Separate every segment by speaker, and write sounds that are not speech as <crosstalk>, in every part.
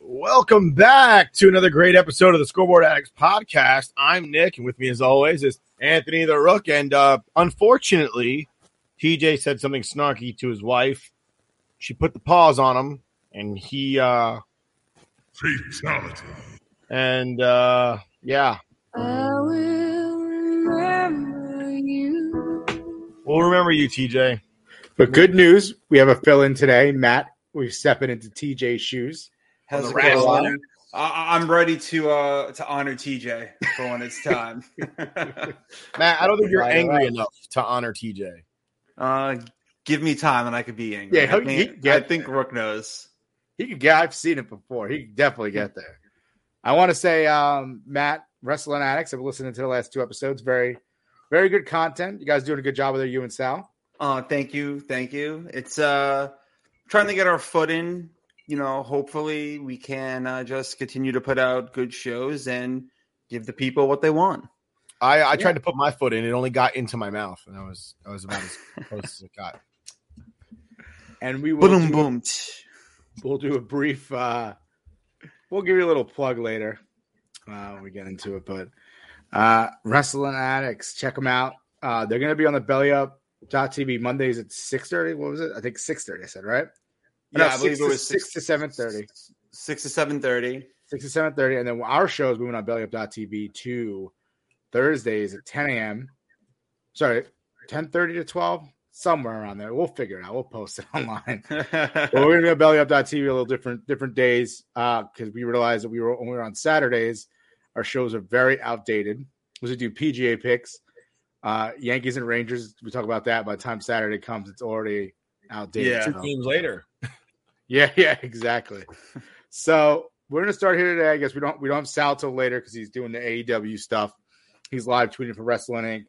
Speaker 1: Welcome back to another great episode of the Scoreboard Addicts podcast. I'm Nick, and with me, as always, is Anthony the Rook. And uh, unfortunately, TJ said something snarky to his wife. She put the paws on him, and he uh,
Speaker 2: Fatality.
Speaker 1: and uh, yeah,
Speaker 3: I will remember you.
Speaker 1: we'll remember you, TJ.
Speaker 4: But good news, we have a fill in today. Matt, we're stepping into TJ's shoes.
Speaker 5: How's it
Speaker 1: Rack
Speaker 5: going?
Speaker 1: line.
Speaker 5: I, I'm ready to uh to honor TJ for when it's
Speaker 4: <laughs>
Speaker 5: time. <laughs>
Speaker 1: Matt, I don't think you're
Speaker 4: Right,
Speaker 1: angry
Speaker 4: right.
Speaker 1: enough to honor TJ.
Speaker 5: uh, give me time and I could be angry.
Speaker 4: Yeah,
Speaker 5: I
Speaker 4: he-
Speaker 5: think,
Speaker 4: he- yeah.
Speaker 5: I think Rook knows.
Speaker 4: He could get, I've seen it before. He could definitely get
Speaker 5: Mm-hmm.
Speaker 4: there. I want to say, um, Matt, Wrestling Addicts, I've listened to the last two episodes. Very, very good content. You guys doing a good job with it, you and Sal.
Speaker 5: Uh, thank you, thank you. It's uh trying to get our foot in. You know, hopefully we can uh, just continue to put out good shows and give the people what they want.
Speaker 1: I, I tried to put my foot in; it only got into my mouth, and I was I was about as close as it <laughs> got.
Speaker 4: And we will
Speaker 5: Boom,
Speaker 4: do-
Speaker 5: boom. tch.
Speaker 4: we'll do a brief uh we'll give you a little plug later uh when we get into it but uh wrestling addicts check them out uh they're gonna be on the belly up dot tv mondays at six thirty. what was it i think six thirty. i said right No,
Speaker 5: Yeah, I believe
Speaker 4: six
Speaker 5: it
Speaker 4: to-
Speaker 5: was
Speaker 4: six to seven thirty.
Speaker 5: Six to seven thirty. <laughs>
Speaker 4: 6 to seven thirty, and then our show is moving on belly up dot tv to thursdays at 10 a.m sorry ten thirty to 12 somewhere around there we'll figure it out we'll post it <laughs> online well, we're gonna be on bellyup.tv a little different different days because we realized that we were when we were on Saturdays, our shows are very outdated. We should do PGA picks, uh, Yankees and Rangers. We talk about that. By the time Saturday comes, it's already outdated.
Speaker 5: Yeah.
Speaker 4: So-
Speaker 1: Two games later,
Speaker 4: yeah, <laughs> yeah, exactly. so we're gonna start here today. I guess we don't we don't have Sal till later because he's doing the AEW stuff. He's live tweeting for Wrestling Inc.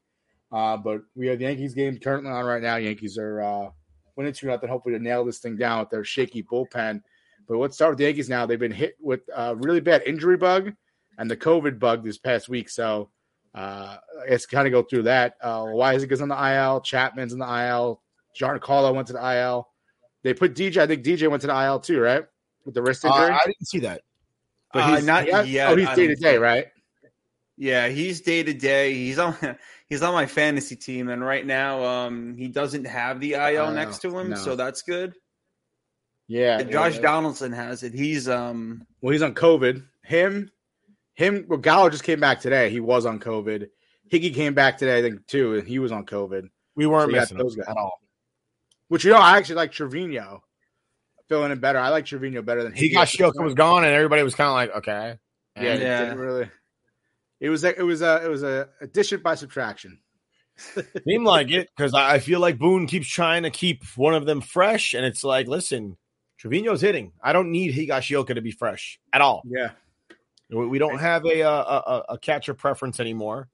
Speaker 4: Uh, but we have the Yankees game currently on right now. Yankees are uh, winning two nothing. Hopefully to nail this thing down with their shaky bullpen. But let's start with the Yankees now. They've been hit with a really bad injury bug and the COVID bug this past week. So uh, it's kind of go through that. Uh, Isaac is on the IL. Chapman's on the IL. Giancarlo went to the IL. They put DJ. I think DJ went to the IL too, right? With the wrist
Speaker 1: Uh,
Speaker 4: injury.
Speaker 1: I didn't see that.
Speaker 4: But
Speaker 5: Uh,
Speaker 4: he's-
Speaker 5: not
Speaker 4: he has-
Speaker 5: yet,
Speaker 4: Oh, he's
Speaker 5: I
Speaker 4: day to
Speaker 5: don't
Speaker 4: day,
Speaker 5: think.
Speaker 4: right?
Speaker 5: Yeah, he's day to day. He's on <laughs> he's on my fantasy team, and right now, um, he doesn't have the IL
Speaker 4: Oh,
Speaker 5: next to him,
Speaker 4: no.
Speaker 5: so that's good.
Speaker 4: Yeah.
Speaker 5: And Josh
Speaker 4: yeah.
Speaker 5: Donaldson has it. He's um,
Speaker 4: Well, he's on COVID. Him, him. Well, Gallo just came back today. He was on COVID. Higgy came back today, I think, too, and he was on COVID.
Speaker 1: We weren't
Speaker 4: So you got
Speaker 1: missing those
Speaker 4: those guys.
Speaker 1: at all.
Speaker 4: Which you know, I actually like Trevino filling in better. I like Trevino better than
Speaker 1: He
Speaker 4: Higgy
Speaker 1: got
Speaker 4: at this
Speaker 1: shook and
Speaker 4: point.
Speaker 1: was gone, and everybody was kind of like, okay.
Speaker 4: Yeah, it
Speaker 5: Yeah.
Speaker 4: didn't really. It was a, it was a it was a addition by subtraction.
Speaker 1: Seem like it because I I feel like Boone keeps trying to keep one of them fresh, and it's like, listen, Trevino's hitting. I don't need Higashioka to be fresh at all.
Speaker 4: Yeah,
Speaker 1: We we don't have a uh, a, a, a catcher preference anymore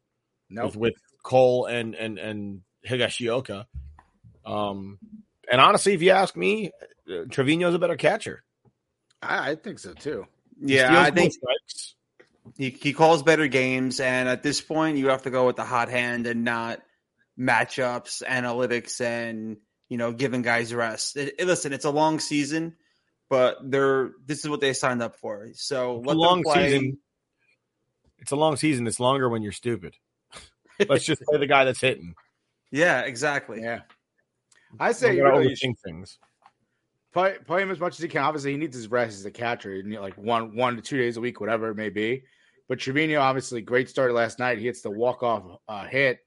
Speaker 4: no,
Speaker 1: with, with Cole and and and Higashioka. Um, and honestly, if you ask me, uh, Trevino's a better catcher.
Speaker 4: I, I think so too.
Speaker 1: He
Speaker 5: Yeah,
Speaker 1: steals
Speaker 5: I
Speaker 1: more
Speaker 5: think
Speaker 1: strikes.
Speaker 5: he, he calls better games, and at this point, you have to go with the hot hand and not matchups, analytics, and you know giving guys rest. It, it- listen, it's a long season, but they're this is what they signed up for. So
Speaker 1: It's a
Speaker 5: let them
Speaker 1: long
Speaker 5: play.
Speaker 1: season. It's a long season. It's longer when you're stupid. Let's just play the guy that's <laughs> hitting.
Speaker 5: Yeah, exactly.
Speaker 4: Yeah, I
Speaker 1: Don't
Speaker 4: say you
Speaker 1: gotta
Speaker 4: really should
Speaker 1: overthink things.
Speaker 4: play, play him as much as he can. Obviously, he needs his rest as a catcher, you know, like one one to two days a week, whatever it may be. But Trevino, obviously, great start last night. He hits the walk off uh, hit,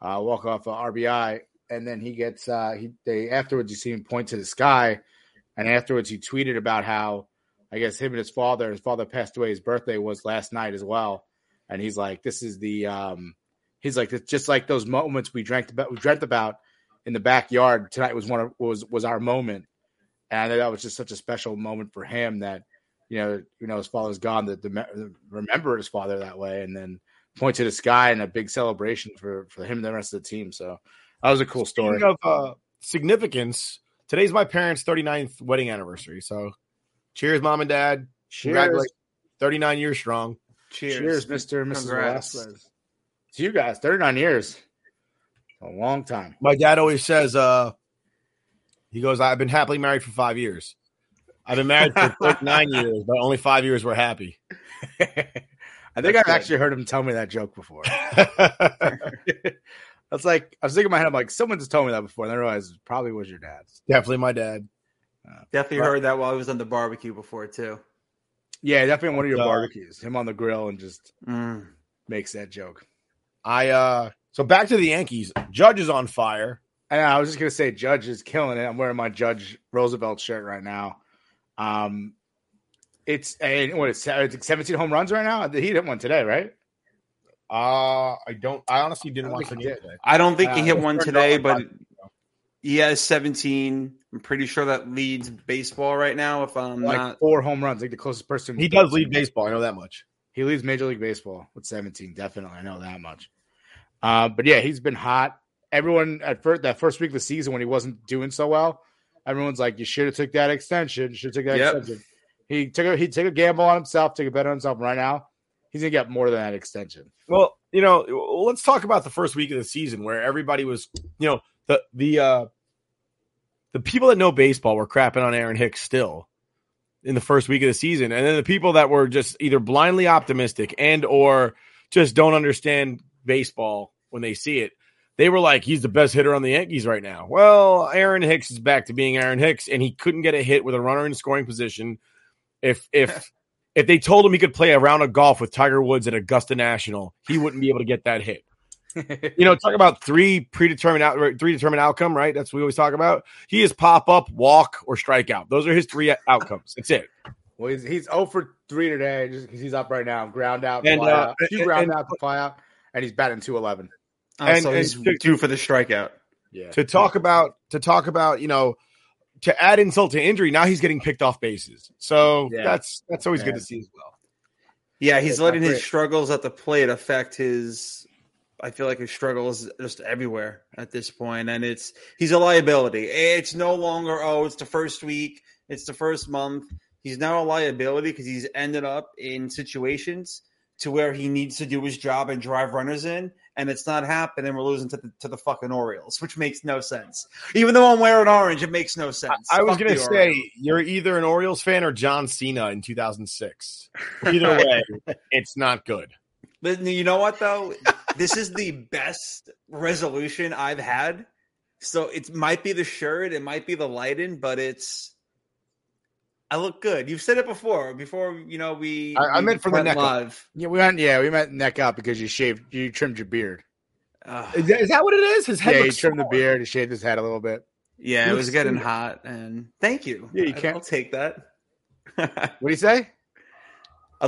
Speaker 4: uh, walk off uh, RBI, and then he gets uh, he they afterwards you see him point to the sky, and afterwards he tweeted about how I guess him and his father, his father passed away. His birthday was last night as well, and he's like, this is the um, he's like it's just like those moments we dreamt about we dreamt about in the backyard tonight was one of was was our moment. And I think that was just such a special moment for him that, you know, you know, his father's gone. That the, me- remember his father that way, and then point to the sky and a big celebration for for him and the rest of the team. So that was a cool story.
Speaker 1: Speaking of uh, significance, today's my parents' 39th wedding anniversary. So, cheers, mom and dad.
Speaker 4: cheers,
Speaker 1: Congratulations. 39 years strong.
Speaker 5: Cheers.
Speaker 4: cheers, Mister and Mrs.
Speaker 5: Congrats.
Speaker 4: Velasquez. To you guys, thirty nine years, a long time.
Speaker 1: My dad always says, uh, he goes, I've been happily married for five years. I've been married <laughs> for 39 years, but only five years were happy.
Speaker 4: <laughs> I think I've
Speaker 1: good.
Speaker 4: actually heard him tell me that joke <laughs> before. That's like I was thinking in my head. I'm like, someone's told me that before, and I realized it probably was your dad's.
Speaker 1: Definitely my dad.
Speaker 5: Definitely heard that while I was on the barbecue before too.
Speaker 4: Yeah, definitely one of your
Speaker 1: Uh,
Speaker 4: barbecues. Him on the grill and just
Speaker 5: Mm.
Speaker 4: makes that joke.
Speaker 1: I, uh, so back to the Yankees. Judge is on fire.
Speaker 4: And I was just gonna say, Judge is killing it. I'm wearing my Judge Roosevelt shirt right now. Um, it's and what it's, it's 17 home runs right now. He hit one today, right?
Speaker 1: Uh, I don't, I honestly didn't
Speaker 4: I don't
Speaker 1: watch the
Speaker 4: think
Speaker 1: game
Speaker 4: he did.
Speaker 1: today.
Speaker 5: I don't think he
Speaker 4: Uh,
Speaker 5: hit one today,
Speaker 1: Nolan
Speaker 5: but he has 17. I'm pretty sure that leads baseball right now. If I'm
Speaker 4: Like
Speaker 5: not,
Speaker 4: four home runs. Like the closest person.
Speaker 1: He does lead baseball. I know that much.
Speaker 4: He leads Major League Baseball with 17. Definitely, I know that much. Uh, but yeah, he's been hot. Everyone at first that first week of the season when he wasn't doing so well, everyone's like, "You should have took that extension. Should have took that
Speaker 5: Yep.
Speaker 4: extension." He took a, he took a gamble on himself. Took a bet on himself. and Right now, he's gonna get more than that extension.
Speaker 1: Well, you know, let's talk about the first week of the season where everybody was, you know, the the uh the people that know baseball were crapping on Aaron Hicks still in the first week of the season, and then the people that were just either blindly optimistic and or just don't understand baseball when they see it. They were like, he's the best hitter on the Yankees right now. Well, Aaron Hicks is back to being Aaron Hicks, and he couldn't get a hit with a runner in scoring position. If if if they told him he could play a round of golf with Tiger Woods at Augusta National, he wouldn't be able to get that
Speaker 4: <laughs>
Speaker 1: hit. you know, talk about three predetermined out, or three determined outcome, right? That's what we always talk about. He is pop up, walk, or strike out. Those are his three outcomes. That's it.
Speaker 4: Well, he's he's 0 for three today just because he's up right now. Ground out,
Speaker 1: And,
Speaker 4: fly
Speaker 1: uh,
Speaker 4: out, two ground
Speaker 1: and-
Speaker 4: out, fly out, and he's batting 211.
Speaker 5: oh,
Speaker 1: and-
Speaker 5: so
Speaker 1: and
Speaker 5: he's
Speaker 1: to-
Speaker 5: due for the strikeout.
Speaker 4: Yeah,
Speaker 1: To talk about to talk about, you know, to add insult to injury, now he's getting picked off bases. So
Speaker 4: Yeah.
Speaker 1: that's that's always good
Speaker 4: Yeah.
Speaker 1: to see as well.
Speaker 5: Yeah, he's
Speaker 4: That's
Speaker 5: letting
Speaker 4: not
Speaker 5: his
Speaker 4: great.
Speaker 5: struggles at the plate affect his. I feel like his struggles just everywhere at this point, and it's he's a liability. It's no longer oh, it's the first week, it's the first month. He's now a liability because he's ended up in situations to where he needs to do his job and drive runners in, and it's not happening. We're losing to the to the fucking Orioles, which makes no sense. Even though I'm wearing orange, it makes no sense.
Speaker 1: I was
Speaker 5: Fuck
Speaker 1: gonna
Speaker 5: the
Speaker 1: say
Speaker 5: Orioles.
Speaker 1: you're either an Orioles fan or John Cena in 2006.
Speaker 4: <laughs>
Speaker 1: Either way, it's not good.
Speaker 5: Listen, you know what though? this is the best resolution I've had. So it might be the shirt, it might be the lighting, but it's I look good. You've said it before. Before you know, we
Speaker 4: I, I
Speaker 5: we
Speaker 4: meant from the
Speaker 5: went
Speaker 4: neck up.
Speaker 5: live.
Speaker 4: Yeah, we went. Yeah, we meant neck up because you shaved, you trimmed your
Speaker 5: <laughs>
Speaker 4: beard.
Speaker 5: Ugh.
Speaker 1: Is that, is that what it is? His head
Speaker 4: yeah, he
Speaker 1: looks
Speaker 4: trimmed the
Speaker 1: smaller.
Speaker 4: beard, he shaved his head a little bit.
Speaker 5: yeah,
Speaker 1: You
Speaker 5: it
Speaker 1: look
Speaker 5: was getting
Speaker 1: stupid.
Speaker 5: hot, and thank you.
Speaker 4: Yeah, you
Speaker 5: I-
Speaker 4: can't-
Speaker 5: I'll take that. <laughs> I
Speaker 4: What do you say?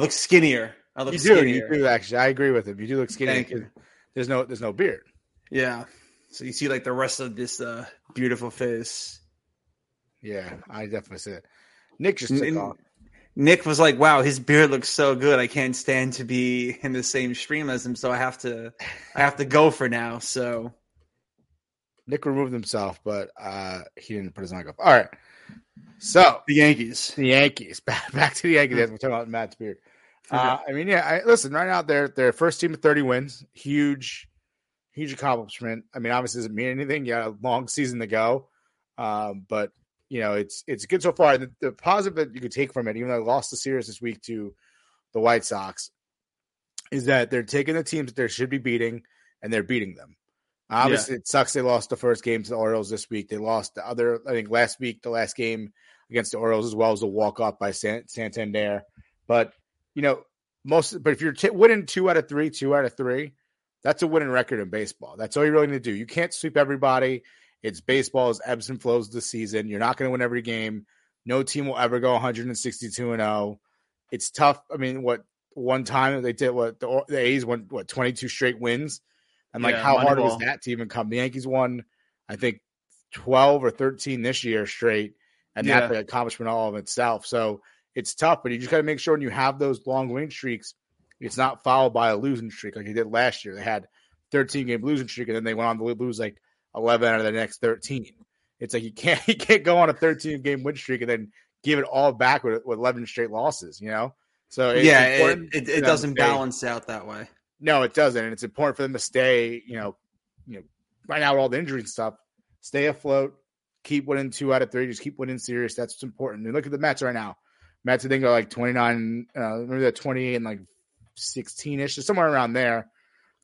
Speaker 5: look skinnier. I look
Speaker 4: You do,
Speaker 5: skinnier.
Speaker 4: you do actually. I agree with him. You do look skinny.
Speaker 5: Thank you.
Speaker 4: There's no, there's no beard.
Speaker 5: Yeah. So you see like the rest of this uh, beautiful face.
Speaker 4: Yeah, I definitely see it. Nick just took
Speaker 5: N-
Speaker 4: off.
Speaker 5: Nick was like, "Wow, his beard looks so good. I can't stand to be in the same stream as him, so I have to, I have to go for now." So
Speaker 4: Nick removed himself, but uh he didn't put his neck up. All right. So
Speaker 5: the Yankees.
Speaker 4: the Yankees <laughs> back, back to the Yankees. We're talking about Matt's beard. Uh, I mean, yeah. I, listen, right now they're their first team at 30 wins. Huge, huge accomplishment. I mean, obviously doesn't mean anything. You got a long season to go, um, but you know it's it's good so far. The, the positive that you could take from it, even though they lost the series this week to the White Sox, is that they're taking the teams that they should be beating and they're beating them. Obviously, it sucks they lost the first game to the Orioles this week. They lost the other, I think, last week, the last game against the Orioles as well as a walk off by San- Santander. But you know, most. But if you're t- winning two out of three, two out of three, that's a winning record in baseball. That's all you really need to do. You can't sweep everybody. It's baseball. It's ebbs and flows of the season. You're not going to win every game. No team will ever go 162 and 0. It's tough. I mean, what one time they did what the, Or- the A's won what 22 straight wins, and like
Speaker 5: Yeah,
Speaker 4: how hard was
Speaker 5: Moneyball.
Speaker 4: that to even come? The Yankees won, I think, 12 or 13 this year straight, and that's
Speaker 5: Yeah.
Speaker 4: an accomplishment all of itself. So it's tough, but you just got to make sure when you have those long win streaks, it's not followed by a losing streak like you did last year. They had 13 game losing streak, and then they went on to lose like 11 out of the next 13. It's like you can't <laughs> you can't go on a 13 game win streak and then give it all back with, with 11 straight losses. You know, so it's
Speaker 5: yeah, it,
Speaker 4: important
Speaker 5: it,
Speaker 4: for
Speaker 5: it
Speaker 4: them
Speaker 5: doesn't
Speaker 4: to stay-
Speaker 5: balance out that way.
Speaker 4: No, it doesn't, and it's important for them to stay. You know, you know, right now with all the injury and stuff, stay afloat, keep winning two out of three, just keep winning series. That's what's important. And look at the Mets right now. Mets, I think, are like 29, uh, maybe they're 28 and like 16 ish, somewhere around there.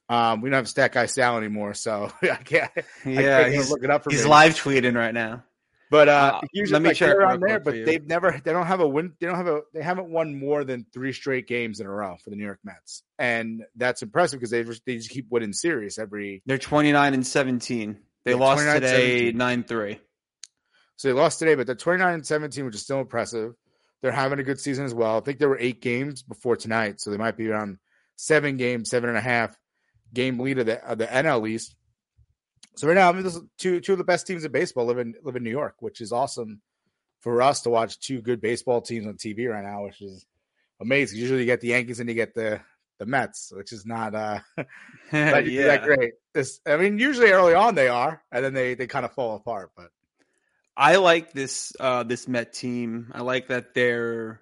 Speaker 4: Um, we don't have Stat Guy Sal anymore, so <laughs> I can't, I
Speaker 5: Yeah,
Speaker 4: can't
Speaker 5: he's,
Speaker 4: look it up for
Speaker 5: he's
Speaker 4: me.
Speaker 5: live tweeting right now.
Speaker 4: But uh,
Speaker 5: Uh,
Speaker 4: usually
Speaker 5: let me
Speaker 4: like,
Speaker 5: check
Speaker 4: they're
Speaker 5: real
Speaker 4: on there,
Speaker 5: quick for you.
Speaker 4: but they've never they don't have a win. They don't have a they haven't won more than three straight games in a row for the New York Mets, and that's impressive because they just- they just keep winning series every.
Speaker 5: They're twenty nine and seventeen. They
Speaker 4: Yeah,
Speaker 5: lost
Speaker 4: 29,
Speaker 5: today
Speaker 4: 17.
Speaker 5: nine three. <laughs>
Speaker 4: So they lost today, but they're twenty nine and seventeen, which is still impressive. They're having a good season as well. I think there were eight games before tonight, so they might be around seven games, seven and a half game lead of the of the NL East. So right now, I mean, this is two two of the best teams in baseball live in live in New York, which is awesome for us to watch two good baseball teams on TV right now, which is amazing. Usually, you get the Yankees and you get the the Mets, which is not uh <laughs> not usually that
Speaker 5: yeah,
Speaker 4: great. This, I mean, usually early on they are, and then they they kind of fall apart. But
Speaker 5: I like this uh this Met team. I like that they're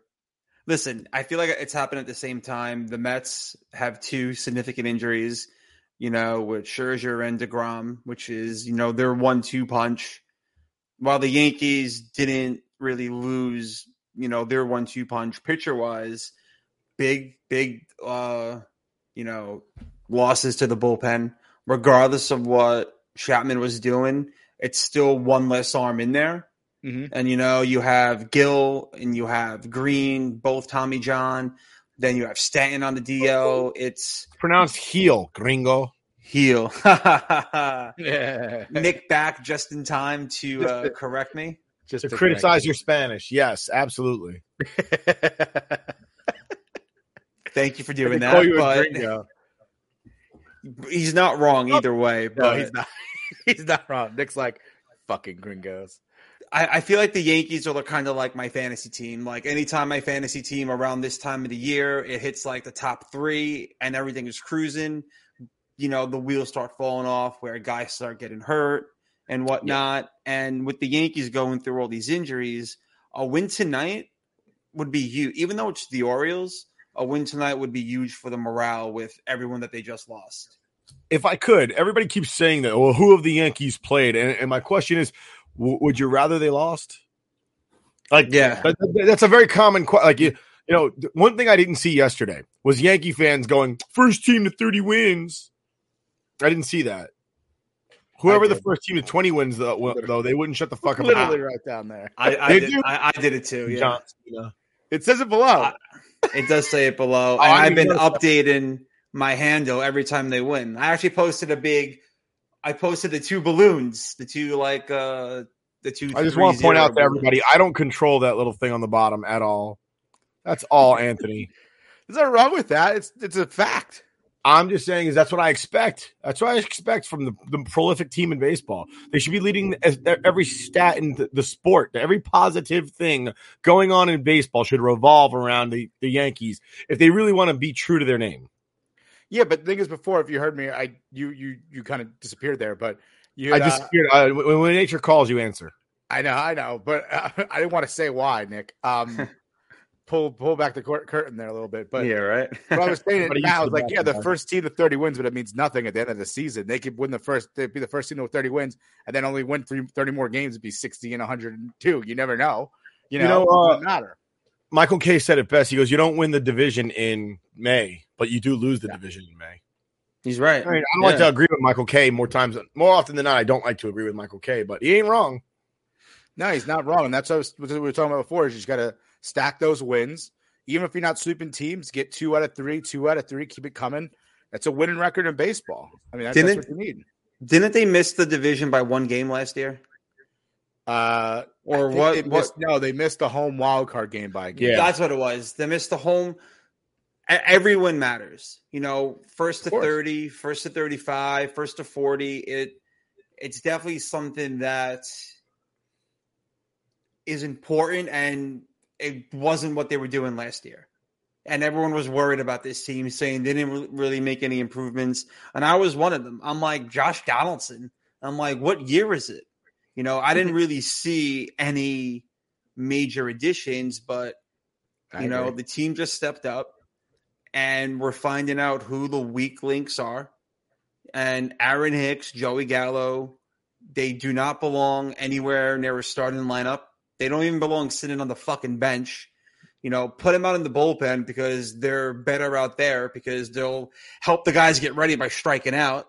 Speaker 5: listen, I feel like it's happened at the same time. The Mets have two significant injuries, you know, with Scherzer and DeGrom, which is, you know, their one two punch. While the Yankees didn't really lose, you know, their one two punch pitcher wise, big, big uh, you know, losses to the bullpen, regardless of what Chapman was doing, it's still one less arm in there.
Speaker 4: Mhm.
Speaker 5: And you know, you have Gill and you have Green, both Tommy John. Then you have Stanton on the DL. It's
Speaker 1: <laughs> pronounced heel, gringo.
Speaker 5: heel. <laughs>
Speaker 4: yeah,
Speaker 5: Nick back just in time to uh, correct me.
Speaker 4: just
Speaker 1: To
Speaker 4: to
Speaker 1: criticize your Spanish. Yes, absolutely.
Speaker 4: <laughs> correct.
Speaker 5: Thank you for doing
Speaker 4: <laughs>
Speaker 1: They call
Speaker 5: that.
Speaker 1: you a
Speaker 5: But
Speaker 1: gringo.
Speaker 5: he's not wrong either way.
Speaker 4: No,
Speaker 5: But
Speaker 4: he's not. <laughs> He's not wrong. Nick's like fucking gringos.
Speaker 5: I, I feel like the Yankees are kind of like my fantasy team. Like anytime my fantasy team around this time of the year, it hits like the top three and everything is cruising. You know, the wheels start falling off where guys start getting hurt and whatnot. And with the Yankees going through all these injuries, a win tonight would be huge. Even though it's the Orioles, a win tonight would be huge for the morale with everyone that they just lost.
Speaker 1: If I could, everybody keeps saying that. Well, who have the Yankees played? And, and my question is, w- would you rather they lost? Like,
Speaker 5: Yeah.
Speaker 1: That- that- that's a very common question. Like you, you know, th- one thing I didn't see yesterday was Yankee fans going first team to thirty wins. I didn't see that. Whoever the first team to 20 wins, though, though they wouldn't shut the fuck up.
Speaker 4: Literally right down there.
Speaker 5: I I
Speaker 1: They
Speaker 5: did,
Speaker 1: do.
Speaker 5: I, I did it too. Yeah,
Speaker 1: John Cena.
Speaker 4: It says it below.
Speaker 5: it does say it below.
Speaker 1: Oh,
Speaker 5: and
Speaker 1: I
Speaker 5: I've been
Speaker 1: didn't notice
Speaker 5: updating my handle every time they win. I actually posted a big. I posted the two balloons, the two like uh the two.
Speaker 1: I just want to point
Speaker 5: 3-0
Speaker 1: out to
Speaker 5: balloons.
Speaker 1: everybody, I don't control that little thing on the bottom at all. That's
Speaker 4: <laughs>
Speaker 1: all, Anthony.
Speaker 4: There's nothing wrong with that. It's it's a fact.
Speaker 1: I'm just saying is that's what I expect. That's what I expect from the, the prolific team in baseball. They should be leading as- e, every stat in the, the sport. Every positive thing going on in baseball should revolve around the, the Yankees if they really want to be true to their name.
Speaker 4: Yeah, but the thing is, before if you heard me, I you you you kind of disappeared there, but you
Speaker 1: I
Speaker 4: uh,
Speaker 1: just you know, when, when nature calls, you answer.
Speaker 4: I know, I know, but uh, <laughs> I didn't want to say why, Nick. <laughs> Um, pull pull back the cur- curtain there a little bit, but
Speaker 5: yeah, right.
Speaker 4: But
Speaker 1: <laughs>
Speaker 4: I was saying it
Speaker 1: Everybody used
Speaker 4: now.
Speaker 1: to
Speaker 4: It's
Speaker 1: the
Speaker 4: like,
Speaker 1: back
Speaker 4: yeah,
Speaker 1: of
Speaker 4: the
Speaker 1: the line.
Speaker 4: first team to 30 wins, but it means nothing at the end of the season. They could win the first, they'd be the first team with 30 wins, and then only win three, 30 more games. It'd be 60 and 102. You never know. You know,
Speaker 1: You know,
Speaker 4: it
Speaker 1: uh,
Speaker 4: doesn't matter.
Speaker 1: Michael K said it best. He goes, "You don't win the division in May, but you do lose the division in May."
Speaker 5: He's right.
Speaker 1: I, mean, I don't
Speaker 5: Yeah.
Speaker 1: like to agree with Michael K more times, more often than not. I don't like to agree with Michael K, but he ain't wrong.
Speaker 4: No, he's not wrong. And that's what, I was, what we were talking about before is you just got to stack those wins. Even if you're not sweeping teams, get two out of three, two out of three, keep it coming. That's a winning record in baseball. I mean, that's, that's
Speaker 5: Didn't-
Speaker 4: what you need.
Speaker 5: Didn't they miss the division by one game last year?
Speaker 4: Uh,
Speaker 5: Or
Speaker 4: I think
Speaker 5: what?
Speaker 4: they
Speaker 5: What?
Speaker 4: missed- no, they missed the home wild card game by a game.
Speaker 1: Yeah.
Speaker 5: That's what it was. They missed the home. e- Every win matters. You know, first to
Speaker 4: Of course.
Speaker 5: 30, first to 35, first to 40. It it's definitely something that is important and it wasn't what they were doing last year. And everyone was worried about this team saying they didn't re- really make any improvements. And I was one of them. I'm like Josh Donaldson. I'm like, what year is it? You know, I
Speaker 4: Mm-hmm.
Speaker 5: didn't really see any major additions, but
Speaker 4: I
Speaker 5: you know, the
Speaker 4: agree.
Speaker 5: team just stepped up and we're finding out who the weak links are. And Aaron Hicks, Joey Gallo, they do not belong anywhere near a starting lineup. They don't even belong sitting on the fucking bench. You know, put them out in the bullpen because they're better out there because they'll help the guys get ready by striking out.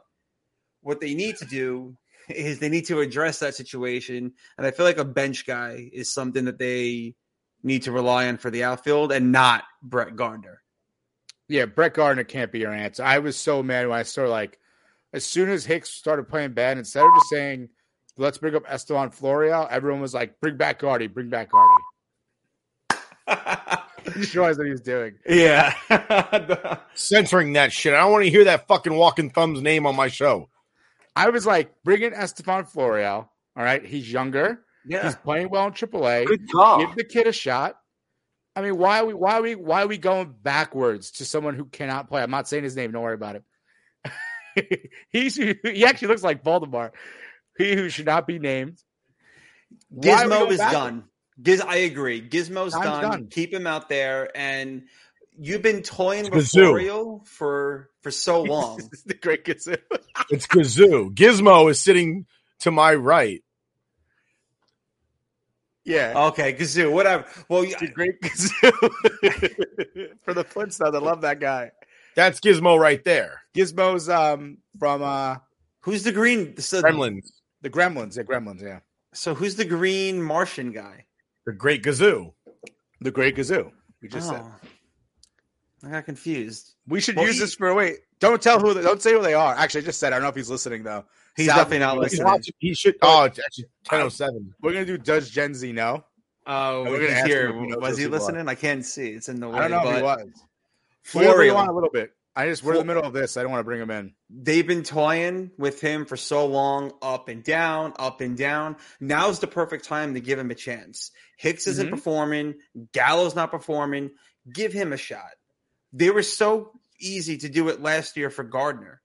Speaker 5: What they need to do is they need to address that situation. And I feel like a bench guy is something that they need to rely on for the outfield and not Brett
Speaker 4: <laughs>
Speaker 5: Gardner.
Speaker 4: Yeah, Brett Gardner can't be your answer. I was so mad when I saw like as soon as Hicks started playing bad, instead of just saying, let's bring up Esteban Florio, everyone was like, bring back Gardy, bring back Gardy. He
Speaker 5: <laughs>
Speaker 4: just realized what he was doing. <laughs>
Speaker 5: yeah.
Speaker 1: Censoring that shit. I don't want to hear that fucking walking thumbs name on my show.
Speaker 4: I was like, bring in Esteban Florio. All right. He's younger.
Speaker 5: yeah.
Speaker 4: He's playing well in AAA.
Speaker 5: Good call.
Speaker 4: Give the kid a shot. I mean, why are we why are we why are we going backwards to someone who cannot play? I'm not saying his name, don't worry about it. <laughs> He's he actually looks like Voldemort. He who should not be named. Why are we
Speaker 5: Gizmo
Speaker 4: going
Speaker 5: is
Speaker 4: backwards?
Speaker 5: done. Giz, I agree. Gizmo's
Speaker 4: Time's
Speaker 5: done.
Speaker 4: done.
Speaker 5: Keep him out there. And you've been toying
Speaker 1: It's
Speaker 5: with
Speaker 1: Gazoo.
Speaker 5: Florio for for
Speaker 4: <laughs>
Speaker 5: so long.
Speaker 4: This is the great Gazoo.
Speaker 1: It's Gazoo. Gizmo is sitting to my right.
Speaker 4: <laughs> yeah.
Speaker 5: okay, Gazoo, whatever. Well, yeah,
Speaker 4: The great Gazoo. <laughs> For the Flintstones. I love that guy.
Speaker 1: That's Gizmo right there.
Speaker 4: Gizmo's um from uh
Speaker 5: who's the green? So,
Speaker 1: Gremlins.
Speaker 4: the Gremlins. Yeah, Gremlins, yeah.
Speaker 5: so who's the green Martian guy?
Speaker 1: The great Gazoo.
Speaker 4: The great Gazoo. We just said.
Speaker 5: Oh. I got confused.
Speaker 4: We should
Speaker 5: Well,
Speaker 4: use
Speaker 5: he-
Speaker 4: this for wait. Don't tell who. They, don't say who they are. Actually, I just said. I don't know if he's listening though.
Speaker 5: He's
Speaker 4: Sal-
Speaker 5: definitely not
Speaker 4: He's
Speaker 1: He's
Speaker 5: listening.
Speaker 1: watching- He should. Oh, it's actually 1007.
Speaker 4: We're gonna do. Does Gen Z know?
Speaker 5: Oh,
Speaker 4: we're
Speaker 5: we're
Speaker 4: gonna ask him
Speaker 5: here.
Speaker 4: if he knows
Speaker 5: was
Speaker 4: those
Speaker 5: he
Speaker 4: people are.
Speaker 5: listening? I can't see. It's in the way.
Speaker 4: I don't know
Speaker 5: but
Speaker 4: if he was. We're gonna bring him on
Speaker 5: Florio,
Speaker 4: a little bit. I just we're in the
Speaker 5: Flo-
Speaker 4: middle of this. I don't want to bring him in.
Speaker 5: they've been toying with him for so long, up and down, up and down. Now's the perfect time to give him a chance. Hicks isn't
Speaker 4: Mhm.
Speaker 5: performing, Gallo's not performing. Give him a shot. They were so easy to do it last year for Gardner.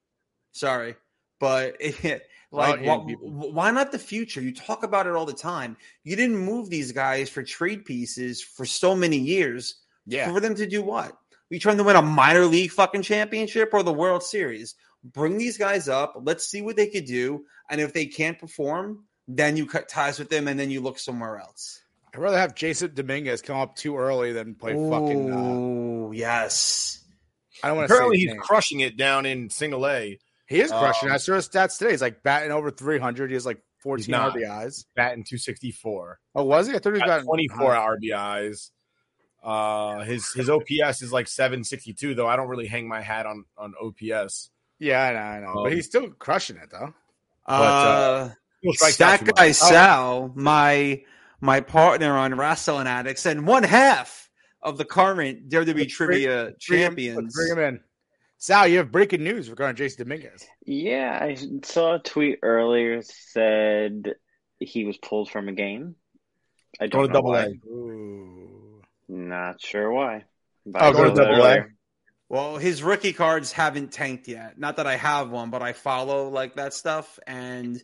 Speaker 5: Sorry, but <laughs> it, like,
Speaker 4: Without
Speaker 5: wha-
Speaker 4: hitting people.
Speaker 5: wh- why not the future? You talk about it all the time. You didn't move these guys for trade pieces for so many years
Speaker 4: Yeah,
Speaker 5: for them to do what? Are you trying to win a minor league fucking championship or the World Series? Bring these guys up. Let's see what they could do. And if they can't perform, then you cut ties with them and then you look somewhere else.
Speaker 4: I'd rather have Jason Dominguez come up too early than play fucking. Uh,
Speaker 5: Ooh, yes.
Speaker 4: I don't want to say.
Speaker 1: Apparently,
Speaker 4: his
Speaker 1: he's
Speaker 4: name.
Speaker 1: crushing it down in single A.
Speaker 4: He is crushing.
Speaker 1: Um,
Speaker 4: I saw his stats today. He's like batting over 300. He has like 14
Speaker 1: not.
Speaker 4: RBIs.
Speaker 1: batting 264.
Speaker 4: Oh, was he? I thought he was
Speaker 1: Got
Speaker 4: batting
Speaker 1: 24 RBIs. Uh, his his OPS is like 762, though. I don't really hang my hat on on OPS.
Speaker 4: Yeah, I know, I know. but
Speaker 1: Um,
Speaker 4: he's still crushing it though.
Speaker 1: uh, Still strikes out
Speaker 5: That
Speaker 1: too much.
Speaker 4: Oh.
Speaker 5: guy Sal, my my partner on Wrestling Addicts, and one half of the current WWE trivia
Speaker 4: Bring him-
Speaker 5: champions.
Speaker 4: Bring him in. Sal, you have breaking news regarding Jason Dominguez.
Speaker 6: Yeah, I saw a tweet earlier said he was pulled from a game. I
Speaker 1: Go to
Speaker 6: don't know
Speaker 1: double
Speaker 6: why.
Speaker 1: A.
Speaker 4: Ooh.
Speaker 6: Not sure why. But
Speaker 1: Oh,
Speaker 6: I
Speaker 1: go to
Speaker 6: saw that
Speaker 1: double A.
Speaker 6: earlier.
Speaker 5: Well, his rookie cards haven't tanked yet. Not that I have one, but I follow like that stuff, and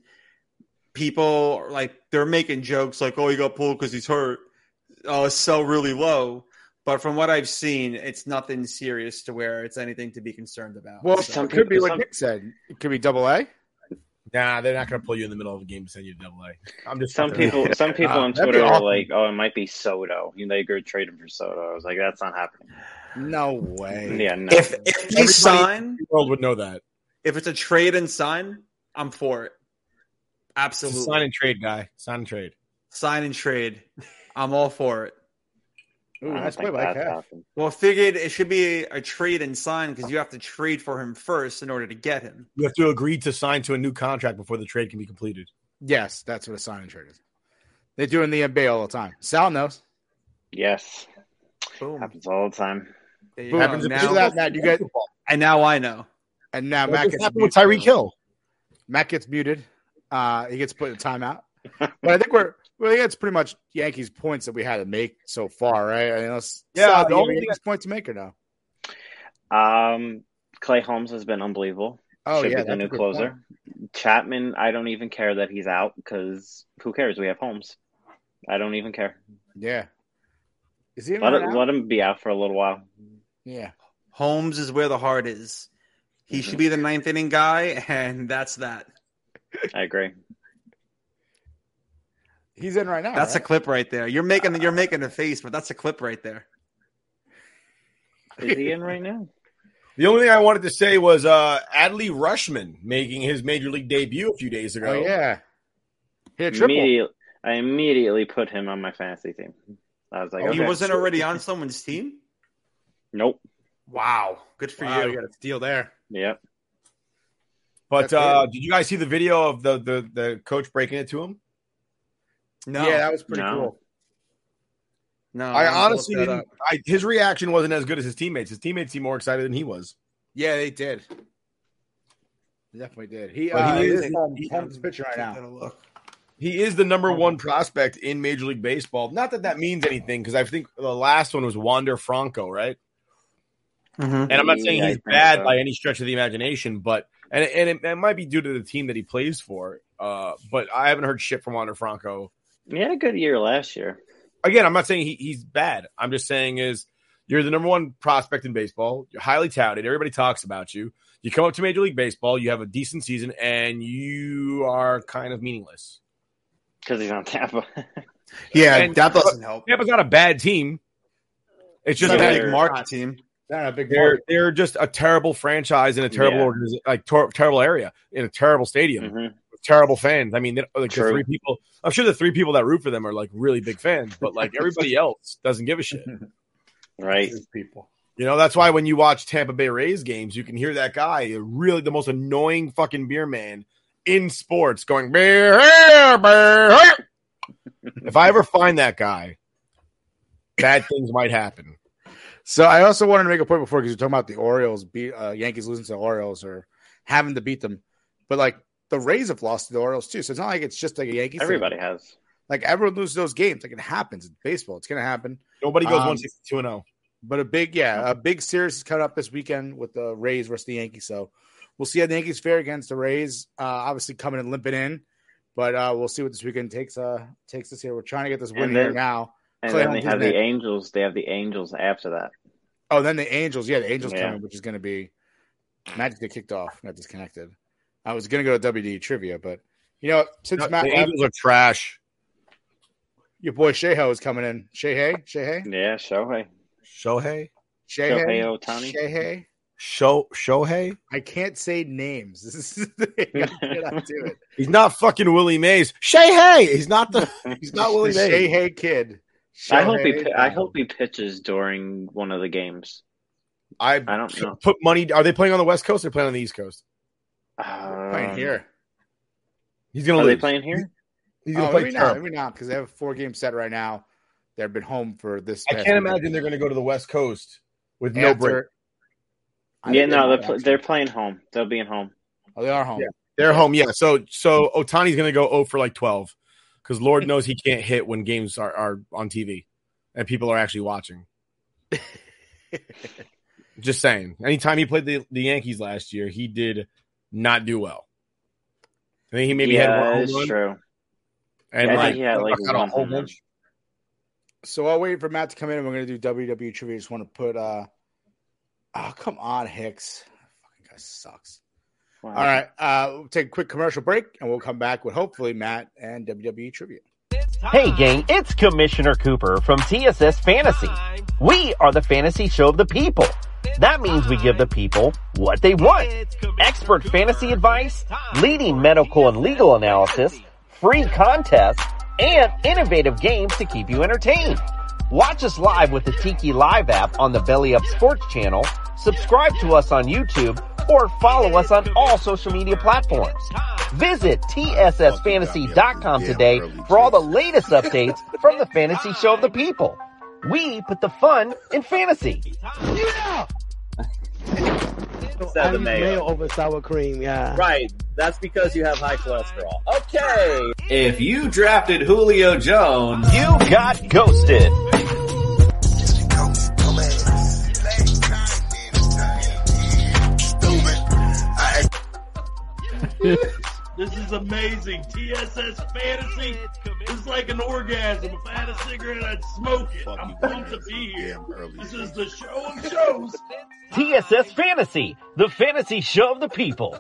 Speaker 5: people like they're making jokes like, "Oh, he got pulled because he's hurt." Oh, it's so really low. But from what I've seen, it's nothing serious to where it's anything to be concerned about.
Speaker 4: Well,
Speaker 5: So-
Speaker 4: it could be what
Speaker 6: some-
Speaker 4: Nick said. It could be double A.
Speaker 1: Nah, they're not going to pull you in the middle of a game to send you to double A. I'm just <laughs>
Speaker 6: Some people, some people
Speaker 4: Uh,
Speaker 6: on
Speaker 4: that'd be
Speaker 6: Twitter are
Speaker 4: awful.
Speaker 6: like, "Oh, it might be Soto." You know, they go trade him for Soto. I was like, "That's not happening."
Speaker 4: No way.
Speaker 6: Yeah, no.
Speaker 5: if if they
Speaker 1: Everybody-
Speaker 5: sign,
Speaker 1: The world would know that.
Speaker 5: if it's a trade and sign, I'm for it.
Speaker 1: It's a
Speaker 5: Absolutely,
Speaker 1: sign and trade guy. Sign and trade.
Speaker 5: sign and trade. I'm all for it.
Speaker 4: Ooh,
Speaker 6: I don't
Speaker 4: nice play
Speaker 6: think
Speaker 4: by
Speaker 6: that's
Speaker 4: Cash.
Speaker 6: happened.
Speaker 5: Well, figured it should be a, a trade and sign because you have to trade for him first in order to get him.
Speaker 1: You have to agree to sign to a new contract before the trade can be completed.
Speaker 4: Yes, that's what a sign and trade is. They do it in the NBA all the time. Sal knows.
Speaker 6: Yes,
Speaker 5: Boom.
Speaker 6: happens all the time.
Speaker 5: There you
Speaker 4: Boom.
Speaker 5: go.
Speaker 4: Happens in
Speaker 5: now,
Speaker 4: that, Matt, you get,
Speaker 5: and now I know.
Speaker 4: and now
Speaker 1: That
Speaker 4: Matt
Speaker 1: just
Speaker 4: gets
Speaker 1: happened with
Speaker 4: muted.
Speaker 1: Tyreek Hill.
Speaker 4: Matt gets muted. Uh, he gets put in
Speaker 6: <laughs>
Speaker 4: a timeout. But I think we're well. Yeah, it's pretty much Yankees points that we had to make so far, right? I mean, let's,
Speaker 1: Yeah, the
Speaker 4: Sal, do you have
Speaker 1: only-
Speaker 4: Yankees points to make or no?
Speaker 6: Um, Clay Holmes has been unbelievable.
Speaker 4: Oh
Speaker 6: Should
Speaker 4: yeah,
Speaker 6: be the
Speaker 4: that's a
Speaker 6: new
Speaker 4: good
Speaker 6: closer.
Speaker 4: point.
Speaker 6: Chapman, I don't even care that he's out because who cares? We have Holmes. I don't even care.
Speaker 4: Yeah. Is he in
Speaker 6: Let
Speaker 4: right
Speaker 6: it,
Speaker 4: now?
Speaker 6: let him be out for a little while.
Speaker 4: Yeah.
Speaker 5: Holmes is where the heart is. He should
Speaker 6: Mm-hmm.
Speaker 5: be the ninth inning guy, <laughs> and that's that.
Speaker 6: I agree.
Speaker 4: He's in right now.
Speaker 5: That's a
Speaker 4: right?
Speaker 5: clip right there. You're making you're making a face, but that's a clip right there.
Speaker 6: Is he in right now?
Speaker 1: The only thing I wanted to say was uh, Adley Rushman making his major league debut a few days ago.
Speaker 4: Oh yeah. Here, triple.
Speaker 6: Immediately, I immediately put him on my fantasy team. I was like,
Speaker 1: Oh,
Speaker 5: He
Speaker 6: okay,
Speaker 5: wasn't already on someone's team.
Speaker 6: nope,
Speaker 5: Wow, good for
Speaker 4: Wow,
Speaker 5: you.
Speaker 1: Uh,
Speaker 4: you got a steal there.
Speaker 6: yep.
Speaker 1: But
Speaker 4: That's
Speaker 1: uh, did you guys see the video of the, the the coach breaking it to him?
Speaker 5: No,
Speaker 4: Yeah, that was pretty
Speaker 6: No.
Speaker 4: cool.
Speaker 5: no.
Speaker 1: I
Speaker 5: I'm gonna
Speaker 1: honestly
Speaker 5: look that
Speaker 1: didn't.
Speaker 5: up.
Speaker 1: I, his reaction wasn't as good as his teammates. His teammates seemed more excited than he was.
Speaker 4: Yeah, they did. They definitely did. He,
Speaker 1: But
Speaker 4: uh,
Speaker 1: he
Speaker 4: he
Speaker 1: is-
Speaker 4: is
Speaker 5: he-
Speaker 4: Holmes is pitching right
Speaker 5: Take
Speaker 4: now.
Speaker 5: that a look.
Speaker 1: He is the number
Speaker 6: Um,
Speaker 1: one prospect in Major League Baseball. Not that that means anything, because I think the last one was Wander Franco, right?
Speaker 5: Mhm.
Speaker 1: And I'm not
Speaker 6: Yeah,
Speaker 1: saying
Speaker 6: I
Speaker 1: he's
Speaker 6: think
Speaker 1: bad
Speaker 6: so.
Speaker 1: by any stretch of the imagination, but and and it, it might be due to the team that he plays for. Uh, but I haven't heard shit from Wander Franco.
Speaker 6: He had a good year last year.
Speaker 1: Again, I'm not saying he, he's bad. I'm just saying is you're the number one prospect in baseball. You're highly touted. Everybody talks about you. You come up to Major League Baseball, you have a decent season, and you are kind of meaningless.
Speaker 6: Because he's on Tampa.
Speaker 5: Yeah,
Speaker 1: And-
Speaker 5: that doesn't help.
Speaker 1: Tampa's not a bad team. It's just
Speaker 5: Not
Speaker 1: that
Speaker 5: a
Speaker 6: they're-
Speaker 5: big market team.
Speaker 4: Not a big
Speaker 1: They're they're just a terrible franchise in a terrible
Speaker 6: Yeah.
Speaker 1: organization, like tor- terrible area in a terrible stadium,
Speaker 6: hmm
Speaker 1: with terrible fans. I mean, they- like the
Speaker 6: True.
Speaker 1: three people. I'm sure the three people that root for them are like really big fans, but like
Speaker 6: <laughs>
Speaker 1: everybody else doesn't give a shit.
Speaker 6: Right.
Speaker 4: market. people.
Speaker 1: You know, that's why when you watch Tampa Bay Rays games, you can hear that guy, really the most annoying fucking beer man in sports, going beer, beer, beer. If I ever find that guy, bad things might happen.
Speaker 4: So I also wanted to make a point before because you're talking about the Orioles, beat, uh, Yankees losing to the Orioles or having to beat them, but like the Rays have lost to the Orioles too. So it's not like it's just like a Yankees. thing.
Speaker 6: Everybody has.
Speaker 4: like everyone loses those games. Like it happens in baseball. It's gonna happen.
Speaker 1: Nobody goes
Speaker 4: Um,
Speaker 1: 162 and oh. 0.
Speaker 4: But a big, yeah, a big series is coming up this weekend with the Rays versus the Yankees. So we'll see how the Yankees fare against the Rays. Uh, obviously coming and limping in, but uh, we'll see what this weekend takes. Uh, takes us here. We're trying to get this win
Speaker 6: And
Speaker 4: here
Speaker 6: then-
Speaker 4: now.
Speaker 6: And
Speaker 4: Clay
Speaker 6: then they
Speaker 4: Holmes
Speaker 6: have
Speaker 4: isn't
Speaker 6: the
Speaker 4: it.
Speaker 6: Angels. They have the Angels after that.
Speaker 4: Oh, then the Angels. Yeah, the Angels
Speaker 6: Yeah.
Speaker 4: coming, which is gonna be. Matt just got kicked off. Got disconnected. I was gonna go to WD trivia, but you know since
Speaker 1: The
Speaker 4: Matt left,
Speaker 1: Angels are trash.
Speaker 4: your boy Sheho is coming in. Shehay, Shehay,
Speaker 6: Yeah, Shohei.
Speaker 1: Shohei.
Speaker 4: Shehay,
Speaker 6: Shohei Ohtani.
Speaker 4: Shehay.
Speaker 1: Sho Shohei.
Speaker 4: I can't say names. <laughs> This is the thing.
Speaker 6: <laughs>
Speaker 4: I cannot do it.
Speaker 1: He's not fucking Willie Mays. Shohei. He's not the. He's not Willie
Speaker 4: The
Speaker 1: Mays.
Speaker 4: Shohei kid.
Speaker 6: I hope he.
Speaker 4: Shohei
Speaker 6: pi- I hope he pitches during one of the games.
Speaker 4: I
Speaker 6: I don't know.
Speaker 1: Put money. Are they playing on the West Coast? or playing on the East Coast?
Speaker 4: playing
Speaker 6: Um,
Speaker 4: here.
Speaker 1: He's
Speaker 6: Are
Speaker 1: gonna
Speaker 6: they
Speaker 1: lose.
Speaker 6: playing here?
Speaker 1: He's
Speaker 4: Oh,
Speaker 1: gonna play
Speaker 4: maybe not.
Speaker 1: terrible.
Speaker 4: Maybe not because they have a four game set right now. They've been home for this.
Speaker 1: I
Speaker 4: past
Speaker 1: can't
Speaker 4: weekend.
Speaker 1: imagine they're gonna go to the West Coast with no
Speaker 4: After-
Speaker 1: break.
Speaker 4: I
Speaker 6: yeah,
Speaker 4: think they
Speaker 6: no,
Speaker 4: might,
Speaker 6: they're, pl-
Speaker 4: actually.
Speaker 6: they're playing home. They'll be in home.
Speaker 4: Oh, they are home.
Speaker 1: Yeah, they're home. Yeah. So so Otani's gonna go 0 for like twelve because Lord knows he can't hit when games are, are on TV and people are actually
Speaker 6: <laughs>
Speaker 1: watching. Just saying. Anytime he played the, the Yankees last year, he did not do well. I think he maybe had
Speaker 6: yeah,
Speaker 1: one
Speaker 6: it's
Speaker 1: home run
Speaker 6: true.
Speaker 1: and
Speaker 6: I
Speaker 1: like,
Speaker 6: think he had like
Speaker 1: got a
Speaker 6: one
Speaker 1: whole
Speaker 6: home run.
Speaker 1: bunch.
Speaker 4: So I'll wait for Matt to come in, and we're gonna do WWE trivia. Just want to put. uh Oh come on, Hicks! Fucking guy sucks.
Speaker 6: Wow.
Speaker 4: All right, uh, we'll take a quick commercial break, and we'll come back with hopefully Matt and WWE trivia.
Speaker 7: Hey, gang, it's Commissioner Cooper from TSS Fantasy. We are the fantasy show of the people. That means we give the people what they want. Expert fantasy advice, leading medical and legal analysis, free contests, and innovative games to keep you entertained. Watch us live with the Tiki Live app on the Belly Up Sports channel, subscribe to us on YouTube, or follow us on all social media platforms. Visit TSSFantasy.com today for all the latest updates from the Fantasy Show of the People. We put the fun in fantasy.
Speaker 8: I
Speaker 9: the
Speaker 8: use
Speaker 9: mayo.
Speaker 8: mayo over sour cream. Yeah.
Speaker 9: Right. That's because you have high cholesterol. Okay.
Speaker 10: If you drafted Julio Jones,
Speaker 7: you got ghosted.
Speaker 10: this is amazing. TSS fantasy is like an orgasm. If I had a cigarette, I'd smoke it. I'm pumped to be here. This is the show of shows.
Speaker 7: TSS Fantasy, the fantasy show of the people.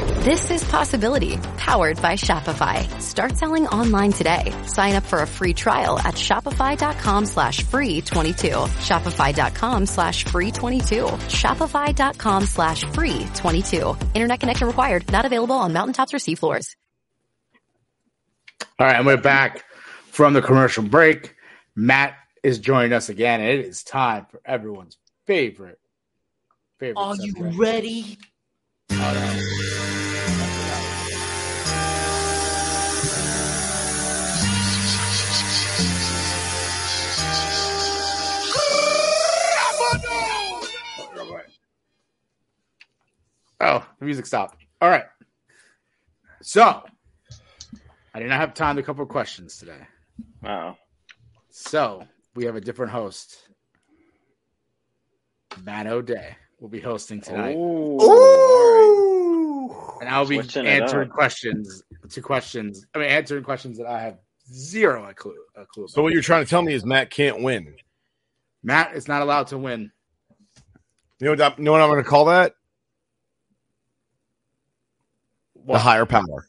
Speaker 11: This is Possibility, powered by Shopify. Start selling online today. Sign up for a free trial at shopify.com slash free 22. Shopify.com slash free 22. Shopify.com slash free 22. Internet connection required. Not available on mountaintops or seafloors.
Speaker 4: All right, and we're back from the commercial break. Matt is joining us again, and it is time for everyone's favorite. favorite
Speaker 12: Are you
Speaker 4: subject.
Speaker 12: ready?
Speaker 4: Oh, the music stopped. All right. So, I did not have time to come up with questions today.
Speaker 6: Wow.
Speaker 4: So, we have a different host. Matt O'Day will be hosting tonight. And I'll be
Speaker 6: Switching it
Speaker 4: answering
Speaker 6: up.
Speaker 4: questions to questions. I mean, answering questions that I have zero a clue, a clue
Speaker 1: So
Speaker 4: about.
Speaker 1: what you're trying to tell me is Matt can't win.
Speaker 4: Matt is not allowed to win.
Speaker 1: You know what? that- You know what I'm going to call that? The higher power.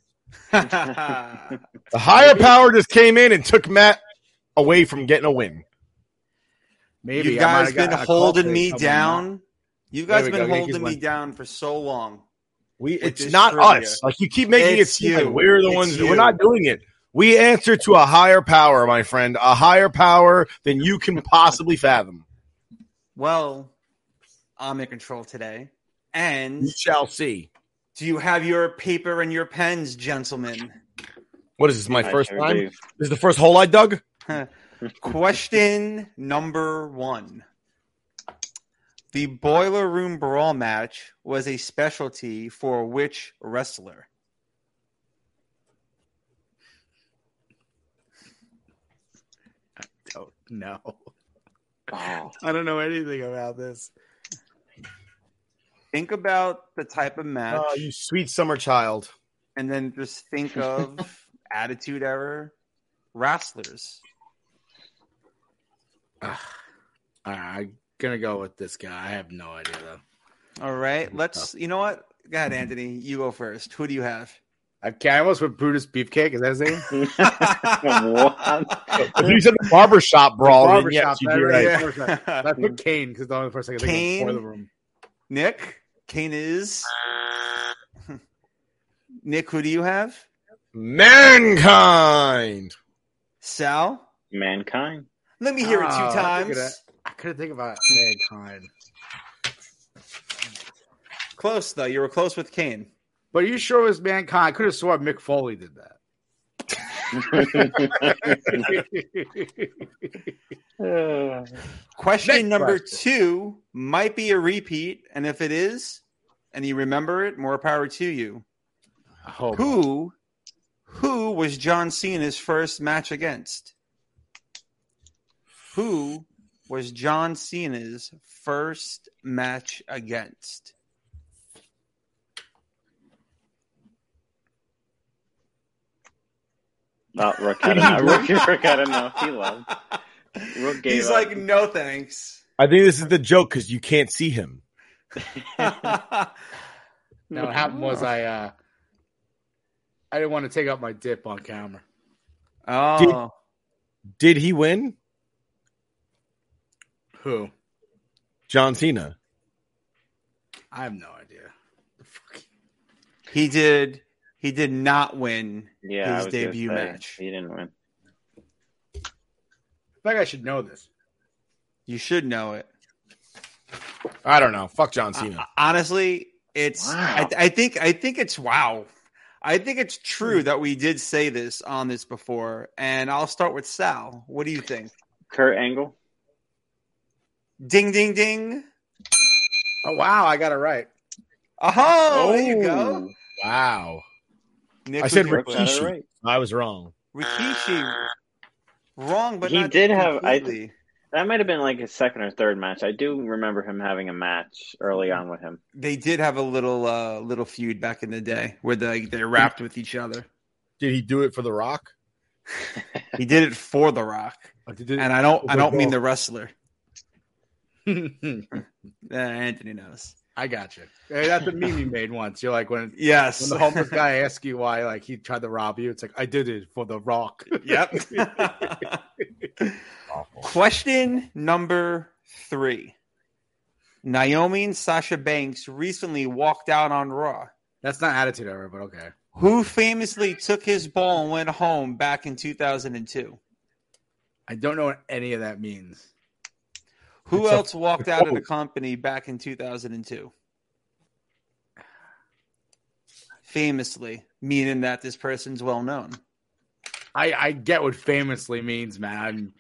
Speaker 1: The higher power just came in and took Matt away from getting a win.
Speaker 4: Maybe
Speaker 5: you
Speaker 4: I might
Speaker 5: guys
Speaker 4: have gotten
Speaker 5: been
Speaker 4: a call
Speaker 5: holding
Speaker 4: today
Speaker 5: me
Speaker 4: from
Speaker 5: down You
Speaker 1: There we
Speaker 5: guys have been
Speaker 1: go. Yankees
Speaker 5: holding me
Speaker 1: win.
Speaker 5: down for so long.
Speaker 1: We
Speaker 5: with
Speaker 1: it's
Speaker 5: this
Speaker 1: not
Speaker 5: trivia.
Speaker 1: us. Like you keep making
Speaker 5: It's
Speaker 1: it seem like
Speaker 5: you.
Speaker 1: we're the
Speaker 5: It's
Speaker 1: ones.
Speaker 5: you.
Speaker 1: We're not doing it. We answer to a higher power, my friend, a higher power than you can possibly fathom.
Speaker 5: Well, I'm in control today, and
Speaker 1: You shall see.
Speaker 5: Do you have your paper and your pens, gentlemen?
Speaker 1: What is this? My
Speaker 5: I
Speaker 1: first
Speaker 5: sure
Speaker 1: time.
Speaker 5: do.
Speaker 1: This is the first hole I dug.
Speaker 5: Question number one. The Boiler Room Brawl match was a specialty for which wrestler?
Speaker 4: don't know. <laughs>
Speaker 5: I don't know anything about this. Think about the type of match.
Speaker 1: Oh, you sweet summer
Speaker 5: <laughs>
Speaker 1: child.
Speaker 5: and then just <laughs> think of attitude error wrestlers.
Speaker 4: I'm gonna go with this guy. I have no idea though.
Speaker 5: All right, let's. You know what? Go ahead, Anthony. You go first. Who do you have?
Speaker 4: Okay, I almost with Brutus Beefcake. Is that his name?
Speaker 1: If you said the barbershop brawl, then yes, you'd be right.
Speaker 4: I put Kane because the only person I could think
Speaker 5: Kane.
Speaker 4: of was Boiler Room.
Speaker 5: Nick. Kane is. <laughs> Nick, who do you have?
Speaker 1: Mankind.
Speaker 5: Sal.
Speaker 6: Mankind.
Speaker 5: Let me hear it
Speaker 4: Oh,
Speaker 5: two
Speaker 4: I couldn't-
Speaker 5: times.
Speaker 4: I couldn't think about mankind.
Speaker 5: Close though. You were close with Kane.
Speaker 4: But are you sure it was mankind? I could have sworn Mick Foley did that. <laughs>
Speaker 5: Question
Speaker 4: Next
Speaker 5: number
Speaker 4: question.
Speaker 5: two might be a repeat, and if it is, and you remember it, more power to you.
Speaker 4: Oh,
Speaker 5: Who, who was John Cena's first match against? Who was John Cena's first match against?
Speaker 6: Not Rook had enough. Rook, Rook had enough. He loved. Rook gave
Speaker 5: He's
Speaker 6: up.
Speaker 5: like, no thanks. <laughs>
Speaker 1: I think this is the joke because you can't see him.
Speaker 4: No, what happened was I uh, I didn't want to take out my dip on camera.
Speaker 5: Oh,
Speaker 1: Did he win?
Speaker 4: Who?
Speaker 1: John Cena.
Speaker 4: I have no idea.
Speaker 5: he did. He did not win
Speaker 6: yeah, I
Speaker 5: his
Speaker 6: was gonna
Speaker 5: debut
Speaker 6: say,
Speaker 5: match.
Speaker 6: He didn't win.
Speaker 4: I think I should know this.
Speaker 5: You should know it.
Speaker 1: I don't know. Fuck John Cena.
Speaker 5: Honestly, it's. I,
Speaker 1: Uh, Wow.
Speaker 5: I think. I think it's wow. I think it's true that we did say this on this before, and I'll start with Sal. What do you think?
Speaker 6: Kurt Angle.
Speaker 5: Ding, ding, ding.
Speaker 4: Oh wow, I got it right.
Speaker 5: Oh, there you
Speaker 6: Oh.
Speaker 5: go.
Speaker 1: Wow.
Speaker 5: Nick,
Speaker 1: I said
Speaker 5: who'd you-
Speaker 1: Rikishi. I was wrong.
Speaker 5: Rikishi. Wrong, but
Speaker 6: he
Speaker 5: not
Speaker 6: did have. I
Speaker 5: completely.
Speaker 6: that might have been like his second or third match. I do remember him having a match early on with him.
Speaker 5: They did have a little uh, little feud back in the day where they they rapped with each other.
Speaker 1: Did he do it for The Rock?
Speaker 5: He did it for The Rock, and I don't. I don't mean the wrestler. Uh, Anthony knows.
Speaker 4: <laughs> I got you. Hey, that's a meme you made once. You're like when
Speaker 5: Yes.
Speaker 4: when the homeless guy asks you why like he tried to rob you. It's like I did it for the rock.
Speaker 5: Yep.
Speaker 4: <laughs>
Speaker 5: Question number three. Naomi and Sasha Banks recently walked out on Raw.
Speaker 4: that's not attitude error, but okay.
Speaker 5: Who famously took his ball and went home back in 2002?
Speaker 4: I don't know what any of that means.
Speaker 5: Who
Speaker 4: It's a-
Speaker 5: else walked out of the
Speaker 4: Oh.
Speaker 5: company back in 2002? Famously, meaning that this person's well known.
Speaker 4: I I get what famously means, man. I'm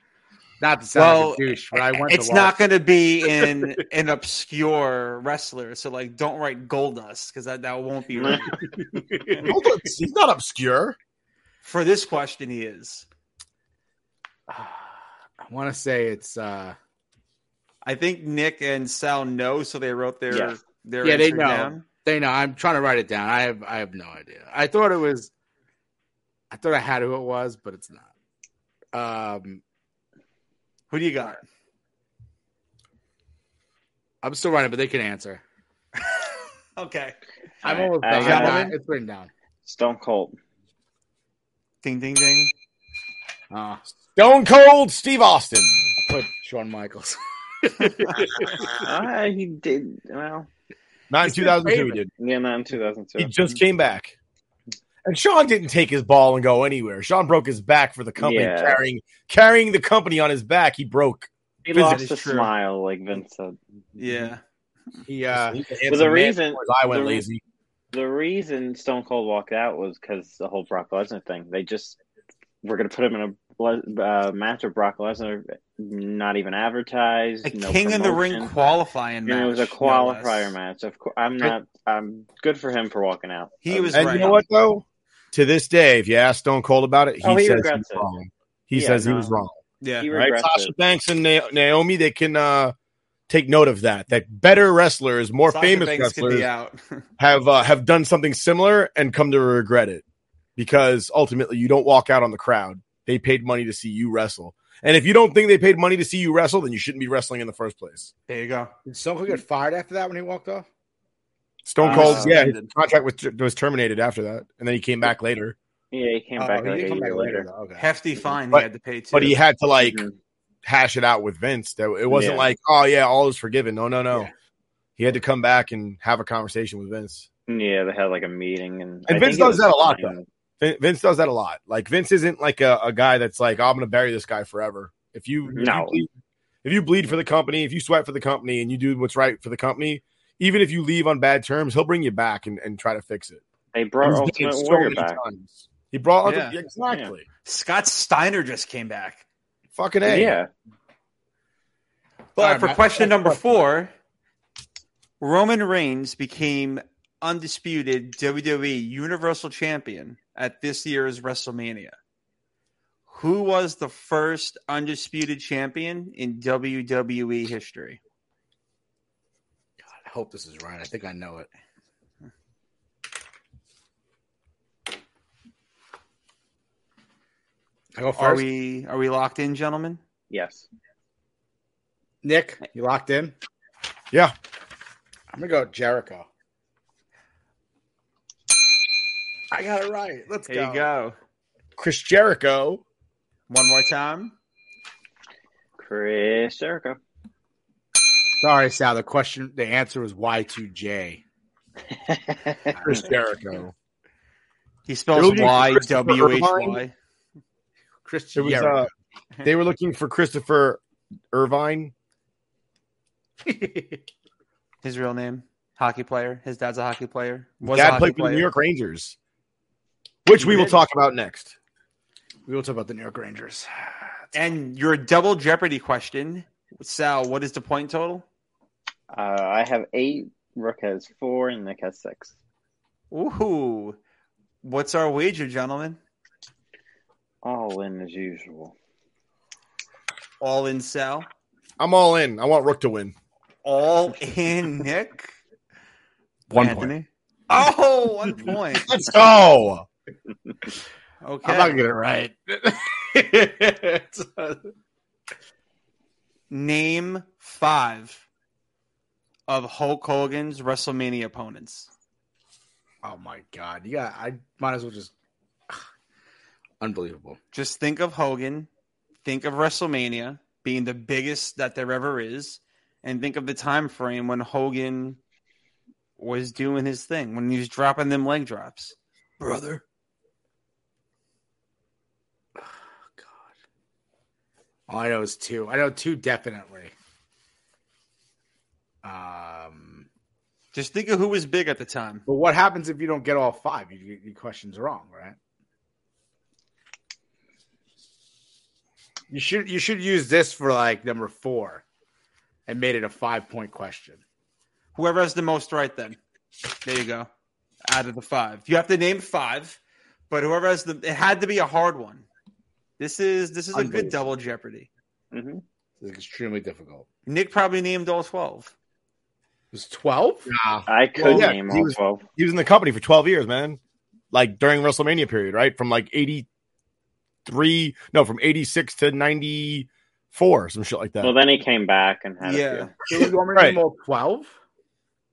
Speaker 4: not to sound
Speaker 5: Well,
Speaker 4: like a douche, but I went.
Speaker 5: it's
Speaker 4: to
Speaker 5: not
Speaker 4: not.
Speaker 5: going to
Speaker 6: <laughs>
Speaker 5: be in an obscure wrestler. So like, don't write Goldust because that, that won't be
Speaker 6: <laughs>
Speaker 5: right.
Speaker 1: Hold on, He's not obscure.
Speaker 5: For this question, he is.
Speaker 4: I want to say it's. uh
Speaker 5: I think Nick and Sal know, so they wrote their
Speaker 4: Yeah.
Speaker 5: their
Speaker 4: yeah, they
Speaker 5: answer
Speaker 4: know.
Speaker 5: down.
Speaker 4: They know. I'm trying to write it down. I have. I have no idea. I thought it was. I thought I had who it was, but it's not. Um,
Speaker 5: who do you got?
Speaker 4: I'm still writing, but they can answer.
Speaker 5: Okay.
Speaker 4: I'm almost
Speaker 6: I
Speaker 4: done.
Speaker 6: got
Speaker 4: I'm
Speaker 6: it.
Speaker 4: not- it's written down.
Speaker 6: Stone Cold.
Speaker 5: Ding ding ding.
Speaker 4: Uh,
Speaker 1: Stone Cold Steve Austin.
Speaker 5: <laughs>
Speaker 4: I put Shawn Michaels.
Speaker 6: uh, he did well.
Speaker 1: Not in 2002 he did.
Speaker 6: Yeah, not in 2002.
Speaker 1: He just came back. And Sean didn't take his ball and go anywhere. Sean broke his back for the company,
Speaker 6: Yeah.
Speaker 1: carrying carrying the company on his back. He broke.
Speaker 6: He
Speaker 1: physically.
Speaker 6: lost a smile, like Vince said.
Speaker 5: Yeah. uh,
Speaker 4: Yeah.
Speaker 6: Well, the reason
Speaker 1: I went
Speaker 6: the re-
Speaker 1: lazy.
Speaker 6: The reason Stone Cold walked out was because the whole Brock Lesnar thing. They just were going to put him in a Le- uh, match with Brock Lesnar, not even advertised. no
Speaker 5: King in the ring
Speaker 6: promotion.
Speaker 5: qualifying
Speaker 6: And
Speaker 5: match.
Speaker 6: it was a
Speaker 5: no less.
Speaker 6: qualifier match. Of course, I'm not. I'm good for him for walking out.
Speaker 5: He was
Speaker 1: and
Speaker 5: right.
Speaker 1: you know what though? To this day, if you ask Stone Cold about it, he,
Speaker 6: Oh, he
Speaker 1: says
Speaker 6: regrets
Speaker 1: he's
Speaker 6: it.
Speaker 1: wrong. He
Speaker 6: Yeah,
Speaker 1: says he
Speaker 6: no.
Speaker 1: was wrong.
Speaker 5: Yeah.
Speaker 6: He
Speaker 1: right?
Speaker 6: regrets
Speaker 1: Sasha
Speaker 6: it.
Speaker 1: Banks and Na- Naomi, they can uh, take note of that. That better wrestlers, more
Speaker 5: Sasha
Speaker 1: famous
Speaker 5: Banks could
Speaker 1: wrestlers,
Speaker 5: be out. <laughs>
Speaker 1: have uh, have done something similar and come to regret it because ultimately you don't walk out on the crowd. They paid money to see you wrestle, and if you don't think they paid money to see you wrestle, then you shouldn't be wrestling in the first place.
Speaker 5: There you go.
Speaker 4: Did Stone Cold get fired after that when he walked off?
Speaker 1: Stone
Speaker 5: Uh,
Speaker 1: Cold, yeah, his
Speaker 5: suspended.
Speaker 1: contract was was terminated after that, and then he came back later.
Speaker 6: Yeah, he came
Speaker 4: Oh,
Speaker 6: back
Speaker 4: he
Speaker 6: like
Speaker 4: did
Speaker 6: a
Speaker 4: come back
Speaker 6: year
Speaker 4: later,
Speaker 6: later.
Speaker 4: though. Okay.
Speaker 5: Hefty fine
Speaker 1: But-
Speaker 5: he had to pay too.
Speaker 1: But he had to like hash it out with Vince. That it wasn't
Speaker 5: Yeah.
Speaker 1: like, oh yeah, all is forgiven. No, no, no. He had to come back and have a conversation with Vince.
Speaker 6: Yeah, they had like a meeting, and,
Speaker 1: And
Speaker 6: I
Speaker 1: Vince
Speaker 6: think it
Speaker 1: does
Speaker 6: was
Speaker 1: that a lot,
Speaker 6: fine.
Speaker 1: though. Vin- Vince does that a lot. Like Vince isn't like a, a guy that's like, oh, I'm going to bury this guy forever. If you if you
Speaker 6: No.
Speaker 1: bleed- if you bleed for the company, if you sweat for the company, and you do what's right for the company, even if you leave on bad terms, he'll bring you back and, and try to fix it.
Speaker 6: They brought
Speaker 1: He's done
Speaker 6: Ultimate
Speaker 1: it so
Speaker 6: Warrior
Speaker 1: many
Speaker 6: back.
Speaker 1: times. He brought
Speaker 5: Yeah.
Speaker 1: yeah, exactly
Speaker 5: Scott Steiner just came back.
Speaker 1: fucking a.
Speaker 6: Yeah.
Speaker 5: But
Speaker 4: All right,
Speaker 5: for
Speaker 4: Matt,
Speaker 5: question
Speaker 4: next
Speaker 5: number
Speaker 4: question.
Speaker 5: four, Roman Reigns became undisputed WWE Universal Champion at this year's WrestleMania. Who was the first undisputed champion in WWE history?
Speaker 4: I hope this is right. I think I know it. I go
Speaker 5: Are
Speaker 4: first.
Speaker 5: we are we locked in, gentlemen?
Speaker 6: Yes.
Speaker 4: Nick, you locked in?
Speaker 1: Yeah.
Speaker 4: I'm gonna go Jericho. I got it right. Let's
Speaker 5: There
Speaker 4: go.
Speaker 5: you go.
Speaker 1: Chris Jericho.
Speaker 5: One more time.
Speaker 6: Chris Jericho.
Speaker 4: Sorry, Sal. The question, the answer was Y2J.
Speaker 5: <laughs>
Speaker 1: Chris Jericho.
Speaker 5: He
Speaker 1: It
Speaker 5: spells
Speaker 1: would be
Speaker 5: Y
Speaker 1: Christopher
Speaker 5: W H Y.
Speaker 1: Irvine.
Speaker 4: Chris
Speaker 1: It was,
Speaker 4: Jericho.
Speaker 1: uh, they were looking for Christopher Irvine.
Speaker 5: His real name, hockey player. His dad's a hockey player. Was a
Speaker 1: Dad
Speaker 5: hockey
Speaker 1: played for the
Speaker 5: player.
Speaker 1: New York Rangers, which we will talk about next.
Speaker 4: we will talk about the New York Rangers.
Speaker 5: And your double jeopardy question, Sal, what is the point total?
Speaker 6: Uh, I have eight. Rook has four, and Nick has six.
Speaker 5: Ooh. What's our wager, gentlemen?
Speaker 6: All in as usual.
Speaker 5: All in Sal.
Speaker 1: I'm all in. I want Rook to win.
Speaker 5: All in Nick.
Speaker 1: One
Speaker 5: Anthony? Oh, one point.
Speaker 1: <laughs> Let's go.
Speaker 5: Okay.
Speaker 4: I'm not gonna get it right.
Speaker 5: Name five of Hulk Hogan's WrestleMania opponents.
Speaker 4: oh my god! Yeah, I might as well just unbelievable.
Speaker 5: Just think of Hogan, think of WrestleMania being the biggest that there ever is, and think of the time frame when Hogan was doing his thing, when he was dropping them leg drops. Brother.
Speaker 4: All I know is two. I know two definitely. Um,
Speaker 5: Just think of who was big at the time.
Speaker 4: but what happens if you don't get all five? You get your questions wrong, right? You should you should use this for like number four, and made it a five point question.
Speaker 5: Whoever has the most right then. There you go. Out of the five. You have to name five, but whoever has the it had to be a hard one. This is this is a good
Speaker 4: Unbelievable.
Speaker 5: double jeopardy.
Speaker 6: Mm-hmm.
Speaker 4: It's extremely difficult.
Speaker 5: Nick probably named all twelve.
Speaker 4: It was twelve.
Speaker 6: I could
Speaker 1: Well, yeah,
Speaker 6: name
Speaker 1: he
Speaker 6: all
Speaker 1: was-
Speaker 6: twelve.
Speaker 1: He was in the company for 12 years, man. Like during WrestleMania period, right? From like 83, no, from 86 to 94, some shit like that.
Speaker 6: Well, then he came back and had a
Speaker 5: Yeah.
Speaker 6: few.
Speaker 4: So <laughs> you want me to
Speaker 1: Right.
Speaker 4: name all twelve?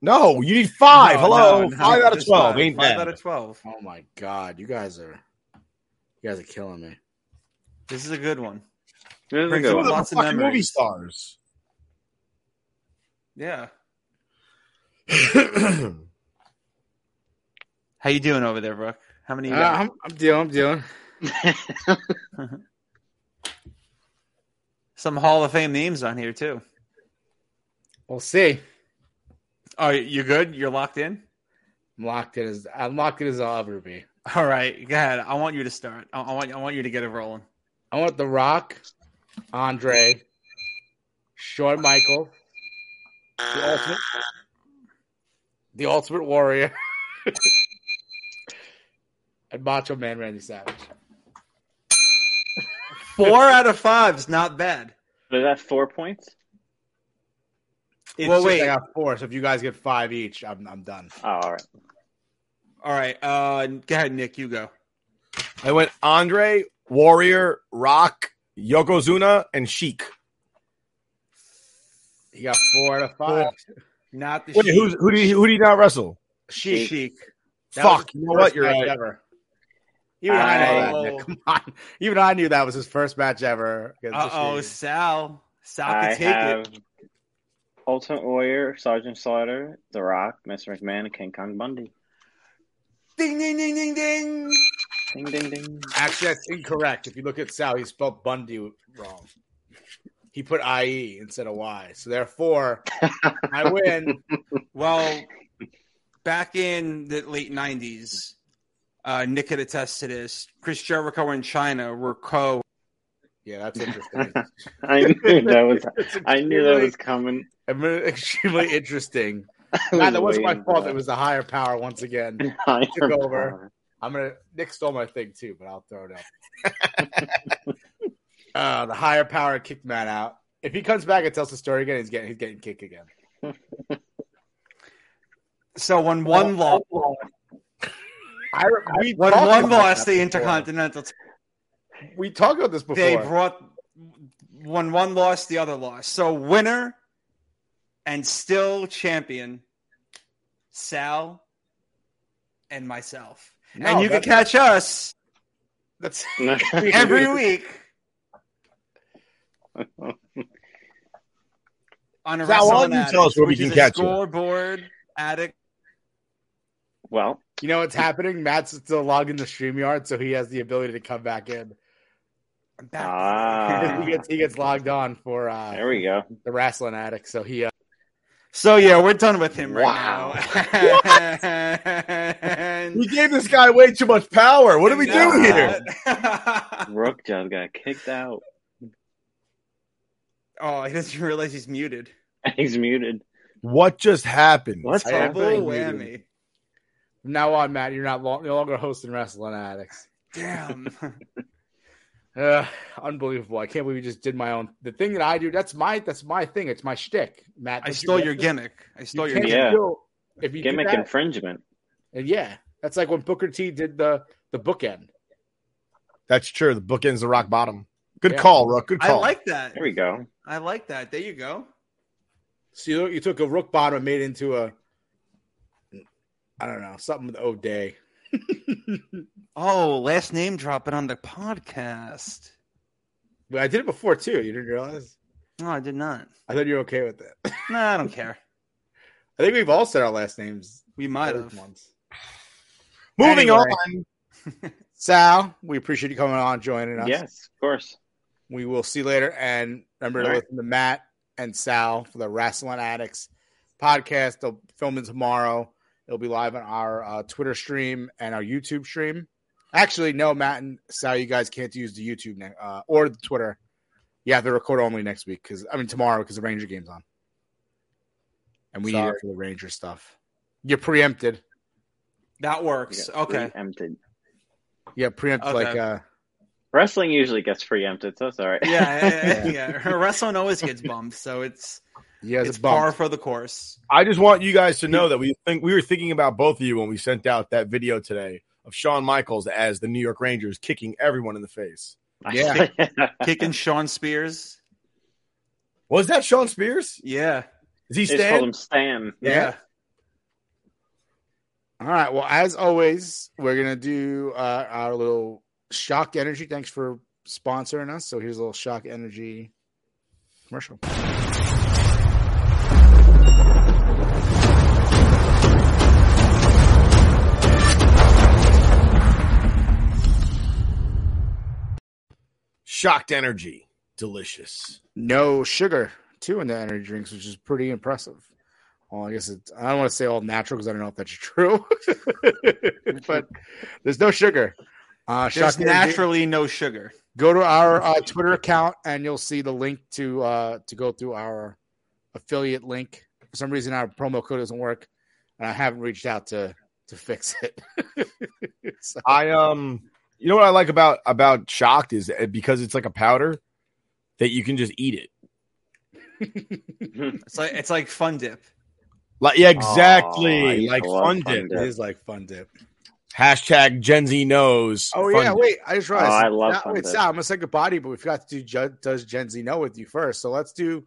Speaker 1: no, you need five.
Speaker 5: No,
Speaker 1: Hello.
Speaker 5: no, no,
Speaker 1: five out of
Speaker 5: just
Speaker 1: 12. Ain't
Speaker 5: five
Speaker 1: bad.
Speaker 5: out of twelve.
Speaker 4: Oh my god, you guys are you guys are killing me.
Speaker 5: This is a good one.
Speaker 6: This is a
Speaker 5: Brings
Speaker 6: good
Speaker 5: up
Speaker 6: one.
Speaker 5: lots of
Speaker 1: Fucking movie
Speaker 5: memories.
Speaker 1: stars.
Speaker 5: Yeah. <clears throat> How you doing over there, Brooke? How many? You
Speaker 4: Uh, I'm, I'm dealing. I'm dealing.
Speaker 5: Some Hall of Fame names on here too.
Speaker 4: We'll see.
Speaker 5: Oh, you good? You're locked in.
Speaker 4: I'm locked in as I'm locked in as I'll ever be.
Speaker 5: All right, go ahead. I want you to start. I, I want I want you to get it rolling.
Speaker 4: I want The Rock, Andre, Shawn Michael, the ultimate, the ultimate warrior, <laughs> and Macho Man Randy Savage.
Speaker 5: Four out of five is not bad.
Speaker 6: Is that four points?
Speaker 4: well, wait, I got four. So if you guys get five each, I'm I'm done.
Speaker 6: Oh, all right.
Speaker 5: All right. Uh, go ahead, Nick. You go.
Speaker 1: I went Andre, Warrior, Rock, Yokozuna, and Sheik.
Speaker 4: You got four out of five.
Speaker 5: Not the
Speaker 1: Wait, who's, who do you who do you not wrestle?
Speaker 4: Sheik.
Speaker 5: Sheik.
Speaker 4: That was
Speaker 1: Fuck,
Speaker 4: his
Speaker 1: you know what?
Speaker 4: first
Speaker 1: You're
Speaker 4: match
Speaker 1: right.
Speaker 4: Ever. Even I, know
Speaker 5: Oh.
Speaker 4: that. Nick. Come on. Even I knew that was his first match ever.
Speaker 5: Uh oh, Sal. Sal
Speaker 6: I
Speaker 5: can take
Speaker 6: have
Speaker 5: it.
Speaker 6: Ultimate Warrior, Sergeant Slaughter, The Rock, Mr. McMahon, and King Kong Bundy.
Speaker 5: Ding ding ding ding ding.
Speaker 6: Ding ding ding.
Speaker 4: Actually, that's incorrect. If you look at Sal, he spelled Bundy wrong. He put IE instead of Y.
Speaker 1: <laughs>
Speaker 4: So therefore, I win.
Speaker 5: Well, back in the late '90s, uh, Nick could attest to this. Chris Jericho and China were co.
Speaker 4: Yeah, that's
Speaker 1: <laughs>
Speaker 4: interesting.
Speaker 6: <laughs> I knew that
Speaker 4: <laughs>
Speaker 6: was. I knew that was coming.
Speaker 4: I'm extremely interesting.
Speaker 6: was
Speaker 4: God, that wasn't my
Speaker 6: waiting for
Speaker 4: fault.
Speaker 6: that.
Speaker 4: It was the higher power
Speaker 1: <laughs>
Speaker 4: once again.
Speaker 6: Higher
Speaker 4: took over.
Speaker 6: power.
Speaker 4: I'm gonna Nick stole my thing too, but I'll throw it up.
Speaker 6: <laughs>
Speaker 4: uh, the higher power kicked Matt out. If he comes back and tells the story again, he's getting he's getting kicked again.
Speaker 5: So when
Speaker 6: Oh,
Speaker 5: one lost,
Speaker 4: I, we
Speaker 5: when
Speaker 4: talked
Speaker 5: one
Speaker 6: oh,
Speaker 4: about
Speaker 5: lost
Speaker 4: that
Speaker 5: the
Speaker 4: before.
Speaker 5: Intercontinental,
Speaker 4: we talked about this before.
Speaker 5: they brought when one lost, the other lost. So winner and still champion, Sal and myself,
Speaker 4: No,
Speaker 5: and you can
Speaker 4: that's-
Speaker 5: catch us
Speaker 4: That's
Speaker 5: <laughs>
Speaker 4: <laughs>
Speaker 5: every week on a
Speaker 1: Sal, why don't
Speaker 5: wrestling
Speaker 1: you
Speaker 5: addict,
Speaker 1: tell us where we
Speaker 5: which
Speaker 1: can
Speaker 5: is a
Speaker 1: catch you?
Speaker 5: scoreboard addict.
Speaker 6: Well,
Speaker 4: you know what's happening? Matt's still logged into StreamYard, so he has the ability to come back in.
Speaker 6: Ah.
Speaker 4: <laughs> he gets he gets logged on for uh,
Speaker 6: there we go.
Speaker 4: the wrestling addict. So he uh,
Speaker 5: <laughs> So yeah, we're done with him right now. <laughs>
Speaker 1: We gave this guy way too much power. What are we doing
Speaker 6: Yeah.
Speaker 1: here?
Speaker 5: <laughs>
Speaker 6: Rook Job got kicked out.
Speaker 5: oh, he doesn't realize he's muted.
Speaker 6: He's muted.
Speaker 1: What just happened?
Speaker 6: What's
Speaker 4: I am
Speaker 5: Double
Speaker 4: being
Speaker 5: whammy.
Speaker 4: muted. From now on, Matt, you're not lo- no longer hosting wrestling addicts. <laughs>
Speaker 5: Damn.
Speaker 4: Ugh, unbelievable! I can't believe you just did my own. The thing that I do, that's my that's my thing. It's my shtick, Matt.
Speaker 5: I
Speaker 4: don't you
Speaker 5: stole
Speaker 4: get
Speaker 5: your
Speaker 4: it?
Speaker 5: gimmick. I stole
Speaker 4: You
Speaker 5: your
Speaker 4: can't
Speaker 5: gimmick.
Speaker 6: Yeah.
Speaker 4: do- If you do
Speaker 6: Gimmick
Speaker 4: that-
Speaker 6: infringement.
Speaker 4: and yeah, that's like when Booker T did the the bookend.
Speaker 1: That's true. The book ends the rock bottom. Good
Speaker 4: Yeah.
Speaker 1: call, Rook. Good
Speaker 5: I
Speaker 1: call.
Speaker 5: like that.
Speaker 6: There we go.
Speaker 5: I like that. There you go.
Speaker 4: So you, you took a rook bottom and made it into a, I don't know, something with O'Day.
Speaker 5: Oh, last name dropping on the podcast.
Speaker 4: But I did it before too. You didn't realize?
Speaker 5: No, I did not.
Speaker 4: I thought you were okay with that.
Speaker 5: No, I don't care.
Speaker 4: I think we've all said our last names
Speaker 5: We might
Speaker 4: both
Speaker 5: have.
Speaker 4: once.
Speaker 1: Moving
Speaker 4: Anyway.
Speaker 1: on.
Speaker 4: Sal, we appreciate you coming on, joining us.
Speaker 6: Yes, of course.
Speaker 4: We will see you later. And remember to
Speaker 6: All right.
Speaker 4: listen to Matt and Sal for the Wrestling Addicts podcast. They'll film it tomorrow. It'll be live on our uh, Twitter stream and our YouTube stream. Actually, no, Matt and Sal, you guys can't use the YouTube ne- uh, or the Twitter. You have to record only next week because I mean tomorrow because the Ranger game's on, and we need
Speaker 5: Sorry.
Speaker 4: it for the Ranger stuff. You're preempted.
Speaker 5: That works.
Speaker 6: We got
Speaker 5: Okay.
Speaker 6: Preempted.
Speaker 4: Yeah, preempted
Speaker 5: Okay.
Speaker 4: like uh,
Speaker 6: Wrestling usually gets preempted, so it's all right.
Speaker 4: <laughs>
Speaker 5: Yeah, yeah, yeah. Wrestling always gets bumped, so it's
Speaker 4: you guys
Speaker 5: it's
Speaker 4: are bumped.
Speaker 5: par for the course.
Speaker 1: I just want you guys to know that we think we were thinking about both of you when we sent out that video today of Shawn Michaels as the New York Rangers kicking everyone in the face.
Speaker 4: Yeah.
Speaker 6: <laughs>
Speaker 5: Kicking Sean Spears.
Speaker 1: Was that Sean Spears?
Speaker 5: Yeah.
Speaker 1: Is he
Speaker 6: They just called
Speaker 1: Stan?
Speaker 6: him Stan.
Speaker 5: Yeah.
Speaker 4: All right. Well, as always, we're gonna do uh, our little shock energy. Thanks for sponsoring us. So here's a little shock energy commercial.
Speaker 1: Shocked energy. Delicious.
Speaker 4: No sugar too in the energy drinks, which is pretty impressive. Well, I guess it's, I don't want to say all natural because I don't know if that's <laughs> true, but there's no sugar. Uh,
Speaker 5: There's
Speaker 4: Shock Energy-
Speaker 5: naturally no sugar.
Speaker 4: go to our uh, Twitter account and you'll see the link to uh, to go through our affiliate link. For some reason, our promo code doesn't work, and I haven't reached out to to fix it. <laughs> So-
Speaker 1: I um, you know what I like about about shocked is that because it's like a powder that you can just eat it.
Speaker 5: it's like it's like fun dip.
Speaker 1: Like yeah, exactly.
Speaker 5: Oh, I
Speaker 1: like
Speaker 5: love
Speaker 1: fun
Speaker 5: Fun
Speaker 1: dip.
Speaker 5: Dip. It
Speaker 4: is like fun dip.
Speaker 1: Hashtag Gen Z knows.
Speaker 4: Oh
Speaker 1: Fun
Speaker 4: yeah,
Speaker 1: Dip.
Speaker 4: wait! I just realized.
Speaker 1: Oh, I love
Speaker 4: now,
Speaker 1: Fun
Speaker 4: wait,
Speaker 1: Dip.
Speaker 4: Sal, I'm gonna say goodbye, to you, but we forgot to do Ju- does Gen Z know with you first. So let's do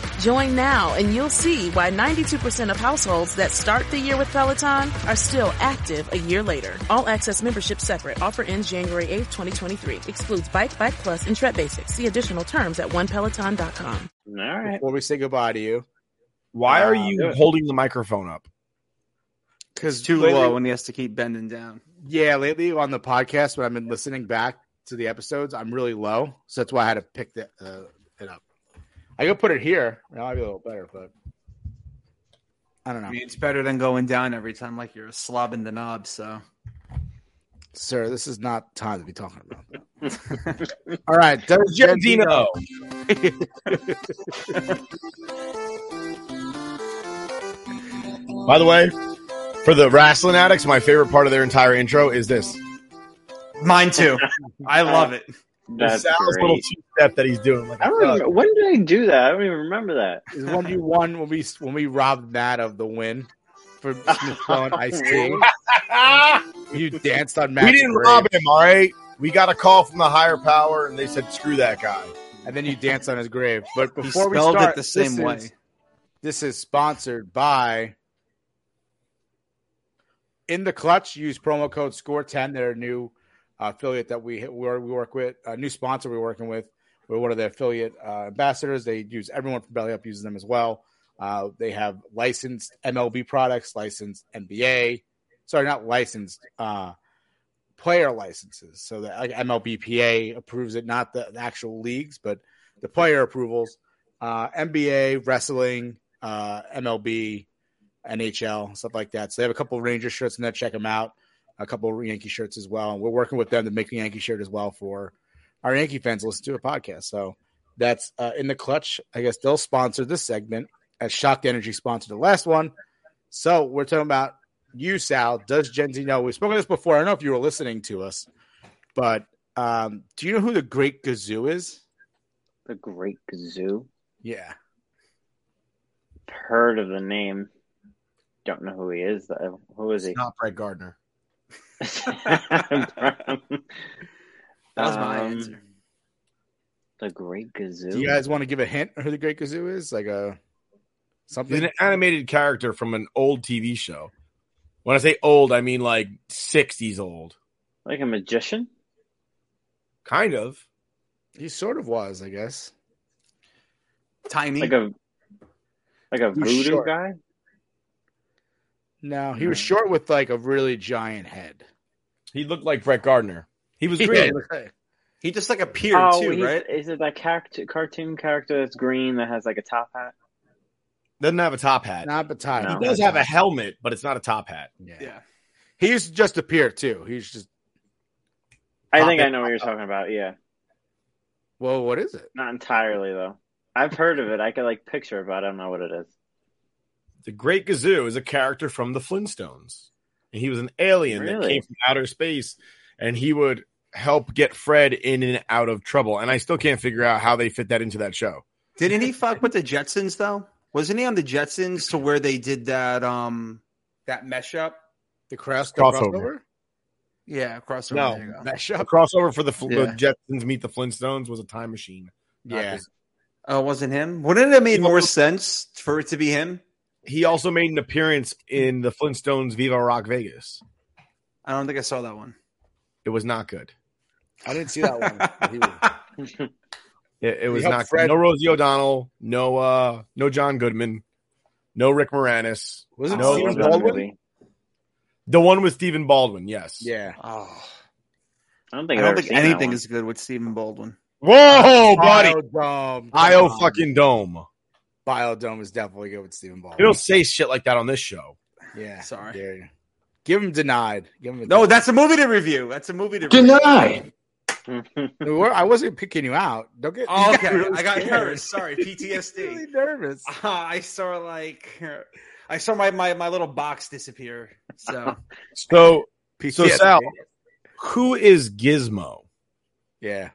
Speaker 12: Join now and you'll see why 92% of households that start the year with Peloton are still active a year later. All access membership separate. Offer ends January 8th, 2023. Excludes Bike, Bike Plus, and Tread Basics. See additional terms at onepeloton.com.
Speaker 6: All right.
Speaker 4: Before we say goodbye to you,
Speaker 1: Why are
Speaker 4: Uh,
Speaker 1: you
Speaker 4: good.
Speaker 1: holding the microphone up?
Speaker 4: because
Speaker 5: Too low and he has to keep bending down.
Speaker 4: Yeah, lately on the podcast when I've been listening back to the episodes, I'm really low, so that's why I had to pick that uh, it up. I could put it here. Now I'd be a little better, but I don't know.
Speaker 5: I mean, it's better than going down every time like you're slobbing the knob. So
Speaker 4: sir, this is not time to be talking about
Speaker 1: <laughs>
Speaker 4: that. All right, does Gen Z know?
Speaker 1: By the way, for the wrestling addicts, my favorite part of their entire intro is this.
Speaker 5: Mine
Speaker 6: <laughs>
Speaker 5: too. I love it.
Speaker 1: That's Sal's little two step that he's doing. Like,
Speaker 6: I don't remember. When did I do that? I don't even remember that.
Speaker 4: Is when you won when we when we robbed Matt of the win
Speaker 1: <laughs>
Speaker 4: for Smithsonian Ice Tea. You danced on Matt.
Speaker 1: Ah, we didn't rob him, all right? We got a call from the higher power, and they said, screw that guy.
Speaker 4: and then you dance on his grave. But before we
Speaker 5: spelled it
Speaker 4: start,
Speaker 5: the same
Speaker 4: this
Speaker 5: way.
Speaker 4: Is, this is sponsored by In the Clutch. Use promo code Score Ten. Their new uh, affiliate that we we work with, a new sponsor we're working with. We're one of their affiliate uh, ambassadors. They use everyone from Belly Up uses them as well. Uh, they have licensed MLB products, licensed NBA. Sorry, not licensed. Uh, player licenses. So that like MLBPA approves it, not the, the actual leagues, but the player approvals. Uh, NBA, wrestling, uh, MLB, NHL, stuff like that. So they have a couple of Ranger shirts in there. Check them out. A couple of Yankee shirts as well. And we're working with them to make a Yankee shirt as well for our Yankee fans to listen to a podcast. So that's uh, in the clutch. I guess they'll sponsor this segment as Shocked Energy sponsored the last one. So we're talking about you, Sal. Does Gen Z know? We've spoken this before. I don't know if you were listening to us, but um, do you know who the Great Gazoo is?
Speaker 6: The Great Gazoo.
Speaker 4: Yeah.
Speaker 6: Heard of the name. Don't know who he is though. Who is he?
Speaker 4: Not Brett Gardner.
Speaker 6: that
Speaker 4: was my
Speaker 6: Um,
Speaker 4: answer.
Speaker 6: The Great Gazoo.
Speaker 4: Do you guys want to give a hint who the Great Gazoo is? Like a something?
Speaker 1: He's an animated character from an old TV show. When I say old, I mean like 60s old.
Speaker 6: Like a magician?
Speaker 1: Kind of.
Speaker 4: He sort of was, I guess.
Speaker 5: Tiny.
Speaker 6: Like a like a
Speaker 4: He was
Speaker 6: voodoo
Speaker 4: short.
Speaker 6: guy?
Speaker 4: No, he was short with like a really giant head.
Speaker 1: He looked like Brett Gardner. He was
Speaker 4: did.
Speaker 1: green.
Speaker 5: He just like appeared
Speaker 6: oh,
Speaker 5: too,
Speaker 6: he's-
Speaker 5: right?
Speaker 6: Is it that character, cartoon character that's green that has like a top hat?
Speaker 1: Doesn't have a top hat.
Speaker 4: Not a top
Speaker 6: No.
Speaker 1: He
Speaker 5: Oh
Speaker 1: does have a helmet, but it's not a top hat.
Speaker 5: Yeah.
Speaker 4: He used to just appear too. He's just.
Speaker 6: I think
Speaker 4: Pop
Speaker 6: I
Speaker 4: it.
Speaker 6: know what you're talking about. Yeah,
Speaker 4: Well, what is it?
Speaker 6: not entirely though. I've heard of it. I can like picture it, but I don't know what it is.
Speaker 1: The Great Gazoo is a character from the Flintstones. And he was an alien that
Speaker 6: Really?
Speaker 1: came from outer space and he would help get Fred in and out of trouble. And I still can't figure out how they fit that into that show.
Speaker 5: Didn't he fuck with the Jetsons though? Wasn't he on the Jetsons to where they did that um that mesh up?
Speaker 4: The crest
Speaker 5: the
Speaker 1: Crossover.
Speaker 5: Yeah, crossover. there you
Speaker 1: No,
Speaker 5: go.
Speaker 1: that show. The crossover for the, Fl-
Speaker 5: Oh Yeah.
Speaker 1: the Jetsons Meet the Flintstones was a time machine. not
Speaker 5: Yeah.
Speaker 1: this-
Speaker 5: Oh, it wasn't him? Wouldn't it have made more sense for it to be him?
Speaker 1: He also made an appearance in the Flintstones Viva Rock Vegas.
Speaker 5: I don't think I saw that one.
Speaker 1: It was not good.
Speaker 4: I didn't see that one. He
Speaker 1: <laughs>
Speaker 4: was-
Speaker 1: It, it was
Speaker 4: helped
Speaker 1: not
Speaker 4: Fred-
Speaker 1: good. No Rosie O'Donnell. No uh no John Goodman. No Rick Moranis.
Speaker 4: Was it
Speaker 1: no
Speaker 4: Stephen Baldwin?
Speaker 1: The one with Stephen Baldwin, yes.
Speaker 4: Yeah.
Speaker 5: Oh.
Speaker 6: I don't
Speaker 5: I
Speaker 6: think
Speaker 5: don't
Speaker 6: I've
Speaker 5: think
Speaker 6: ever seen that
Speaker 5: anything
Speaker 6: one.
Speaker 5: is good with Stephen Baldwin.
Speaker 1: Whoa, buddy.
Speaker 4: Biodome.
Speaker 1: Io fucking dome.
Speaker 4: Biodome is definitely good with Stephen Baldwin.
Speaker 1: You don't say shit like that on this show.
Speaker 4: Yeah.
Speaker 5: Sorry.
Speaker 4: dare you. Give him denied. Give him a
Speaker 5: No, that's a movie to review. That's a movie to review.
Speaker 4: We were- I wasn't picking you out. Don't get.
Speaker 5: Oh, okay,
Speaker 4: you really
Speaker 5: I got
Speaker 4: scared.
Speaker 5: nervous.
Speaker 4: <laughs>
Speaker 5: Sorry, PTSD. really
Speaker 4: nervous.
Speaker 5: I saw like uh, I saw my, my my little box disappear.
Speaker 6: <laughs>
Speaker 5: So
Speaker 1: So so
Speaker 5: PTSD.
Speaker 1: Sal, who is Gizmo?
Speaker 4: Yeah.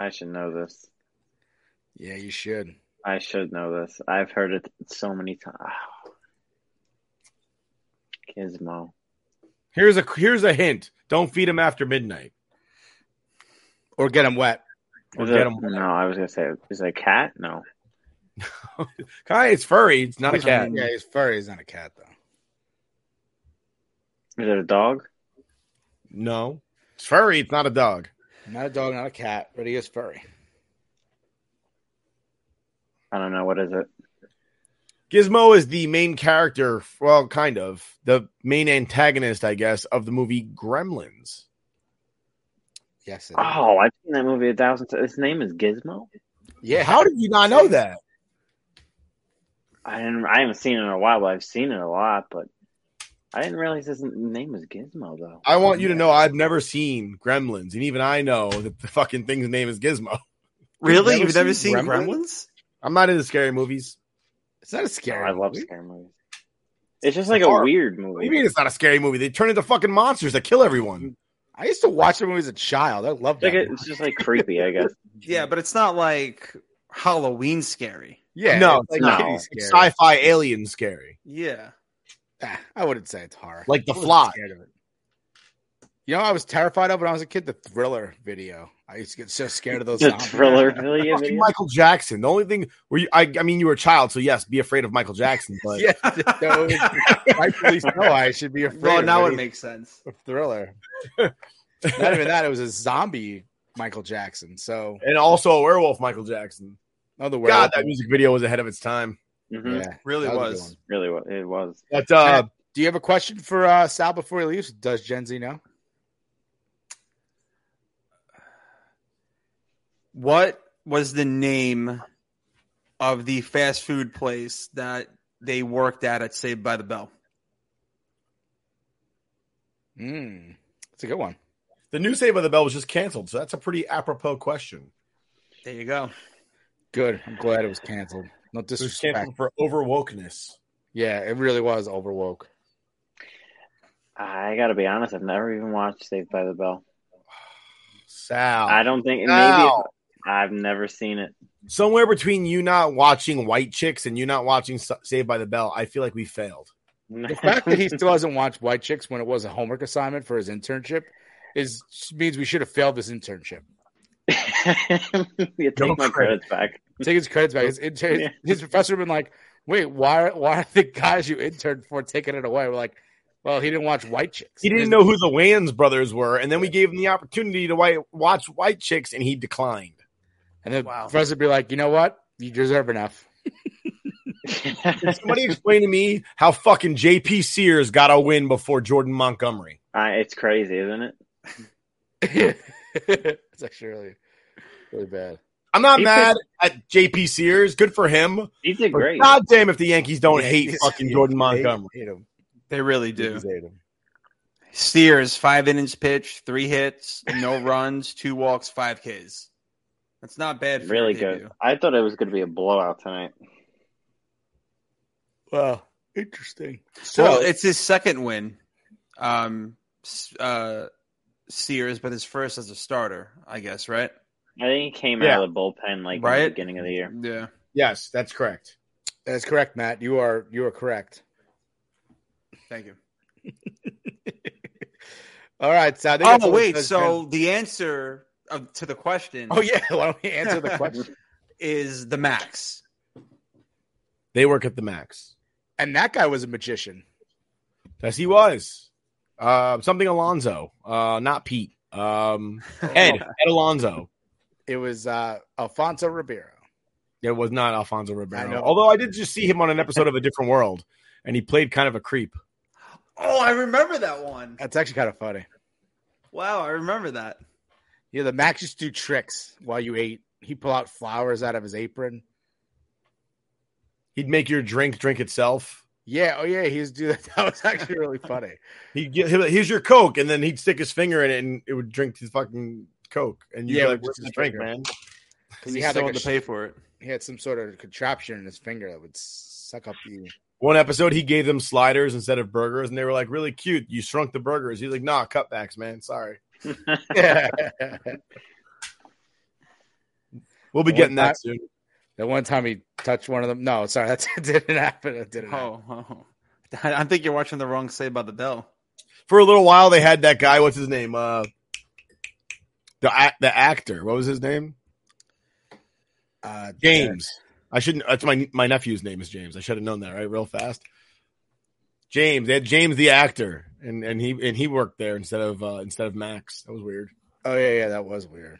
Speaker 6: I should know this.
Speaker 4: Yeah, you should.
Speaker 6: I should know this. I've heard it so many times. Gizmo.
Speaker 1: Here's a here's a hint. Don't feed him after midnight.
Speaker 4: Or get him wet.
Speaker 6: Is
Speaker 1: get
Speaker 6: it-
Speaker 1: him.
Speaker 6: no, I was gonna say is it a cat? No.
Speaker 1: Kai, it's furry. It's not a cat.
Speaker 4: Yeah, he's furry. He's not a cat though.
Speaker 6: Is it a dog?
Speaker 1: No. It's furry. It's not a dog.
Speaker 4: Not a dog, not a cat, but he is furry.
Speaker 6: I don't know. What is it?
Speaker 1: Gizmo is the main character, well, kind of the main antagonist, I guess, of the movie Gremlins.
Speaker 4: Yes. It
Speaker 1: Ah.
Speaker 6: Oh, I've seen that movie a thousand times. His name is Gizmo.
Speaker 4: Yeah.
Speaker 1: How did you not know that?
Speaker 6: I didn't. I haven't seen it in a while, but I've seen it a lot. But I didn't realize his name was Gizmo though.
Speaker 1: I want you to know I've never seen Gremlins, and even I know that the fucking thing's name is Gizmo.
Speaker 5: Really? You've never seen Gremlins?
Speaker 1: I'm not into scary movies.
Speaker 4: It's not a scary.
Speaker 6: I love scary movies. It's just like a
Speaker 1: Horror.
Speaker 6: weird
Speaker 1: What do
Speaker 6: movie.
Speaker 1: you mean it's not a scary movie? They turn into fucking monsters that kill everyone.
Speaker 4: I used to watch the movie as a child. I loved
Speaker 6: Like
Speaker 4: that.
Speaker 6: it's just like creepy, I guess.
Speaker 5: Yeah, but it's not like Halloween scary.
Speaker 4: Yeah,
Speaker 1: no,
Speaker 4: it's
Speaker 1: it's,
Speaker 4: like
Speaker 1: not.
Speaker 4: kitty
Speaker 1: It's
Speaker 4: scary.
Speaker 1: sci-fi alien scary.
Speaker 5: <laughs> Yeah.
Speaker 4: Ah, I wouldn't say it's horror.
Speaker 1: Like The
Speaker 4: I wasn't
Speaker 1: Fly.
Speaker 4: scared of it. You know, I was terrified of when I was a kid. The Thriller video. I used to get so scared of those.
Speaker 6: The
Speaker 4: zombies.
Speaker 6: Thriller
Speaker 4: <laughs>
Speaker 6: video.
Speaker 1: Fucking Michael Jackson. The only thing where you, I, I mean, you were a child, so yes, be afraid of Michael Jackson.
Speaker 6: <laughs>
Speaker 1: But
Speaker 4: Yeah, no, rightfully so. I should be afraid.
Speaker 5: Well,
Speaker 4: of
Speaker 5: now it
Speaker 4: any
Speaker 5: makes sense.
Speaker 4: Thriller. Not even that. It was a zombie Michael Jackson. So
Speaker 1: <laughs> and also a werewolf Michael Jackson.
Speaker 4: another word.
Speaker 1: God, that music video was ahead of its time.
Speaker 6: Mhm.
Speaker 4: Yeah,
Speaker 5: Really
Speaker 4: that a good
Speaker 5: was.
Speaker 4: one.
Speaker 6: Really, wa- it was.
Speaker 1: But uh,
Speaker 4: Do you have a question for uh, Sal before he leaves? Does Gen Z know?
Speaker 5: What was the name of the fast food place that they worked at at Saved by the Bell?
Speaker 4: Mm, that's a good one.
Speaker 1: the new Save by the Bell was just canceled, so that's a pretty apropos question.
Speaker 5: There you go.
Speaker 4: Good. I'm glad it was canceled. No
Speaker 1: It was
Speaker 4: disrespect.
Speaker 1: canceled for overwokeness.
Speaker 4: Yeah, it really was overwoke.
Speaker 6: I gotta be honest. I've never even watched Saved by the Bell.
Speaker 1: Sal,
Speaker 6: I don't think. Maybe
Speaker 1: Ow.
Speaker 6: I've never seen it.
Speaker 1: somewhere between you not watching White Chicks and you not watching Sa- Saved by the Bell, I feel like we failed.
Speaker 4: The fact that he still hasn't watched White Chicks when it was a homework assignment for his internship is means we should have failed this internship.
Speaker 6: <laughs> you take my credits back.
Speaker 4: Take his credits
Speaker 1: <laughs>
Speaker 4: back. His, intern,
Speaker 6: Yeah.
Speaker 4: his professor would been like, "Wait, why? Why are the guys you interned for taking it away?" We're like, "Well, he didn't watch White Chicks.
Speaker 1: He didn't know who the Wans brothers were, and then we gave him the opportunity to wi- watch White Chicks, and he declined.
Speaker 4: And then
Speaker 5: Wow.
Speaker 4: professor would be like, "You know what? You deserve enough." <laughs>
Speaker 1: Can somebody <laughs> explain to me how fucking J.P. Sears got a win before Jordan Montgomery?
Speaker 6: I, it's crazy, isn't it?
Speaker 4: it's actually really, really bad.
Speaker 1: I'm not
Speaker 6: He
Speaker 1: mad at J.P. Sears. Good for him.
Speaker 6: He did
Speaker 1: But
Speaker 6: great.
Speaker 1: God damn if the Yankees don't hate
Speaker 4: Yankees
Speaker 1: fucking
Speaker 4: hate
Speaker 1: Jordan
Speaker 4: him.
Speaker 1: Montgomery.
Speaker 4: Hate him.
Speaker 5: They really do.
Speaker 4: Yankees hate him.
Speaker 5: <laughs> Steers, five innings pitched, three hits, no runs, two walks, five Ks. That's not bad. For
Speaker 6: Really
Speaker 5: your
Speaker 6: good.
Speaker 5: debut.
Speaker 6: I thought it was going to be a blowout tonight.
Speaker 4: Wow, interesting.
Speaker 5: So it's his second win, um, s- uh, Sears, but his first as a starter, I guess, right?
Speaker 6: I think he came
Speaker 5: Yeah.
Speaker 6: out of the bullpen like at the
Speaker 5: Right?
Speaker 6: beginning of the year.
Speaker 5: Yeah.
Speaker 4: Yes, that's correct. That's correct, Matt. You are you are correct.
Speaker 5: Thank you.
Speaker 4: All right, so I think that's
Speaker 5: Oh
Speaker 4: all it
Speaker 5: wait,
Speaker 4: says,
Speaker 5: so
Speaker 4: man.
Speaker 5: the answer of, to the question.
Speaker 4: Oh, yeah, <laughs> why don't we answer the question?
Speaker 5: is the max,
Speaker 4: <laughs> they work at the max, and that guy was a magician. Yes, he was. Uh, something Alonzo, uh, not Pete. Um, Ed Ed Alonzo. It was uh, Alfonso Ribeiro. It was not Alfonso Ribeiro.
Speaker 5: know.
Speaker 4: Although I did just see him on an episode of A Different World, and he played kind of a creep.
Speaker 5: Oh, I remember that one.
Speaker 4: That's actually kind of funny.
Speaker 5: Wow, I remember that.
Speaker 4: Yeah, the Max just do tricks while you ate. He pull out flowers out of his apron. He'd make your drink drink itself. Yeah, oh yeah, he's do that. <laughs> That was actually really funny.
Speaker 1: He get, he'll- here's your Coke, and then he'd stick his finger in it, and it would drink his fucking Coke. And you'd be
Speaker 4: Yeah, with
Speaker 1: like, "Where's
Speaker 4: just
Speaker 1: the
Speaker 4: his
Speaker 1: drink,
Speaker 4: finger."
Speaker 1: man?"
Speaker 4: Because
Speaker 5: He's
Speaker 4: he had
Speaker 5: still
Speaker 4: like,
Speaker 5: on
Speaker 4: a
Speaker 5: to pay for it.
Speaker 4: He had some sort of contraption in his finger that would suck up
Speaker 1: <laughs>
Speaker 4: the.
Speaker 1: One episode, he gave them sliders instead of burgers, and they were like, "Really cute. You shrunk the burgers." He's like, "Nah, cutbacks, man. Sorry."
Speaker 4: we'll
Speaker 1: be getting that
Speaker 4: soon. That one time he touched one of them. No, sorry, <laughs> that didn't happen. It didn't. happen.
Speaker 5: Oh, oh. <laughs> I think you're watching the wrong Say by the Bell.
Speaker 1: For a little while, they had that guy. What's his name? Uh, the act, the actor. What was his name?
Speaker 4: Uh,
Speaker 1: James. I shouldn't. That's my my nephew's name is James. I should have known that right, real fast. James. They had James the actor, and and he and he worked there instead of uh instead of Max. That was weird.
Speaker 4: Oh yeah, yeah, that was weird.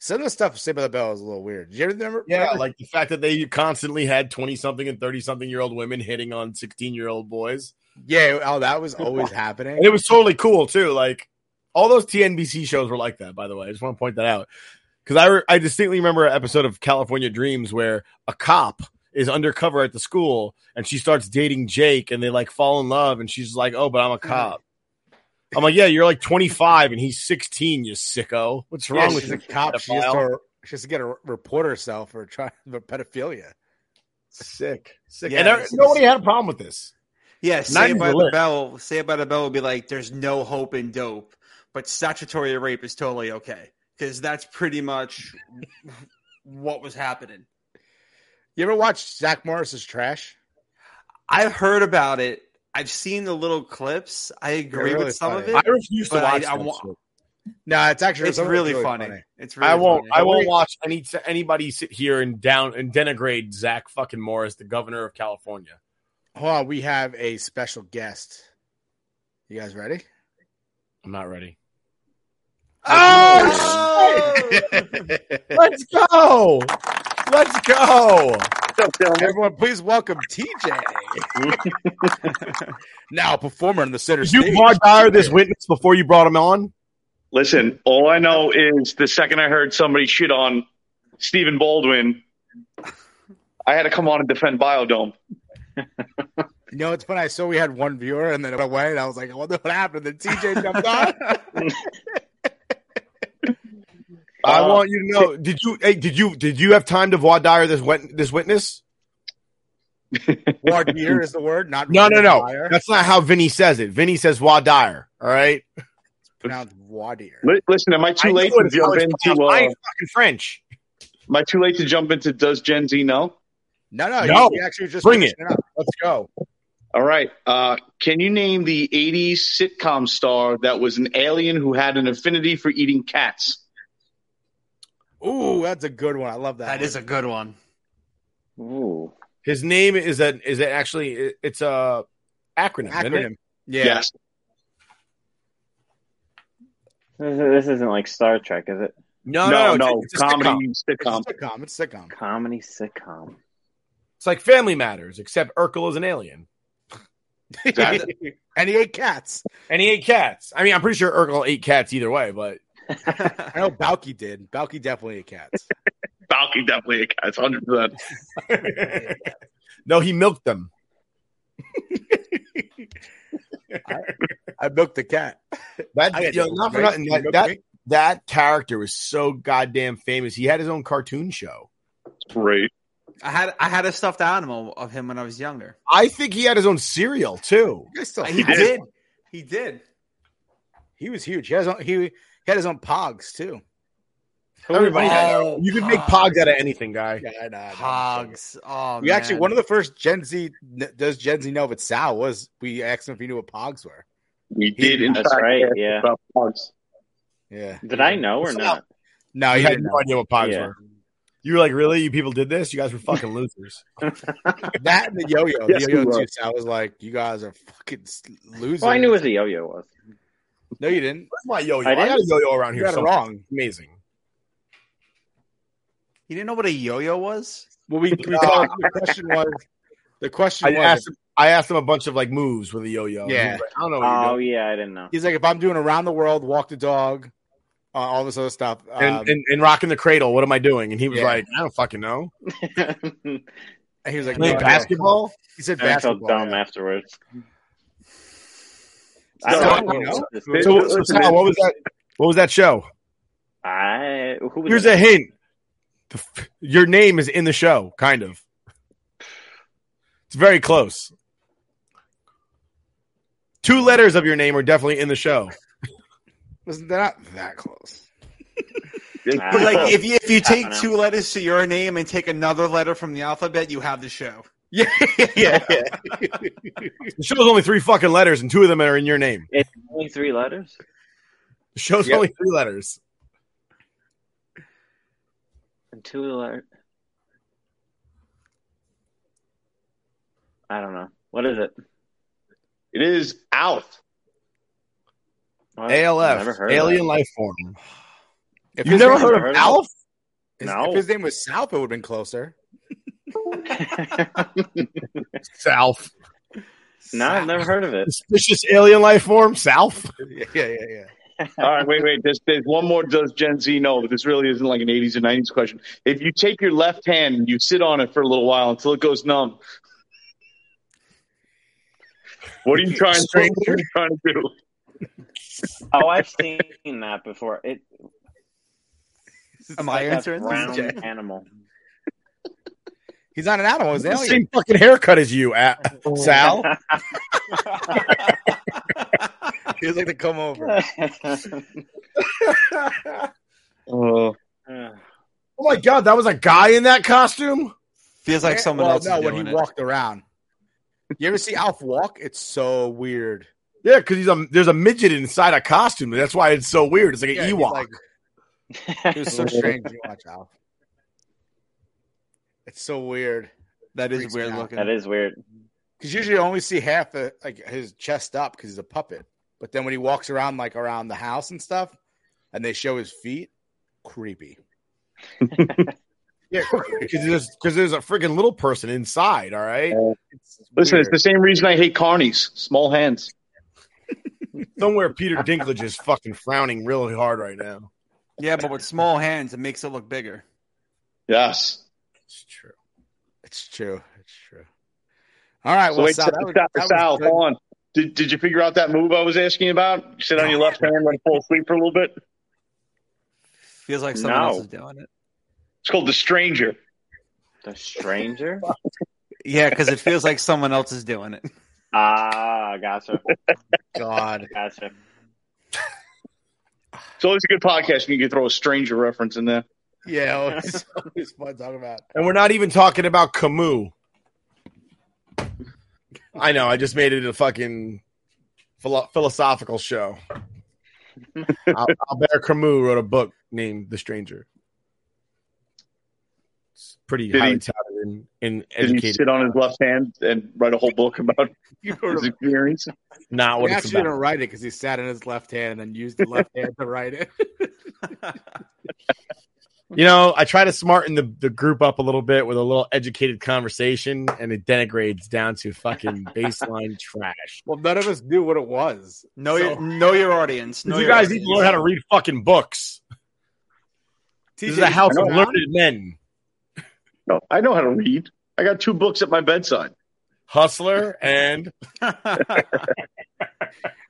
Speaker 4: Some of the stuff Saved by the Bell is a little weird. Did you ever remember?
Speaker 1: Yeah,
Speaker 4: remember-
Speaker 1: like the fact that they constantly had twenty something and thirty something year old women hitting on sixteen year old boys.
Speaker 4: Yeah, oh, that
Speaker 1: <laughs>
Speaker 4: was always happening.
Speaker 1: And it was totally cool too. Like all those TNBC shows were like that. By the way, I just want to point that out because I re- I distinctly remember an episode of California Dreams where a cop is undercover at the school and she starts dating Jake and they like fall in love and she's like, "Oh, but I'm a cop." I'm like, "Yeah, you're like 25 and he's 16, you sicko. What's wrong
Speaker 4: Yeah,
Speaker 1: with
Speaker 4: she's
Speaker 1: you,
Speaker 4: a cop? She has,
Speaker 1: pedophile?"
Speaker 4: to, she has to get a report herself for trying for pedophilia.
Speaker 1: Sick, sick.
Speaker 5: Yeah,
Speaker 1: and I-
Speaker 5: it's-
Speaker 1: nobody had a problem with this.
Speaker 5: Yeah, Say
Speaker 1: 90s
Speaker 5: by
Speaker 1: were
Speaker 5: the
Speaker 1: lit.
Speaker 5: Bell. Say by the Bell would be like, there's no hope in dope, but statutory rape is totally okay because that's pretty <laughs> much what was happening.
Speaker 4: You ever watch Zach Morris's Trash?
Speaker 5: I've heard about it. I've seen the little clips. I agree
Speaker 4: really
Speaker 5: with some
Speaker 4: funny.
Speaker 5: of it.
Speaker 4: I refuse to
Speaker 5: but
Speaker 4: watch that
Speaker 5: wa-
Speaker 4: shit. No, it's actually
Speaker 5: It's
Speaker 4: some of
Speaker 5: really funny. It's really
Speaker 1: I won't.
Speaker 5: funny.
Speaker 1: I won't
Speaker 5: <laughs>
Speaker 1: watch any anybody sit here and down and denigrate Zach fucking Morris, the governor of California.
Speaker 4: Hold on, we have a special guest. You
Speaker 1: <laughs>
Speaker 4: guys ready?
Speaker 1: I'm not ready.
Speaker 4: Let's
Speaker 1: Oh, go. Let's go.
Speaker 4: Everyone, please welcome
Speaker 1: <laughs>
Speaker 4: TJ. now a performer in the center
Speaker 1: Did you bar Dyer this witness before you brought him on?
Speaker 13: Listen, all I know is the second I heard somebody shit on Stephen Baldwin, I had to come on and defend Biodome.
Speaker 4: You know, it's funny. I saw we had one viewer and then it went away, and I was like, I wonder what happened. And then TJ jumped
Speaker 1: <laughs>
Speaker 4: on.
Speaker 1: I
Speaker 13: Uh,
Speaker 1: want you to know. Did you? Hey, did you? Did you have time to voir dire this wit- this witness?
Speaker 4: voir dire is the word, not
Speaker 1: No, no, no.
Speaker 4: Wire.
Speaker 1: That's not how Vinny says it. Vinny says voir dire. All right.
Speaker 4: pronounced voir dire.
Speaker 13: Li- Listen, am I too
Speaker 1: I
Speaker 13: late
Speaker 1: know
Speaker 13: to
Speaker 1: it's
Speaker 13: jump
Speaker 1: college
Speaker 13: into?
Speaker 1: football.
Speaker 13: Uh,
Speaker 1: I ain't fucking French.
Speaker 13: Am I too late to jump into? Does Gen Z know?
Speaker 4: No, no,
Speaker 13: No.
Speaker 4: You, you actually just
Speaker 13: Bring
Speaker 4: finished
Speaker 13: it.
Speaker 4: up. Let's go.
Speaker 13: All right. Uh, can you name the '80s sitcom star that was an alien who had an affinity for eating cats?
Speaker 4: Ooh, that's a good one. I love that. That is
Speaker 5: a good one.
Speaker 13: Ooh.
Speaker 1: His name is that is it actually it's a acronym. isn't it?
Speaker 4: Acronym. Yeah.
Speaker 13: Yes.
Speaker 6: This, is, this isn't like Star Trek, is it?
Speaker 1: No,
Speaker 13: No, no, no, no, it's a- it's a comedy sitcom.
Speaker 4: It's a sitcom. It's a sitcom.
Speaker 5: <laughs>
Speaker 6: Comedy sitcom.
Speaker 1: It's like Family Matters, except Urkel is an alien.
Speaker 4: Exactly. and he ate cats.
Speaker 1: <laughs> And he ate cats. I mean, I'm pretty sure Urkel ate cats either way, but <laughs>
Speaker 4: I know Balky did. Balky definitely ate cats.
Speaker 13: Balky definitely a cat's hundred percent.
Speaker 1: no, he milked them.
Speaker 4: I milked the cat.
Speaker 1: That
Speaker 4: I got
Speaker 1: you know,
Speaker 4: that,
Speaker 1: not for
Speaker 4: right?
Speaker 1: nothing.
Speaker 4: You
Speaker 1: That,
Speaker 4: milked
Speaker 1: that
Speaker 4: me?
Speaker 1: that character was so goddamn famous. He had his own cartoon show.
Speaker 13: Great.
Speaker 5: I had I had a stuffed animal of him when I was younger.
Speaker 1: I think he had his own serial too.
Speaker 5: he did. He did.
Speaker 4: He was huge. He had his own, he, he had his own pogs too.
Speaker 1: Everybody had, you could make pogs out of anything, guy.
Speaker 4: Oh, Yeah, I know. I know.
Speaker 5: Pogs. Oh,
Speaker 4: we actually one of the first Gen Z kn- does Gen Z know if it's Sal was we asked him if he knew what pogs were.
Speaker 13: We did, in
Speaker 4: That's
Speaker 13: fact,
Speaker 4: right,
Speaker 13: ask
Speaker 6: uh,
Speaker 4: yeah.
Speaker 13: about pogs.
Speaker 4: Yeah.
Speaker 6: Did I know or
Speaker 4: Sal-
Speaker 6: not?
Speaker 4: No,
Speaker 1: you
Speaker 4: you
Speaker 1: had
Speaker 4: didn't
Speaker 1: no
Speaker 4: know.
Speaker 1: idea what pogs
Speaker 4: Yeah.
Speaker 1: were. You were like, really? You people did this? You guys were <laughs> fucking losers.
Speaker 4: that and the yo-yo.
Speaker 1: Yes,
Speaker 4: the
Speaker 1: we
Speaker 4: yo-yo too.
Speaker 1: were.
Speaker 4: Sal was like, "You guys are fucking s- losers."
Speaker 6: Well, I knew what the yo-yo was.
Speaker 4: No, you didn't.
Speaker 1: Where's my yo-yo?
Speaker 6: I I got didn't. a yo-yo
Speaker 1: around
Speaker 4: You
Speaker 1: here
Speaker 4: got it
Speaker 1: somewhere.
Speaker 4: wrong.
Speaker 1: Amazing.
Speaker 5: You didn't know what a yo-yo was?
Speaker 4: Well, we, we talked- uh, the question was the question
Speaker 1: I
Speaker 4: was
Speaker 1: asked, him, I asked him a bunch of like moves with a yo-yo. and he
Speaker 4: Yeah.
Speaker 1: was like, I don't know. What
Speaker 6: Oh
Speaker 1: you're doing.
Speaker 6: yeah, I didn't know.
Speaker 4: He's like, if I'm doing around the world, walk the dog, uh, all this other stuff. Um,
Speaker 1: and, and and rocking the cradle. What am I doing? And he was
Speaker 4: Yeah.
Speaker 1: like, I don't fucking know.
Speaker 6: <laughs>
Speaker 4: he was like,
Speaker 1: Play
Speaker 4: no, I don't.
Speaker 1: basketball.
Speaker 4: He said
Speaker 6: I felt
Speaker 4: basketball.
Speaker 6: dumb
Speaker 4: yeah.
Speaker 6: afterwards.
Speaker 1: So, you know? So, so, Sal, what was that? What was that show?
Speaker 6: I who was
Speaker 1: Here's
Speaker 6: it?
Speaker 1: a hint. The f- Your name is in the show, kind of. It's very close. Two letters of your name are definitely in the show.
Speaker 4: Wasn't that not that close?
Speaker 5: But like, if you if you
Speaker 6: I don't
Speaker 5: take
Speaker 6: know.
Speaker 5: two letters to your name and take another letter from the alphabet, you have the show.
Speaker 4: Yeah, yeah, yeah.
Speaker 1: <laughs> The show's only three fucking letters, and two of them are in your name.
Speaker 6: It's only three letters.
Speaker 1: The show's
Speaker 6: Yep.
Speaker 1: only three letters.
Speaker 6: And two letters. I don't know. What is it?
Speaker 13: It is out.
Speaker 6: What?
Speaker 1: ALF,
Speaker 6: Never heard of
Speaker 1: alien
Speaker 6: that.
Speaker 1: life form.
Speaker 4: If
Speaker 1: You've
Speaker 4: his
Speaker 1: never
Speaker 4: name-
Speaker 1: heard of Alf?
Speaker 4: His-
Speaker 6: No.
Speaker 4: If his name was South, it would have been closer.
Speaker 1: South.
Speaker 6: No, I've never heard of it.
Speaker 1: Suspicious alien life form? South?
Speaker 4: Yeah, yeah, yeah. yeah.
Speaker 13: <laughs> All right, wait, wait. There's, there's one more. Does Gen Z know? But this really isn't like an 80s and 90s question. If you take your left hand and you sit on it for a little while until it goes numb, what are you trying, what are you trying to do?
Speaker 6: Oh, I've seen that before. It,
Speaker 4: Am
Speaker 6: like
Speaker 4: I
Speaker 6: a
Speaker 4: answering this?
Speaker 6: brown
Speaker 4: Okay.
Speaker 5: <laughs>
Speaker 6: animal.
Speaker 4: He's not an animal. He's an
Speaker 1: The
Speaker 4: alien.
Speaker 1: same fucking haircut as you, A- Sal.
Speaker 4: He was like to
Speaker 6: <laughs>
Speaker 4: come over.
Speaker 13: Oh,
Speaker 1: Oh my god, that was a guy in that costume?
Speaker 5: <laughs> Feels like
Speaker 4: Yeah,
Speaker 5: someone
Speaker 4: Eh, well,
Speaker 5: else
Speaker 4: No,
Speaker 5: is
Speaker 4: when
Speaker 5: doing
Speaker 4: he
Speaker 5: it.
Speaker 4: walked around. You ever see Alf walk? It's so weird.
Speaker 1: Yeah, because he's a there's a midget inside a costume. That's why it's so weird. It's like an
Speaker 4: Yeah, he's
Speaker 1: Ewok.
Speaker 4: like- It was
Speaker 5: <laughs>
Speaker 4: so strange. You watch Alf. It's so weird.
Speaker 5: That is
Speaker 4: Freaks me
Speaker 5: weird
Speaker 4: out.
Speaker 5: looking.
Speaker 6: That is weird.
Speaker 4: Because usually you only see half the like his chest up because he's a puppet. But then when he walks around like around the house and stuff, and they show his feet, creepy.
Speaker 1: yeah, because there's because there's a freaking little person inside. All right,
Speaker 13: Listen, it's the same reason I hate carnies. Small hands.
Speaker 1: somewhere Peter Dinklage is fucking frowning really hard right now.
Speaker 5: Yeah, but with small hands, it makes it look bigger.
Speaker 13: Yes.
Speaker 1: It's true.
Speaker 4: It's true. It's true. All right.
Speaker 13: So
Speaker 4: well,
Speaker 13: wait,
Speaker 4: Sal,
Speaker 13: Sal,
Speaker 4: that was-
Speaker 13: Sal,
Speaker 4: that was
Speaker 13: Sal,
Speaker 4: good.
Speaker 13: hold on. Did, did you figure out that move I was asking about? Sit on your left hand, let it fall asleep for a little bit.
Speaker 5: Feels like someone
Speaker 6: No.
Speaker 5: else is doing it.
Speaker 13: It's called the stranger.
Speaker 6: The stranger?
Speaker 5: <laughs> Yeah, because it feels like someone else is doing it.
Speaker 6: ah, gotcha.
Speaker 4: God.
Speaker 5: <laughs>
Speaker 6: Gotcha.
Speaker 13: It's always a good podcast when you can throw a stranger reference in there.
Speaker 6: <laughs>
Speaker 4: Yeah, always, always fun talking about.
Speaker 1: And we're not even talking about Camus. I know. I just made it a fucking philo-
Speaker 13: <laughs>
Speaker 1: philosophical show. Al- Albert Camus wrote a book named The Stranger. It's pretty
Speaker 13: Did he-
Speaker 1: highly touted and, and
Speaker 13: Did he
Speaker 1: educated.
Speaker 13: sit on his left hand and write a whole book about
Speaker 5: <laughs>
Speaker 13: his experience?
Speaker 1: Not what
Speaker 4: he
Speaker 1: it's
Speaker 4: actually
Speaker 1: about.
Speaker 4: didn't write it because he sat in his left hand and then used the left hand to write it.
Speaker 1: You know, I try to smarten the, the group up a little bit with a little educated conversation, and it denigrates down
Speaker 13: <laughs>
Speaker 1: to fucking baseline trash.
Speaker 4: <laughs> Well, none of us knew what it was.
Speaker 5: Know
Speaker 4: So-
Speaker 5: your know your audience. Know
Speaker 1: You
Speaker 5: your
Speaker 1: guys need
Speaker 5: audience.
Speaker 1: to learn how to read fucking books. This is a
Speaker 6: <laughs>
Speaker 4: TJ,
Speaker 1: house
Speaker 4: you
Speaker 1: of
Speaker 4: sit down?
Speaker 1: learned men.
Speaker 13: <laughs> No, I know how to read. I got two books at my bedside.
Speaker 1: Hustler <laughs> and
Speaker 4: Hey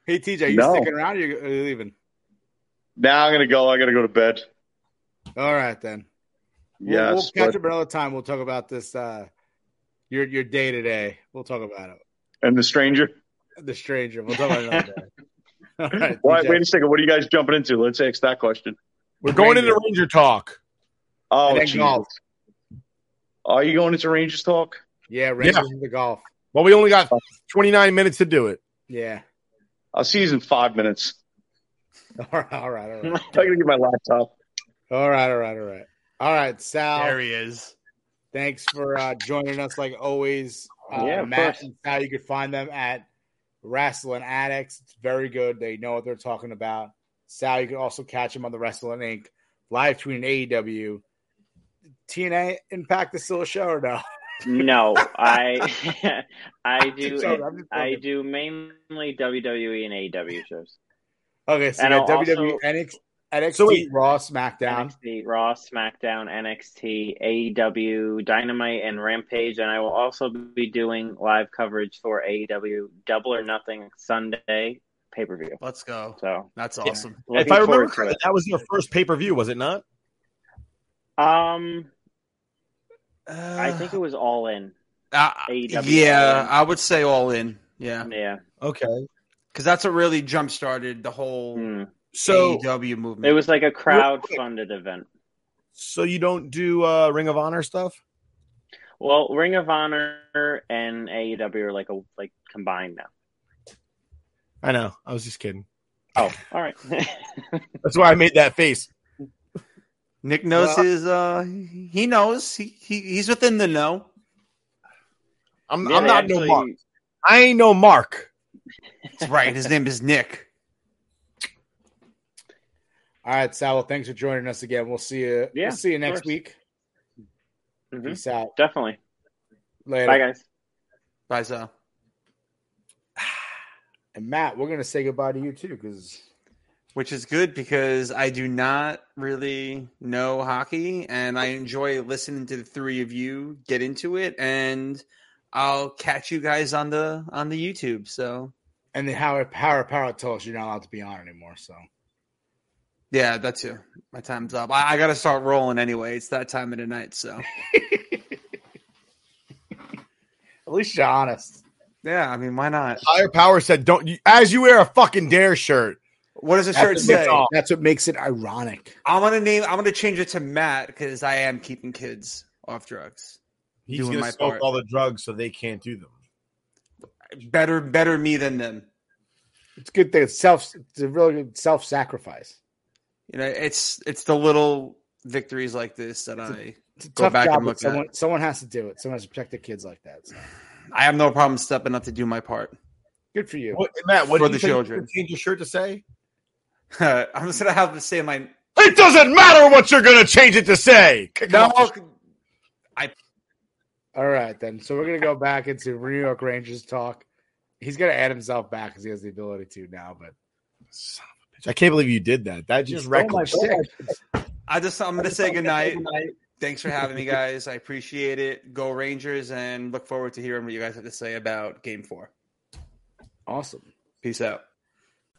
Speaker 4: TJ, you
Speaker 13: No.
Speaker 4: sticking around? Or you are leaving?
Speaker 13: Now I'm gonna go. I gotta go to bed.
Speaker 4: All right then. We'll,
Speaker 13: Yes,
Speaker 4: we'll catch
Speaker 13: but-
Speaker 4: up another time. We'll talk about this. Uh, your your day today. We'll talk about it.
Speaker 13: And the stranger.
Speaker 4: The stranger. We'll talk about it another day.
Speaker 13: <laughs>
Speaker 4: All right,
Speaker 13: Why,
Speaker 4: TJ.
Speaker 13: wait a second. What are you guys jumping into? Let's ask that question.
Speaker 4: We're going Ranger. into
Speaker 1: Ranger talk.
Speaker 13: Oh,
Speaker 4: And then
Speaker 13: Jesus.
Speaker 4: golf.
Speaker 13: Are you going into Rangers talk?
Speaker 4: Yeah,
Speaker 13: Rangers
Speaker 1: Yeah.
Speaker 4: into golf.
Speaker 1: Well, we only
Speaker 13: Uh,
Speaker 1: got 29 minutes to do it.
Speaker 4: Yeah.
Speaker 13: I'll see you in five minutes.
Speaker 4: <laughs> All right. All right. All
Speaker 13: I'm
Speaker 4: right.
Speaker 13: gonna get my laptop.
Speaker 4: All right. All right. All right. All right. Sal.
Speaker 13: There
Speaker 4: he is. Thanks for uh, joining us like always. Uh,
Speaker 13: Yeah, of
Speaker 4: Matt
Speaker 13: course.
Speaker 4: and Sal, you can find them at Wrestling Addicts. It's very good. They know what they're talking about. Sal, you can also catch him on the Wrestling Inc. live tweeting AEW. TNA Impact is still a show or no?
Speaker 6: <laughs> No, I <laughs> I
Speaker 4: <laughs>
Speaker 6: do
Speaker 4: sorry, I'm just
Speaker 6: I
Speaker 4: joking.
Speaker 6: do mainly WWE and AEW shows.
Speaker 4: Okay, so
Speaker 6: And
Speaker 4: you got
Speaker 6: I'll
Speaker 4: WWE,
Speaker 6: also-
Speaker 4: NXT, NXT
Speaker 6: So wait-
Speaker 4: Raw, SmackDown.
Speaker 6: NXT, Raw, SmackDown, NXT, AEW, E Dynamite, and Rampage. And I will also be doing live coverage for E AEW Double or Nothing Sunday pay per view.
Speaker 5: Let's go.
Speaker 6: So
Speaker 5: that's awesome.
Speaker 1: If I remember correctly, that was your first pay per view, was it not?
Speaker 6: um, I think it was all in.
Speaker 5: Uh,
Speaker 6: AEW
Speaker 5: yeah, I would say all in. Yeah.
Speaker 6: Yeah.
Speaker 1: Okay.
Speaker 5: Because that's what really jump started the whole
Speaker 1: So-
Speaker 5: AEW movement.
Speaker 6: Mm. It was like a
Speaker 1: Real
Speaker 6: crowd
Speaker 1: quick.
Speaker 6: funded event.
Speaker 1: So you don't do uh, Ring of Honor stuff?
Speaker 6: Well, Ring of Honor and AEW are like a like combined now.
Speaker 1: I know. I was just kidding. <laughs>
Speaker 6: Oh,
Speaker 13: <laughs>
Speaker 6: all right.
Speaker 1: That's why I made that face.
Speaker 5: Nick knows
Speaker 1: Well-
Speaker 5: his. uh He knows. He, he he's within the know.
Speaker 1: I'm, I'm not no Mark. I ain't no Mark.
Speaker 5: That's right. His name is Nick.
Speaker 4: All right, Sal. Well, thanks for joining us again. We'll see you.
Speaker 6: Yeah,
Speaker 4: we'll see you
Speaker 6: of
Speaker 4: next
Speaker 6: course.
Speaker 4: week.
Speaker 6: Mhm.
Speaker 4: Peace out.
Speaker 6: Definitely.
Speaker 4: Later.
Speaker 6: Bye, guys.
Speaker 5: Bye, Sal.
Speaker 4: And Matt, we're gonna say goodbye to you too, because
Speaker 5: which is good because I do not really know hockey and I enjoy listening to the three of you get into it and I'll catch you guys on the on the YouTube. So
Speaker 4: and then Howard Howard Power told us you're not allowed to be on anymore. So
Speaker 5: yeah, that too. My time's up. I, I gotta start rolling anyway. It's that time of the night, so
Speaker 4: at least you're honest.
Speaker 5: <laughs> yeah, I mean why not?
Speaker 1: Higher power said, "Don't you, as you wear a fucking dare shirt."
Speaker 5: What does the
Speaker 4: That's
Speaker 5: shirt
Speaker 4: what makes-
Speaker 5: say?
Speaker 6: Oh.
Speaker 4: That's what makes it ironic.
Speaker 5: I'm gonna name I'm gonna change it to Matt because I am keeping kids off drugs.
Speaker 1: He's
Speaker 5: doing
Speaker 1: gonna
Speaker 5: my
Speaker 1: smoke
Speaker 5: part.
Speaker 1: all the drugs so they can't do them.
Speaker 5: Better better me than them.
Speaker 4: It's a good thing. It's self. It's a really good self sacrifice.
Speaker 5: You know, it's it's the little victories like this that I go
Speaker 4: Tough
Speaker 5: back
Speaker 4: job,
Speaker 5: and
Speaker 4: but
Speaker 5: look
Speaker 4: someone
Speaker 5: at.
Speaker 4: someone has to do it. Someone has to protect the kids like that. So.
Speaker 5: I have no problem stepping up to do my part. <laughs>
Speaker 4: Good for you.
Speaker 1: What, Matt, what
Speaker 5: For
Speaker 1: did
Speaker 5: the
Speaker 1: you say you
Speaker 5: children.
Speaker 1: could Change your shirt to say.
Speaker 5: I'm just gonna have to say my
Speaker 1: It doesn't matter what you're gonna change it to say. Kick him
Speaker 5: no.
Speaker 1: off.
Speaker 5: I
Speaker 4: All right, then. So we're gonna go back into New York Rangers talk. He's gonna add himself back because he has the ability to now. But
Speaker 1: I can't believe you did that. That just wrecked my
Speaker 5: I just I'm gonna say goodnight. Thanks for having me, guys. I appreciate it. Go Rangers, and look forward to hearing what you guys have to say about Game Four.
Speaker 4: Awesome.
Speaker 5: Peace
Speaker 4: <laughs>
Speaker 5: out.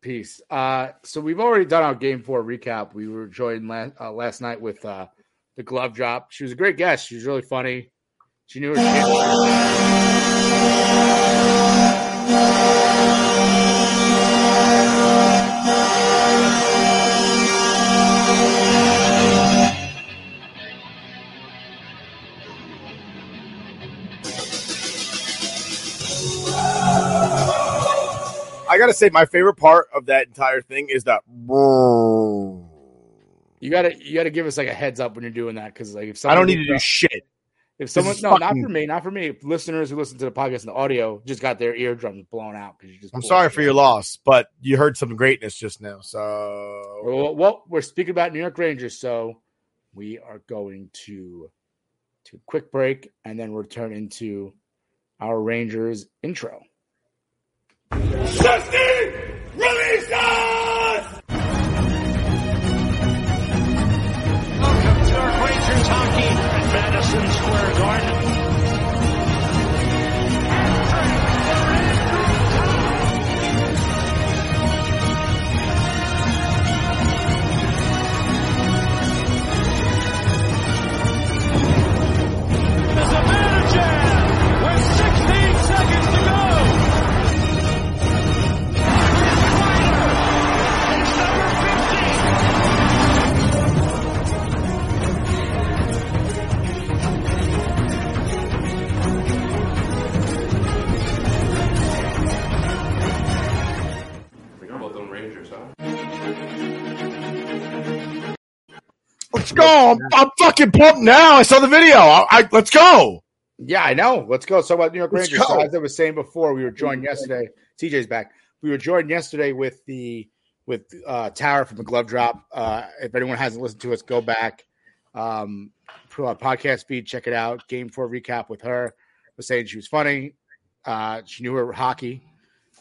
Speaker 4: peace. Uh, so we've already done our Game Four recap. We were joined last uh, last night with uh, the glove drop. She was a great guest. She was really funny. She knew her shit.
Speaker 1: I gotta say, my favorite part of that entire thing is that.
Speaker 4: You gotta you gotta give us like a heads up when you're doing that because like if
Speaker 1: I
Speaker 4: somebody
Speaker 1: don't need to do shit.
Speaker 4: If
Speaker 1: This
Speaker 4: someone,
Speaker 1: is
Speaker 4: no, not
Speaker 1: fucking-
Speaker 4: for me, not for me. If listeners who listen to the podcast and the audio just got their eardrums blown out because you just.
Speaker 1: I'm
Speaker 4: bullshit.
Speaker 1: sorry for your loss, but you heard some greatness just now. So
Speaker 4: Well, well, we're speaking about New York Rangers, so we are going to to a quick break and then return into our Rangers intro.
Speaker 3: Release us!
Speaker 14: Rangers hockey at Madison Square Garden. There's a manager with 16 seconds to go. It's number 50.
Speaker 15: Forgot about them Rangers, huh?
Speaker 1: let's go. I'm, I'm fucking pumped now. I saw the video. I, I, let's go.
Speaker 4: Yeah, I know. Let's go. So about New York
Speaker 1: Let's
Speaker 4: Rangers.
Speaker 1: go.
Speaker 4: So
Speaker 1: Mm-hmm.
Speaker 4: as I was saying before, we were joined yesterday. TJ's back. We were joined yesterday with the with uh Tower from the Glove Drop. Uh if anyone hasn't listened to us, go back. Um pull our podcast feed, check it out. Game four recap with her. Was saying she was funny. Uh she knew her hockey.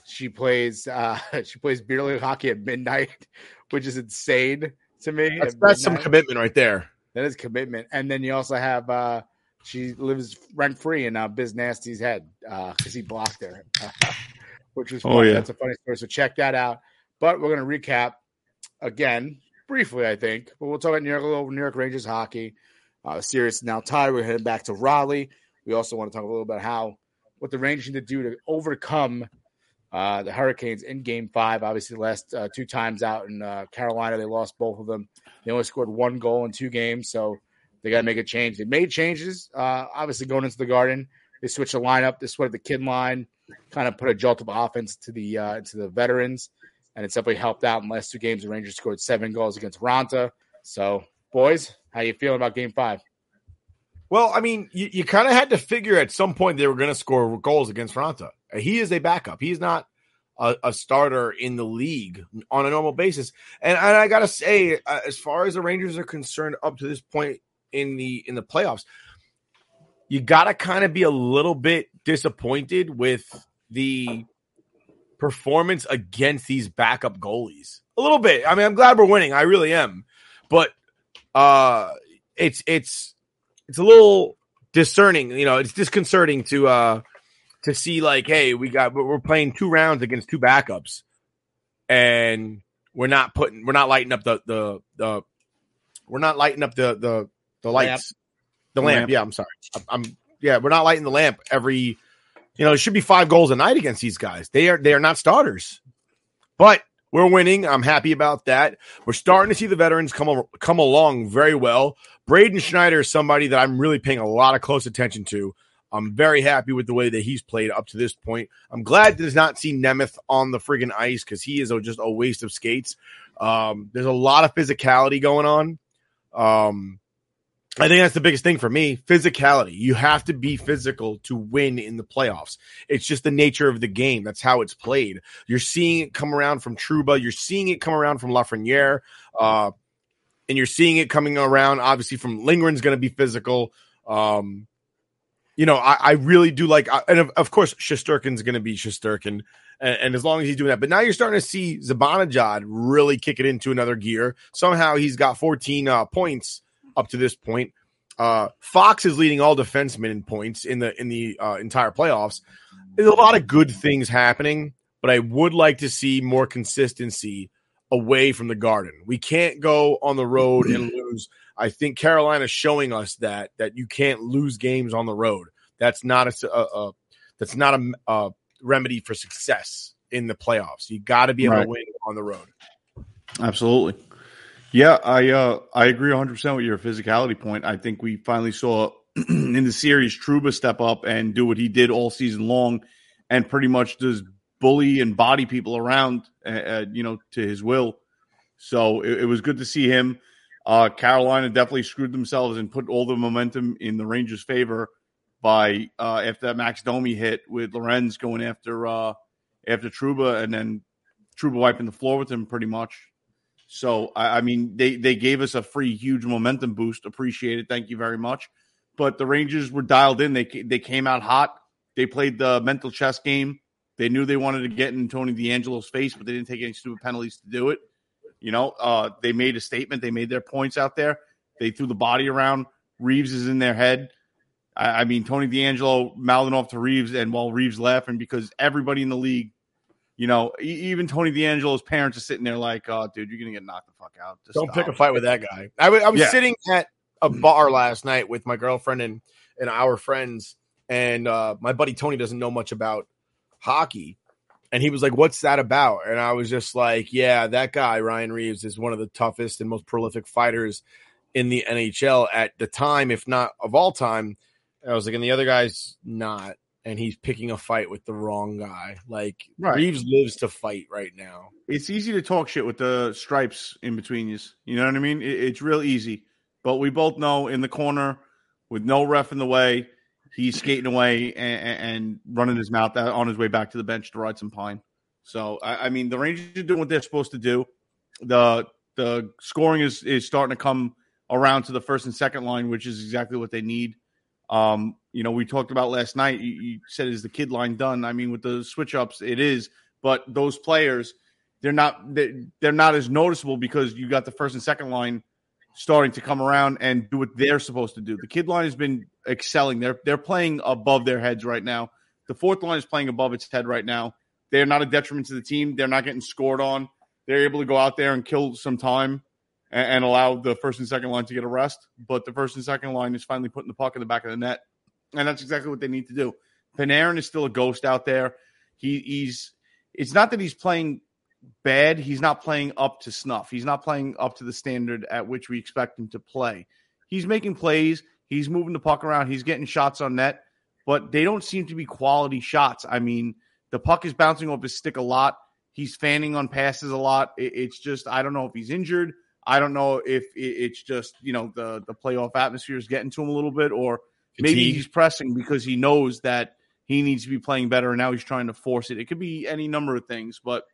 Speaker 4: She plays uh <laughs> she plays beer league hockey at midnight, <laughs> which is insane to me.
Speaker 1: That's,
Speaker 4: At
Speaker 1: that's some
Speaker 4: midnight.
Speaker 1: commitment right there.
Speaker 4: That is commitment. And then you also have uh she lives rent free in uh, Biz Nasty's head because he blocked her, <laughs> which was
Speaker 1: Oh,
Speaker 4: funny.
Speaker 1: yeah.
Speaker 4: That's a funny story. So check that out. But we're going to recap again briefly, I think. But we'll talk about New York, little New York Rangers hockey. Uh, series now tied. We're heading back to Raleigh. We also want to talk a little about how what the Rangers need to do to overcome uh, the Hurricanes in Game Five. Obviously, the last uh, two times out in uh, Carolina, they lost both of them. They only scored one goal in two games, so they got to make a change. They made changes. Uh, obviously, going into the Garden, they switched the lineup. They switched the kid line, kind of put a jolt of offense to the uh, to the veterans, and it's definitely helped out. In the last two games, the Rangers scored seven goals against Ronta. So, boys, how you feeling about Game Five?
Speaker 1: Well, I mean, you, you kind of had to figure at some point they were going to score goals against Ronta. He is a backup. He's not a, a starter in the league on a normal basis. And, and I got to say, uh, as far as the Rangers are concerned, up to this point in the in the playoffs, you got to kind of be a little bit disappointed with the performance against these backup goalies. A little bit. I mean, I'm glad we're winning. I really am. But uh it's it's it's a little discerning, you know, it's disconcerting to uh to see like, hey, we got we're we're playing two rounds against two backups and we're not putting we're not lighting up the the the we're not lighting up the the the lights. The lamp.
Speaker 15: Lamp.
Speaker 1: Yeah, I'm sorry. I'm, I'm yeah, we're not lighting the lamp every you know, it should be five goals a night against these guys. They are they are not starters. But we're winning. I'm happy about that. We're starting to see the veterans come al- come along very well. Braden Schneider is somebody that I'm really paying a lot of close attention to. I'm very happy with the way that he's played up to this point. I'm glad to not see Nemeth on the friggin' ice because he is a, just a waste of skates. Um, there's a lot of physicality going on. Um, I think that's the biggest thing for me physicality. You have to be physical to win in the playoffs. It's just the nature of the game. That's how it's played. You're seeing it come around from Truba. You're seeing it come around from Lafreniere. Uh, and you're seeing it coming around, obviously, from Lindgren's going to be physical. Um, you know, I, I really do like, I, and of, of course, Shusterkin's going to be Shusterkin, and, and as long as he's doing that. But now you're starting to see Zabanajad really kick it into another gear. Somehow he's got 14 uh, points up to this point. Uh, Fox is leading all defensemen in points in the in the uh, entire playoffs. There's a lot of good things happening, but I would like to see more consistency away from the Garden. We can't go on the road
Speaker 15: <clears throat>
Speaker 1: and lose. I think Carolina's showing us that that you can't lose games on the road. That's not a, s- a- a- that's not a, a remedy for success in the playoffs. You got to be able
Speaker 15: Right.
Speaker 1: to win on the road.
Speaker 15: Absolutely. Yeah, I uh, I agree 100 percent with your physicality point. I think we finally saw <clears throat> in the series Truba step up and do what he did all season long, and pretty much just bully and body people around, uh, uh, you know, to his will. So it, it was good to see him. Uh, Carolina definitely screwed themselves and put all the momentum in the Rangers' favor by uh, after that Max Domi hit with Lorenz going after uh, after Truba and then Truba wiping the floor with him pretty much. So I, I mean they they gave us a free huge momentum boost. Appreciate it. Thank you very much. But the Rangers were dialed in. They ca- they came out hot. They played the mental chess game. They knew they wanted to get in Tony D'Angelo's face, but they didn't take any stupid penalties to do it. You know, uh, they made a statement. They made their points out there. They threw the body around. Reeves is in their head. I, I mean, Tony D'Angelo mouthing off to Reeves, and while Reeves laughing because everybody in the league, you know, e- even Tony D'Angelo's parents are sitting there like, "Oh, dude, you're gonna get knocked the fuck out." Just
Speaker 1: Don't
Speaker 15: stop."
Speaker 1: pick a fight with that guy. I wa- I was
Speaker 15: Yeah.
Speaker 1: sitting at a bar last night with my girlfriend and, and our friends, and uh, my buddy Tony doesn't know much about hockey. And he was like, What's that about? And I was just like, Yeah, that guy, Ryan Reeves, is one of the toughest and most prolific fighters in the NHL at the time, if not of all time. And I was like, And the other guy's not. And he's picking a fight with the wrong guy. Like,
Speaker 15: Right.
Speaker 1: Reeves lives to fight right now.
Speaker 15: It's easy to talk shit with the stripes in between you. You know what I mean? It, it's real easy. But we both know in the corner with no ref in the way, he's skating away and, and running his mouth out on his way back to the bench to ride some pine. So I, I mean, the Rangers are doing what they're supposed to do. The the scoring is is starting to come around to the first and second line, which is exactly what they need. Um, you know, we talked about last night. You, you said, "Is the kid line done?" I mean, with the switch ups, it is. But those players, they're not they- they're not as noticeable because you got the first and second line starting to come around and do what they're supposed to do. The kid line has been excelling. They're they're playing above their heads right now. The fourth line is playing above its head right now. They're not a detriment to the team. They're not getting scored on. They're able to go out there and kill some time and, and allow the first and second line to get a rest. But the first and second line is finally putting the puck in the back of the net, and that's exactly what they need to do. Panarin is still a ghost out there. He, he's it's not that he's playing bad. He's not playing up to snuff. He's not playing up to the standard at which we expect him to play. He's making plays. He's moving the puck around. He's getting shots on net, but they don't seem to be quality shots. I mean, the puck is bouncing off his stick a lot. He's fanning on passes a lot. It- it's just I don't know if he's injured. I don't know if it- it's just you know the the playoff atmosphere is getting to him a little bit, or maybe
Speaker 1: Fatigue.
Speaker 15: he's pressing because he knows that he needs to be playing better, and now he's trying to force it. It could be any number of things, but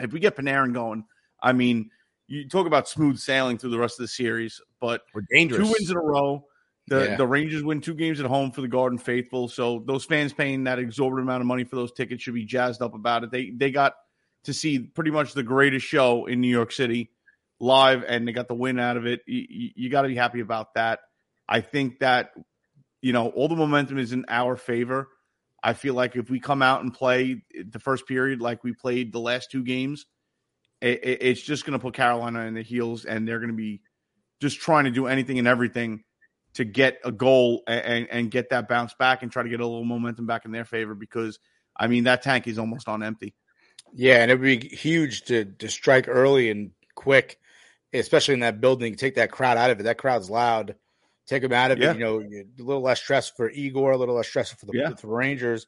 Speaker 15: if we get Panarin going, I mean, you talk about smooth sailing through the rest of the series, but
Speaker 1: we're dangerous.
Speaker 15: Two wins in a row. The
Speaker 1: Yeah.
Speaker 15: the Rangers win two games at home for the Garden Faithful, so those fans paying that exorbitant amount of money for those tickets should be jazzed up about it. They they got to see pretty much the greatest show in New York City live, and they got the win out of it. You, you got to be happy about that. I think that you know all the momentum is in our favor. I feel like if we come out and play the first period like we played the last two games, it, it- it's just going to put Carolina in the heels, and they're going to be just trying to do anything and everything to get a goal a- and, and get that bounce back and try to get a little momentum back in their favor because I mean that tank is almost on empty.
Speaker 4: Yeah, and it would be huge to to strike early and quick, especially in that building. Take that crowd out of it. That crowd's loud. Take them out of
Speaker 15: Yeah.
Speaker 4: it. You know, you- a little less stress for Igor, a little less stress for the,
Speaker 15: Yeah.
Speaker 4: for the Rangers.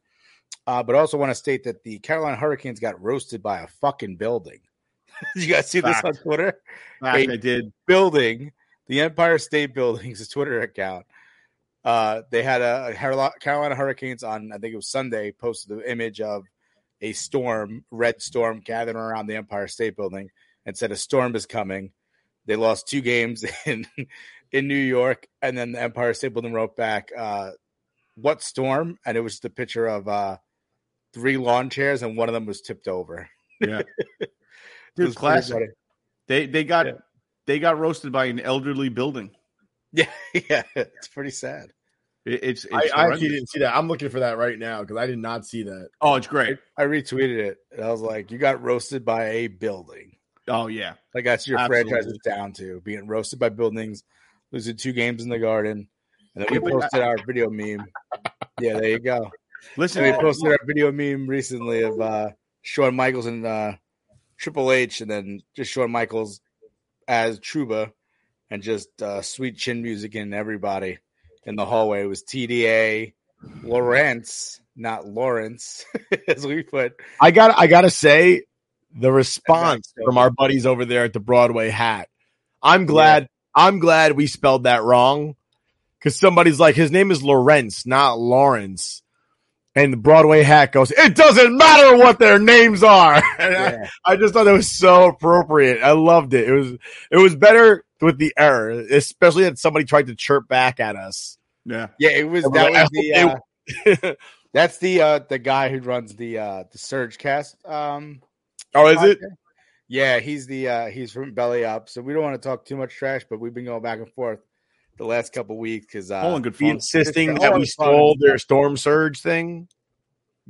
Speaker 4: Uh, but I also want to state that the Carolina Hurricanes got roasted by a fucking building. <laughs> Did you guys see this on
Speaker 15: Fact.
Speaker 4: Twitter?
Speaker 15: Fact,
Speaker 4: A
Speaker 15: I did.
Speaker 4: Building the Empire State Building's Twitter account. Uh, they had a, a Carol- Carolina Hurricanes on. I think it was Sunday. Posted the image of a storm, red storm, gathering around the Empire State Building, and said a storm is coming. They lost two games <laughs> in in New York, and then the Empire State Building wrote back, uh, "What storm?" And it was the picture of uh, three lawn chairs, and one of them was tipped over.
Speaker 1: <laughs>
Speaker 15: Yeah.
Speaker 4: It
Speaker 15: Dude,
Speaker 4: was pretty
Speaker 15: classic.
Speaker 4: funny.
Speaker 15: They they got they got roasted by an elderly building.
Speaker 4: Yeah, <laughs> yeah, it's pretty sad.
Speaker 15: It, it's, it's
Speaker 1: I, I actually
Speaker 15: horrendous.
Speaker 1: didn't see that. I'm looking for that right now because I did not see that.
Speaker 15: Oh, it's great.
Speaker 4: I retweeted it, and I was like, "You got roasted by a building."
Speaker 15: Oh yeah,
Speaker 4: like that's your
Speaker 15: Absolutely.
Speaker 4: franchise is down to being roasted by buildings, losing two games in the Garden, and then
Speaker 15: Yeah,
Speaker 4: we
Speaker 15: but-
Speaker 4: posted our video meme. Yeah, there you go.
Speaker 15: Listen,
Speaker 4: <laughs> And we
Speaker 15: uh,
Speaker 4: posted our video meme recently of uh Shawn Michaels and uh Triple H, and then just Shawn Michaels as Truba, and just uh, sweet chin music and everybody in the hallway It was TDA Lawrence, not Lawrence, <laughs> as we put.
Speaker 1: I got I gotta say the response from our buddies over there at the Broadway hat. I'm glad I'm glad we spelled that wrong because somebody's like, his name is Lorenz, not Lawrence. And the Broadway hack goes, it doesn't matter what their names are. <laughs> And I- I, just thought it was so appropriate. I loved it. It was it was better with the error, especially that somebody tried to chirp back at us.
Speaker 15: Yeah.
Speaker 4: Yeah, it was
Speaker 1: I'm
Speaker 4: that was
Speaker 1: like, I hope
Speaker 4: the uh, that's the uh the guy who runs the uh the Surge Cast. Um
Speaker 1: Oh, is it?
Speaker 4: podcast. Yeah, he's the uh he's from Belly Up, so we don't want to talk too much trash, but we've been going back and forth the last couple weeks because uh
Speaker 1: All in good fun. Insisting
Speaker 4: All
Speaker 1: that
Speaker 4: in
Speaker 1: we
Speaker 4: fun.
Speaker 1: stole their storm surge thing.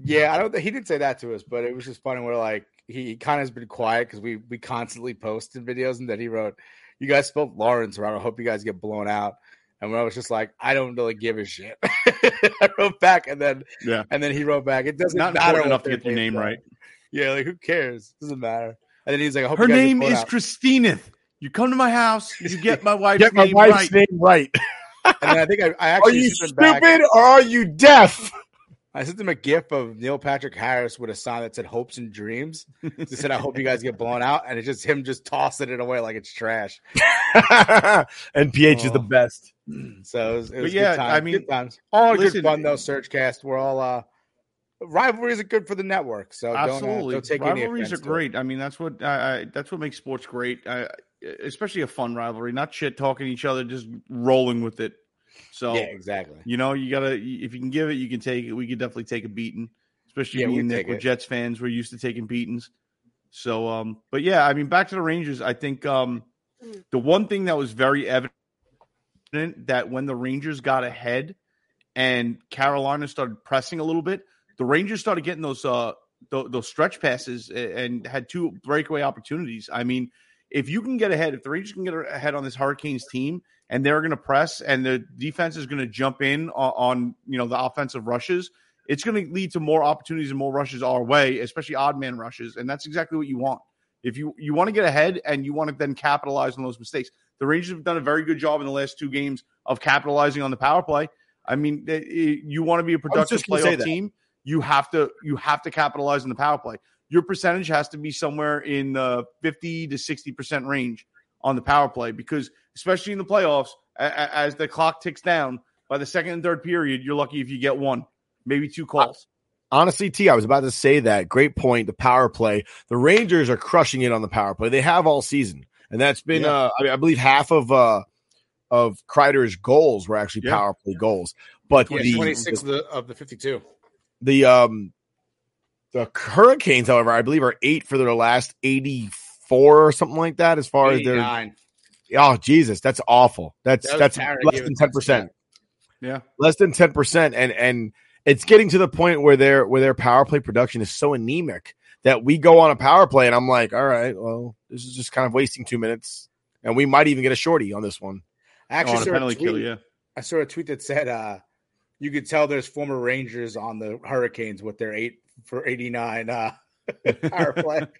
Speaker 4: Yeah, I don't think he did say that to us, but it was just funny. We're like, he kind of has been quiet because we we constantly posted videos, and then he wrote, "You guys spelled Lawrence wrong. I hope you guys get blown out." And when I was just like, I don't really give a shit. <laughs> I wrote back, and then
Speaker 15: Yeah.
Speaker 4: and then he wrote back. It doesn't
Speaker 15: Not
Speaker 4: matter
Speaker 15: important enough to
Speaker 4: what
Speaker 15: get
Speaker 4: their
Speaker 15: the
Speaker 4: names
Speaker 15: name
Speaker 4: are."
Speaker 15: right.
Speaker 4: Yeah, like who cares? Doesn't matter. And then he's like, I hope
Speaker 15: Her
Speaker 4: you guys get
Speaker 15: name
Speaker 4: blown
Speaker 15: is
Speaker 4: out.
Speaker 15: Christina. You come to my
Speaker 4: <laughs>
Speaker 15: house, you get my wife's,
Speaker 4: Get my
Speaker 15: name,
Speaker 4: wife's
Speaker 15: right.
Speaker 1: name right.
Speaker 4: And then I think I, I actually
Speaker 15: Are you
Speaker 4: sent him back-
Speaker 1: stupid or are you deaf? <laughs>
Speaker 4: I sent them a gif of Neil Patrick Harris with a sign that said "Hopes and Dreams." It said, "I hope you guys get blown out," and it's just him just tossing it away like it's trash.
Speaker 1: and PH is the best.
Speaker 4: So it was, it
Speaker 1: But
Speaker 4: was
Speaker 1: yeah,
Speaker 4: good times.
Speaker 1: I mean, oh,
Speaker 4: good times. all in
Speaker 1: listen-
Speaker 4: good fun though. Searchcast, we're all uh, rivalries are good for the network. So
Speaker 15: Absolutely,
Speaker 4: don't, uh, don't take any
Speaker 15: rivalries
Speaker 4: offense
Speaker 15: are
Speaker 4: to it.
Speaker 15: great. I mean, that's what I, I, that's what makes sports great, I, especially a fun rivalry. Not shit talking each other, just rolling with it. So
Speaker 4: Yeah, exactly.
Speaker 15: You know, you gotta if you can give it, you can take it. We could definitely take a beating, especially
Speaker 4: Yeah,
Speaker 15: me
Speaker 4: we
Speaker 15: and Nick.
Speaker 4: take
Speaker 15: We're
Speaker 4: it.
Speaker 15: Jets fans. We're used to taking beatings. So, um, but yeah, I mean, back to the Rangers. I think um, the one thing that was very evident that when the Rangers got ahead and Carolina started pressing a little bit, the Rangers started getting those uh those, those stretch passes a- and had two breakaway opportunities. I mean, if you can get ahead, if the Rangers can get ahead on this Hurricanes team and they're going to press and the defense is going to jump in on, on you know the offensive rushes, it's going to lead to more opportunities and more rushes our way, especially odd man rushes, and that's exactly what you want. If you you want to get ahead and you want to then capitalize on those mistakes, the Rangers have done a very good job in the last two games of capitalizing on the power play. I mean, they- you want to be a productive
Speaker 1: just gonna say
Speaker 15: playoff
Speaker 1: that.
Speaker 15: team, you have to you have to capitalize on the power play. Your percentage has to be somewhere in the fifty to sixty percent range on the power play because, especially in the playoffs, a- a- as the clock ticks down, by the second and third period, you're lucky if you get one, maybe
Speaker 4: Uh,
Speaker 15: two calls.
Speaker 1: Honestly, T, I was about to say that. Great point. The power play. The Rangers are crushing it on the power play. They have all season, and that's been.
Speaker 15: Yeah.
Speaker 1: Uh, I, mean, I believe half of uh, of Kreider's goals were actually
Speaker 4: Yeah.
Speaker 1: power play goals. But
Speaker 4: Yeah,
Speaker 1: the,
Speaker 4: twenty six of
Speaker 1: the
Speaker 4: the of the fifty two.
Speaker 1: the um the Hurricanes, however, I believe are eight for their last eighty four or something like that. As far as their
Speaker 4: 89.
Speaker 1: oh Jesus, that's awful. That's
Speaker 4: That was
Speaker 1: that's
Speaker 4: Tara
Speaker 1: less
Speaker 4: giving
Speaker 1: than ten percent
Speaker 15: Yeah.
Speaker 1: less than 10% and and it's getting to the point where their where their power play production is so anemic that we go on a power play and i'm like all right well this is just kind of wasting two minutes and we might even get a shorty on this one
Speaker 4: I
Speaker 15: Oh,
Speaker 4: actually
Speaker 1: On a
Speaker 4: saw
Speaker 1: penalty
Speaker 4: a tweet,
Speaker 1: kill, yeah.
Speaker 4: I saw a tweet that said uh you could tell there's former Rangers on the Hurricanes with their eight for eighty nine uh <laughs> power play.
Speaker 15: <laughs>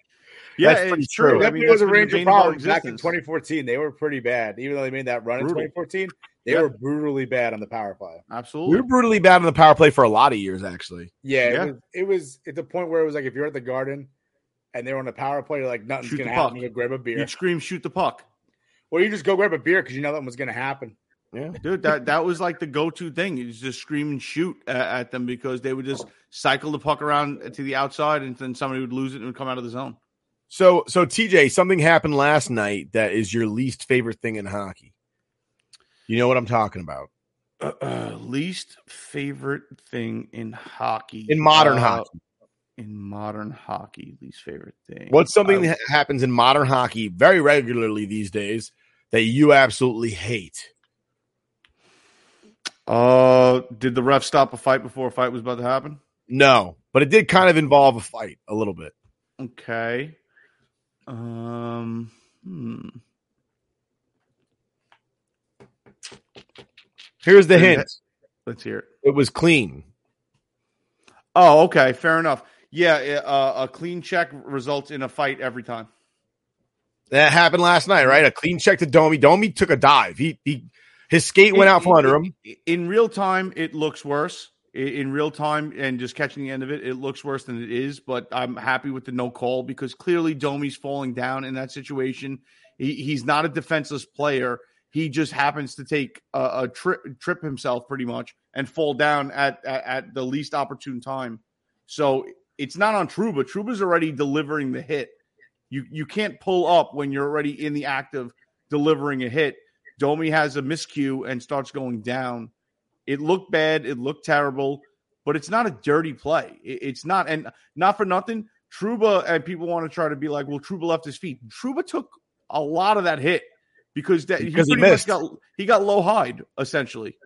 Speaker 15: Yeah, That's pretty it's true. true. I
Speaker 4: That
Speaker 15: mean,
Speaker 4: was
Speaker 15: that's
Speaker 4: a
Speaker 15: been the
Speaker 4: Ranger
Speaker 15: bane of our
Speaker 4: problem back in
Speaker 15: existence.
Speaker 4: 2014. They were pretty bad, even though they made that run
Speaker 1: Brutal.
Speaker 4: in 2014. They
Speaker 1: Yeah.
Speaker 4: were brutally bad on the power play.
Speaker 1: we
Speaker 15: Absolutely.
Speaker 1: were brutally bad on the power play for a lot of years actually
Speaker 4: Yeah, It, was, it was at the point where it was like if you're at the Garden and they're on the power play, you're like nothing's
Speaker 15: Shoot
Speaker 4: gonna
Speaker 15: the
Speaker 4: happen.
Speaker 15: puck.
Speaker 4: You go grab a beer,
Speaker 15: You'd scream, shoot the puck.
Speaker 4: or you just go grab a beer because you know nothing was gonna happen.
Speaker 1: Yeah,
Speaker 15: dude, that that was like the go-to thing. You just scream and shoot a- at them because they would just cycle the puck around to the outside, and then somebody would lose it and would come out of the zone. <clears throat>
Speaker 1: so so tj something happened last night that is your least favorite thing in hockey you know what i'm talking about
Speaker 15: least favorite thing in hockey
Speaker 1: in modern
Speaker 15: Uh,
Speaker 1: hockey
Speaker 15: In modern hockey, least favorite thing.
Speaker 1: what's something
Speaker 15: I-
Speaker 1: that happens in modern hockey very regularly these days that you absolutely hate
Speaker 15: Uh, did the ref stop a fight before a fight was about to happen?
Speaker 1: No, but it did kind of involve a fight a little bit.
Speaker 15: Okay. Um. Hmm.
Speaker 1: Here's the hint.
Speaker 15: Let's hear it.
Speaker 1: It was clean.
Speaker 15: Oh, okay, fair enough. Yeah, yeah, uh, a clean check results in a fight every time.
Speaker 1: That happened last night, right? A clean check to Domi. Domi took a dive. He he his skate went out from under him.
Speaker 15: In real time, it looks worse. I- In real time, and just catching the end of it, it looks worse than it is. But I'm happy with the no call because clearly Domi's falling down in that situation. He, he's not a defenseless player. He just happens to take a, a trip trip himself pretty much and fall down at, at at the least opportune time. So it's not on Truba. Truba's already delivering the hit. You you can't pull up when you're already in the act of delivering a hit. Domi has a miscue and starts going down. It looked bad. It looked terrible, but it's not a dirty play. It- it's not, and not for nothing. Truba and people want to try to be like, well, Truba left his feet. Truba took a lot of that hit because that
Speaker 1: Because he
Speaker 15: he pretty much
Speaker 1: missed.
Speaker 15: got he got low hide essentially.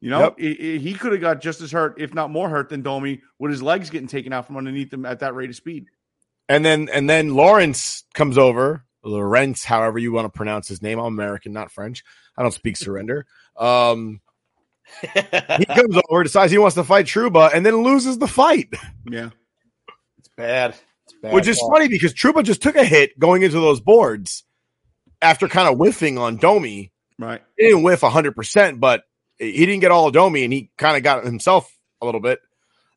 Speaker 15: You know,
Speaker 1: Yep.
Speaker 15: I- I- he could have got just as hurt, if not more hurt, than Domi with his legs getting taken out from underneath him at that rate of speed.
Speaker 1: And then and then Lawrence comes over. Lawrence, however you want to pronounce his name. I'm American, not French. I don't speak surrender. Um
Speaker 5: <laughs>
Speaker 1: he comes over, decides he wants to fight Truba, and then loses the fight.
Speaker 15: Yeah.
Speaker 4: It's bad. It's bad.
Speaker 1: Which is
Speaker 4: Well,
Speaker 1: funny because Truba just took a hit going into those boards after kind of whiffing on Domi.
Speaker 15: Right.
Speaker 1: He didn't whiff 100%, but he didn't get all of Domi and he kind of got it himself a little bit.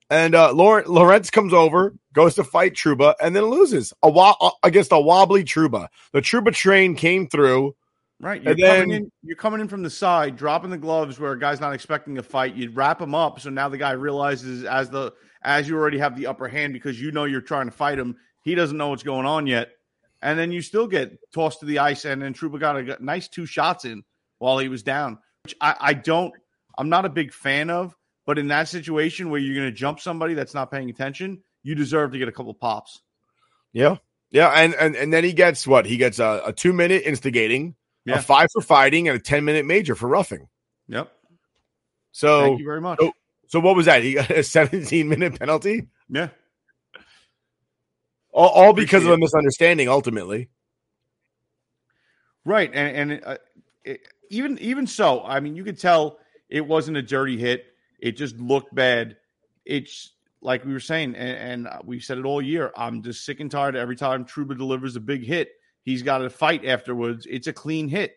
Speaker 1: And uh, Lawren- Lawrence comes over, goes to fight Truba, and then loses a wa- uh, against a wobbly Truba. The Truba train came through.
Speaker 15: Right. You're
Speaker 1: And
Speaker 15: coming
Speaker 1: then-
Speaker 15: in you're coming in from the side, dropping the gloves where a guy's not expecting a fight. You wrap him up, so now the guy realizes as the as you already have the upper hand because you know you're trying to fight him, he doesn't know what's going on yet. And then you still get tossed to the ice and then Truba got a g- nice two shots in while he was down, which I, I don't I'm not a big fan of, but in that situation where you're gonna jump somebody that's not paying attention, you deserve to get a couple pops.
Speaker 1: Yeah. Yeah. And and, and then he gets what? He gets a, a two minute instigating,
Speaker 15: Yeah.
Speaker 1: a five for fighting, and a 10 minute major for roughing.
Speaker 15: Yep.
Speaker 1: So
Speaker 15: Thank you very much.
Speaker 1: So, so what was that? He got a <laughs> 17 minute penalty.
Speaker 15: Yeah.
Speaker 1: All, all because of
Speaker 15: Appreciate
Speaker 1: a
Speaker 15: it.
Speaker 1: misunderstanding, ultimately.
Speaker 15: Right, and and uh, it, even even so, I mean, you could tell it wasn't a dirty hit. It just looked bad. It's like we were saying, and, and we said it all year. I'm just sick and tired. Every time Truba delivers a big hit, he's got to fight afterwards. It's a clean hit.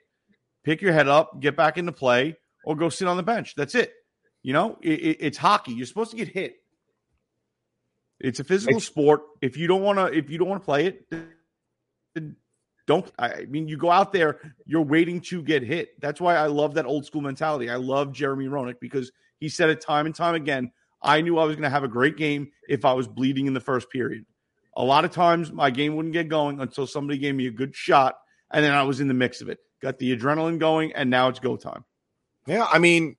Speaker 15: Pick your head up, get back into play, or go sit on the bench. That's it. You know, it, it, it's hockey. You're supposed to get hit. It's a physical sport. If you don't want to, if you don't want to play it, then don't. I I mean, you go out there, you're waiting to get hit. That's why I love that old school mentality. I love Jeremy Roenick because he said it time and time again. I knew I was going to have a great game if I was bleeding in the first period. A lot of times, my game wouldn't get going until somebody gave me a good shot, and then I was in the mix of it. Got the adrenaline going, and now it's go time.
Speaker 1: Yeah, I mean,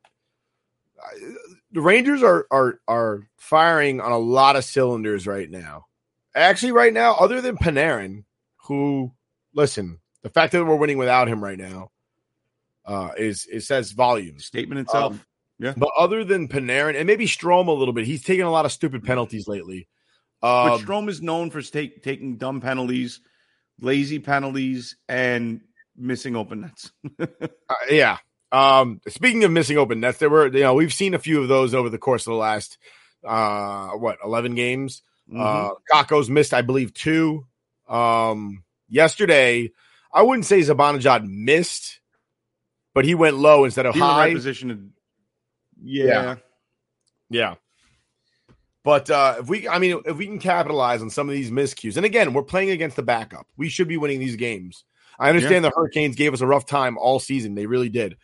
Speaker 1: the Rangers are are are firing on a lot of cylinders right now. Actually, right now, other than Panarin, who listen, the fact that we're winning without him right now uh, is it says volumes.
Speaker 15: Statement itself.
Speaker 1: Um,
Speaker 15: yeah.
Speaker 1: But other than Panarin and maybe Strom a little bit, he's taken a lot of stupid penalties lately.
Speaker 15: but
Speaker 1: Um,
Speaker 15: Strom is known for take, taking dumb penalties, lazy penalties, and missing open nets.
Speaker 1: Uh, yeah. Um, speaking of missing open nets, there were you know we've seen a few of those over the course of the last uh what eleven games. Uh,
Speaker 15: Mhm.
Speaker 1: Kakos missed, I believe, two. Um, yesterday, I wouldn't say Zabanajad missed, but he went low instead of
Speaker 15: He was in the
Speaker 1: high.
Speaker 15: right position to, yeah.
Speaker 1: Yeah. Yeah. But uh, if we, I mean, if we can capitalize on some of these miscues, and again, we're playing against the backup. We should be winning these games. I understand
Speaker 15: Yeah.
Speaker 1: the Hurricanes gave us a rough time all season. They really did.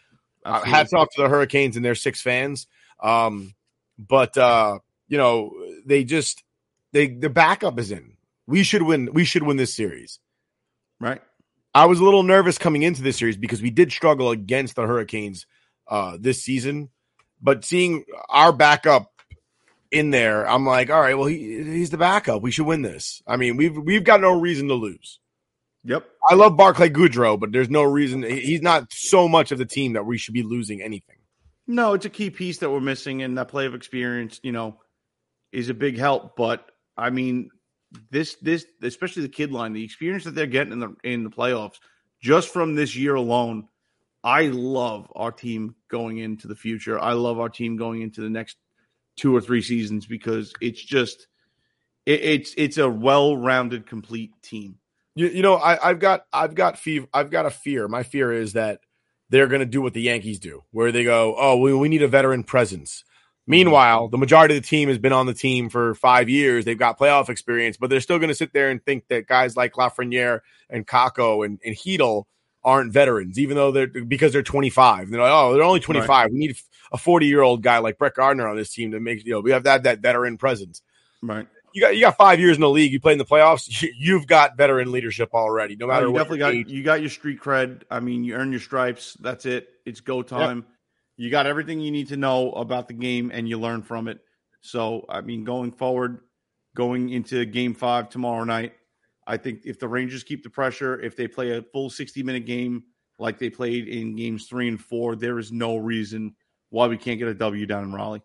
Speaker 1: Uh,
Speaker 15: Absolutely.
Speaker 1: hats off to the Hurricanes and their six fans. Um, but uh, you know, they just they the backup is in. We should win. We should win this series.
Speaker 15: Right.
Speaker 1: I was a little nervous coming into this series because we did struggle against the Hurricanes uh, this season, but seeing our backup in there, I'm like, all right, well, he, he's the backup. We should win this. I mean, we've we've got no reason to lose.
Speaker 15: Yep.
Speaker 1: I love Barclay Goudreau, but there's no reason he- he's not so much of the team that we should be losing anything.
Speaker 15: No, it's a key piece that we're missing, and that play of experience, you know, is a big help. But I mean, this this especially the kid line, the experience that they're getting in the in the playoffs, just from this year alone, I love our team going into the future. I love our team going into the next two or three seasons because it's just it, it's it's a well rounded, complete team.
Speaker 1: You, you know, I, I've got I've got fev- I've got a fear. My fear is that they're going to do what the Yankees do, where they go, "Oh, we, we need a veteran presence." Meanwhile, the majority of the team has been on the team for five years. They've got playoff experience, but they're still going to sit there and think that guys like Lafreniere and Kako and, and Heedle aren't veterans, even though they're because they're 25. They're like, oh, they're only 25.
Speaker 15: Right.
Speaker 1: We need a 40 year old guy like Brett Gardner on this team to make you know we have that that veteran presence.
Speaker 15: Right.
Speaker 1: You got you got five years in the league. You play in the playoffs. <laughs> You've got veteran leadership already. No matter
Speaker 15: Oh, you
Speaker 1: what
Speaker 15: definitely
Speaker 1: your age.
Speaker 15: got you got your street cred. I mean, you earn your stripes. That's it. It's go time. You got everything you need to know about the game, and you learn from it. So, I mean, going forward, going into Game Five tomorrow night, I think if the Rangers keep the pressure, if they play a full sixty-minute game like they played in Games Three and Four, there is no reason why we can't get a W down in Raleigh.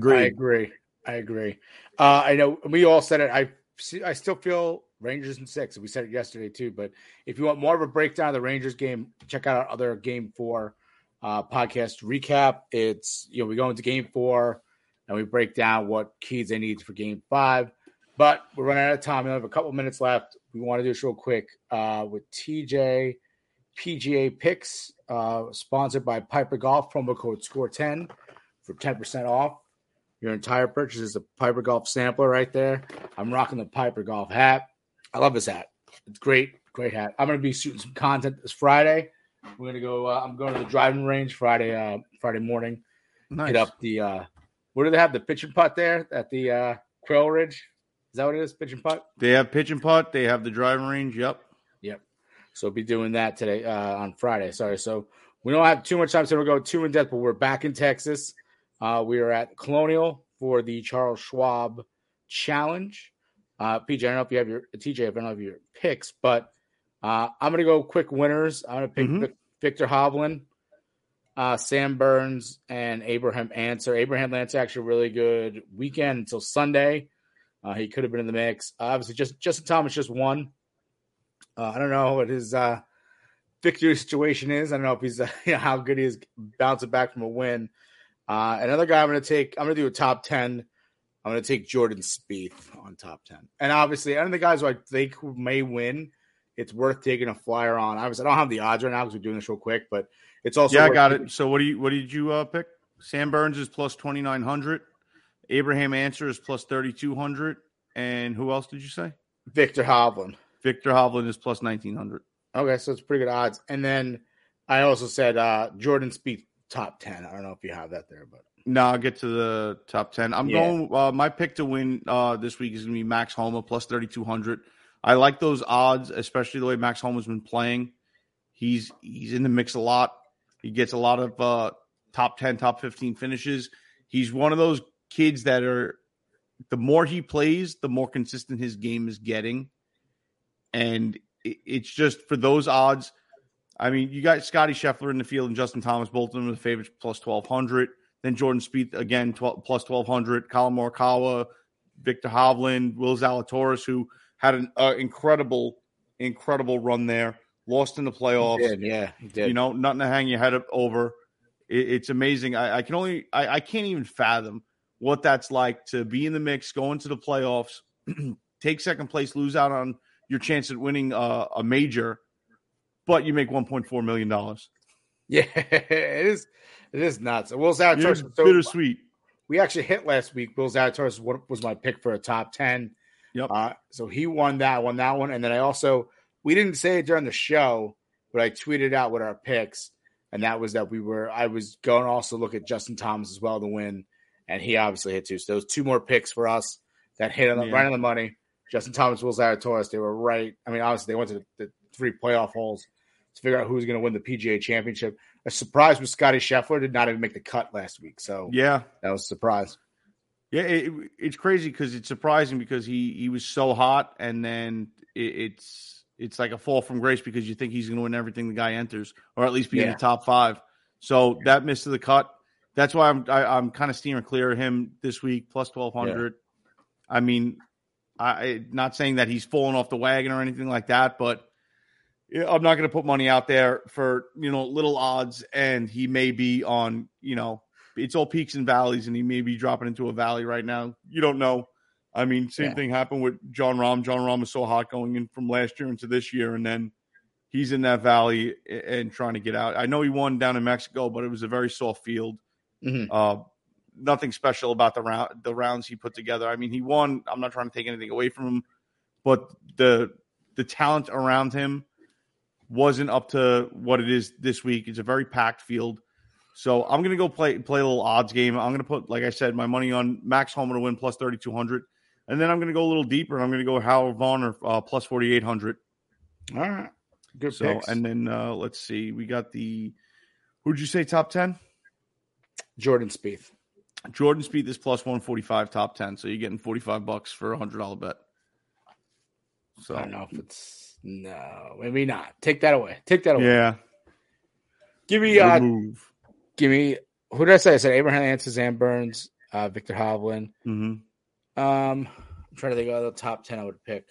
Speaker 4: I agree. I agree. Uh, I know we all said it. I see- I still feel Rangers in six. We said it yesterday too. But if you want more of a breakdown of the Rangers game, check out our other Game Four uh, podcast recap. It's you know we go into Game Four and we break down what keys they need for Game Five. But we're running out of time. We only have a couple minutes left. We want to do this real quick uh, with TJ PGA picks, uh, sponsored by Piper Golf. Promo code Score Ten for ten percent off. Your entire purchase is a Piper Golf sampler right there. I'm rocking the Piper Golf hat. I love this hat. It's great, great hat. I'm gonna be shooting some content this Friday. We're gonna go. Uh, I'm going to the driving range Friday. Uh, Friday morning.
Speaker 15: Nice.
Speaker 4: Hit up the. Uh, where do they have the pitch and putt there at the uh, Quail Ridge? Is that what it is? Pitch and putt.
Speaker 15: They have pitch and putt. They have the driving range. Yep.
Speaker 4: Yep. So we'll be doing that today uh, on Friday. Sorry. So we don't have too much time, so we'll go too in depth. But we're back in Texas. Uh, we are at Colonial for the Charles Schwab Challenge. Uh, PJ, I don't know if you have your TJ. I don't know if your picks, but uh, I'm gonna go quick winners. I'm gonna pick Vic- Victor Hovland, uh, Sam Burns, and Abraham Answer. Abraham Lance actually really good weekend until Sunday. Uh, he could have been in the mix. obviously, just Justin Thomas just won. Uh, I don't know what his uh, victory situation is. I don't know if he's <laughs> uh, you know, how good he is bouncing back from a win. Uh, another guy I'm going to take. I'm going to do a top ten. I'm going to take Jordan Spieth on top ten, and obviously, one of the guys who I think who may win. It's worth taking a flyer on. Obviously, I don't have the odds right now because we're doing this real quick, but it's also
Speaker 15: yeah, I
Speaker 4: worth
Speaker 15: got
Speaker 4: taking-
Speaker 15: it. So what do you what did you uh, pick? Sam Burns is plus twenty nine hundred. Abraham Answer is plus thirty two hundred. And who else did you say?
Speaker 4: Victor Hovland.
Speaker 15: Victor Hovland is plus nineteen hundred.
Speaker 4: Okay, so it's pretty good odds. And then I also said uh, Jordan Spieth top ten. I don't know if you have that there, but
Speaker 15: No, I'll get to the top ten. I'm
Speaker 4: Yeah.
Speaker 15: going. Uh, my pick to win uh, this week is going to be Max Homa plus thirty two hundred. I like those odds, especially the way Max Homa's been playing. He's he's in the mix a lot. He gets a lot of uh, top ten, top fifteen finishes. He's one of those kids that are. The more he plays, the more consistent his game is getting, and it, it's just for those odds. I mean, you got Scotty Scheffler in the field and Justin Thomas, both of them are the favorites, plus 1,200. Then Jordan Spieth, again, 12, plus 1,200. Colin Morikawa, Victor Hovland, Will Zalatoris, who had an uh, incredible, incredible run there, lost in the playoffs.
Speaker 4: did, yeah, he did.
Speaker 15: You know, nothing to hang your head up over. It, it's amazing. I, I can only, I, I can't even fathom what that's like to be in the mix, go into the playoffs, <clears throat> take second place, lose out on your chance at winning uh, a major but you make one point four million dollars.
Speaker 4: <laughs> Yeah, it is. It is nuts. Will Zalatoris
Speaker 15: You're
Speaker 4: so-
Speaker 15: bittersweet.
Speaker 4: We actually hit last week. Will Zalatoris wa- was my pick for a top ten.
Speaker 15: Yep.
Speaker 4: Uh, so he won that. I won that one, and then I also we didn't say it during the show, but I tweeted out what our picks, and that was that we were. I was going to also look at Justin Thomas as well to win, and he obviously hit two. So those two more picks for us that hit on the,
Speaker 15: Yeah.
Speaker 4: right on the money. Justin Thomas, Will Zalatoris, they were right. I mean, obviously they went to the, the three playoff holes to figure out who's going to win the PGA Championship. A surprise was Scotty Scheffler did not even make the cut last week, so
Speaker 15: Yeah,
Speaker 4: that was a surprise.
Speaker 15: yeah. It, it's crazy because it's surprising because he he was so hot, and then it, it's it's like a fall from grace because you think he's going to win everything the guy enters, or at least be in
Speaker 4: Yeah.
Speaker 15: the top five. So that miss to the cut. That's why I'm I, I'm kind of steering clear of him this week plus twelve hundred. I mean, I I- not saying that he's falling off the wagon or anything like that, but yeah, I'm not going to put money out there for you know little odds, and he may be on you know it's all peaks and valleys, and he may be dropping into a valley right now. You don't know. I mean, same
Speaker 4: Yeah.
Speaker 15: thing happened with John Rom. John Rom was so hot going in from last year into this year, and then he's in that valley a- and trying to get out. I know he won down in Mexico, but it was a very soft field.
Speaker 4: Mhm.
Speaker 15: Uh, nothing special about the round the rounds he put together. I mean, he won. I'm not trying to take anything away from him, but the the talent around him wasn't up to what it is this week. It's a very packed field. So I'm gonna go play play a little odds game. I'm gonna put, like I said, my money on Max Homer to win plus thirty two hundred, and then I'm gonna go a little deeper. and I'm gonna go Howard Vaughn or uh, plus forty eight hundred.
Speaker 4: All right, good.
Speaker 15: So
Speaker 4: picks.
Speaker 15: and then uh, let's see, we got the who'd you say top ten?
Speaker 4: Jordan Spieth.
Speaker 15: Jordan Spieth is plus one forty five top ten. So you're getting forty five bucks for a hundred dollar bet. So
Speaker 4: I don't know if it's no, maybe not. Take that away. Take that away.
Speaker 15: Yeah.
Speaker 4: Give me uh, give me who did I say? I said Abraham Ansys, Sam Burns, uh, Victor Hovland.
Speaker 15: Mhm.
Speaker 4: Um, I'm trying to think of the top ten I would pick.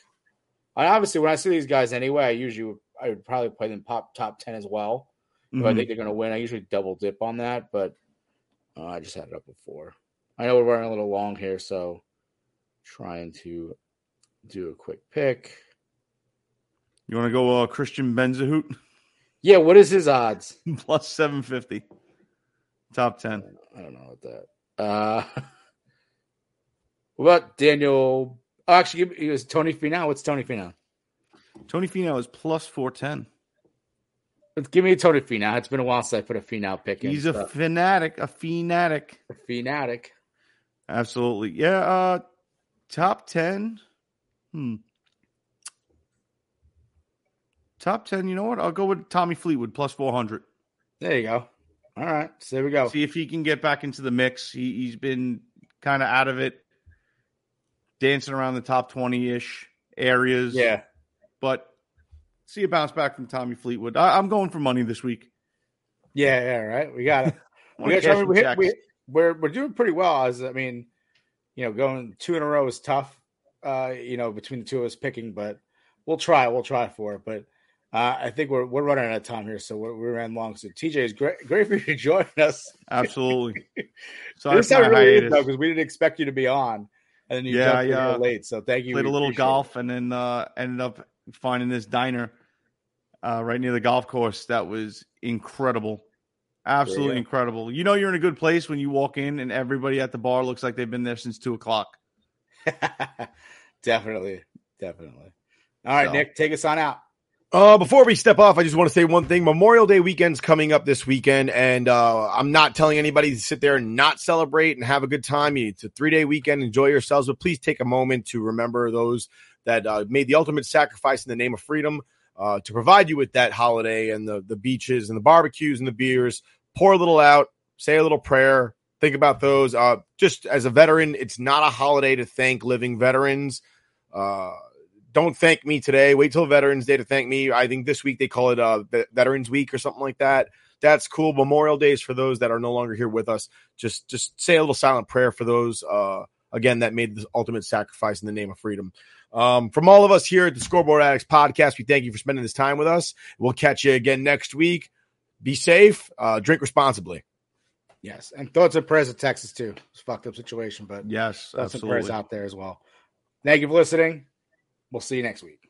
Speaker 4: And obviously, when I see these guys anyway, I usually would, I would probably play them pop top ten as well. If I
Speaker 15: Mhm.
Speaker 4: think they're going to win, I usually double dip on that. But uh, I just had it up before. I know we're running a little long here, so trying to do a quick pick.
Speaker 15: You want to go uh, Christian Benzahoot?
Speaker 4: Yeah, what is his odds?
Speaker 15: <laughs> Plus 750. Top 10.
Speaker 4: I don't know about that. Uh, <laughs> what about Daniel? Oh, actually, give me- it was Tony Finau. What's Tony Finau?
Speaker 15: Tony Finau is plus 410.
Speaker 4: Let's give me a Tony Finau. It's been a while since I put a Finau pick in.
Speaker 15: He's a
Speaker 4: so-
Speaker 15: fanatic, a fanatic.
Speaker 4: A fanatic.
Speaker 15: Absolutely. Yeah, uh top 10. Hmm. Top 10, you know what? I'll go with Tommy Fleetwood plus 400.
Speaker 4: There you go. All right. So there we go.
Speaker 15: See if he can get back into the mix. He, he's been kind of out of it, dancing around the top 20 ish areas.
Speaker 4: Yeah.
Speaker 15: But see a bounce back from Tommy Fleetwood. I, I'm going for money this week.
Speaker 4: Yeah, yeah, right. We got it. we
Speaker 15: Wanna
Speaker 4: got
Speaker 15: cash
Speaker 4: to
Speaker 15: some
Speaker 4: we hit,
Speaker 15: checks.
Speaker 4: we, we're we're doing pretty well. As I mean, you know, going two in a row is tough. Uh, you know, between the two of us picking, but we'll try. We'll try for it. But uh, I think we're we're running out of time here, so we're, we ran long. So TJ is great. <laughs> Great for you to join us. <laughs>
Speaker 15: Absolutely.
Speaker 4: So this
Speaker 15: for
Speaker 4: time
Speaker 15: my
Speaker 4: really
Speaker 15: hiatus.
Speaker 4: because we didn't expect you to be on, and then you
Speaker 15: Yeah,
Speaker 4: jumped in
Speaker 15: yeah.
Speaker 4: here late. So thank you.
Speaker 15: Played
Speaker 4: We
Speaker 15: a little
Speaker 4: appreciate it.
Speaker 15: golf and then uh, ended up finding this diner uh, right near the golf course. That was incredible. Absolutely
Speaker 4: Yeah.
Speaker 15: incredible. You know, you're in a good place when you walk in and everybody at the bar looks like they've been there since two o'clock.
Speaker 4: <laughs> Definitely, definitely. All right,
Speaker 1: So.
Speaker 4: Nick, take us on out.
Speaker 1: Uh, before we step off, I just want to say one thing. Memorial Day weekend's coming up this weekend, and uh, I'm not telling anybody to sit there and not celebrate and have a good time. It's a three day weekend. Enjoy yourselves, but please take a moment to remember those that uh, made the ultimate sacrifice in the name of freedom uh, to provide you with that holiday and the, the beaches and the barbecues and the beers. Pour a little out, say a little prayer, think about those. Uh, just as a veteran, it's not a holiday to thank living veterans. Uh, don't thank me today. Wait till Veterans Day to thank me. I think this week they call it uh, Ve- Veterans Week or something like that. That's cool. Memorial Day is for those that are no longer here with us. Just just say a little silent prayer for those uh, again that made the ultimate sacrifice in the name of freedom. Um, from all of us here at the Scoreboard Addicts Podcast, we thank you for spending this time with us. We'll catch you again next week. Be safe. Uh, drink responsibly.
Speaker 4: Yes, and thoughts and prayers of Texas too. It's a fucked up situation, but
Speaker 15: yes,
Speaker 4: thoughts and prayers
Speaker 15: absolutely.
Speaker 4: out there as well. Thank you for listening. We'll see you next week.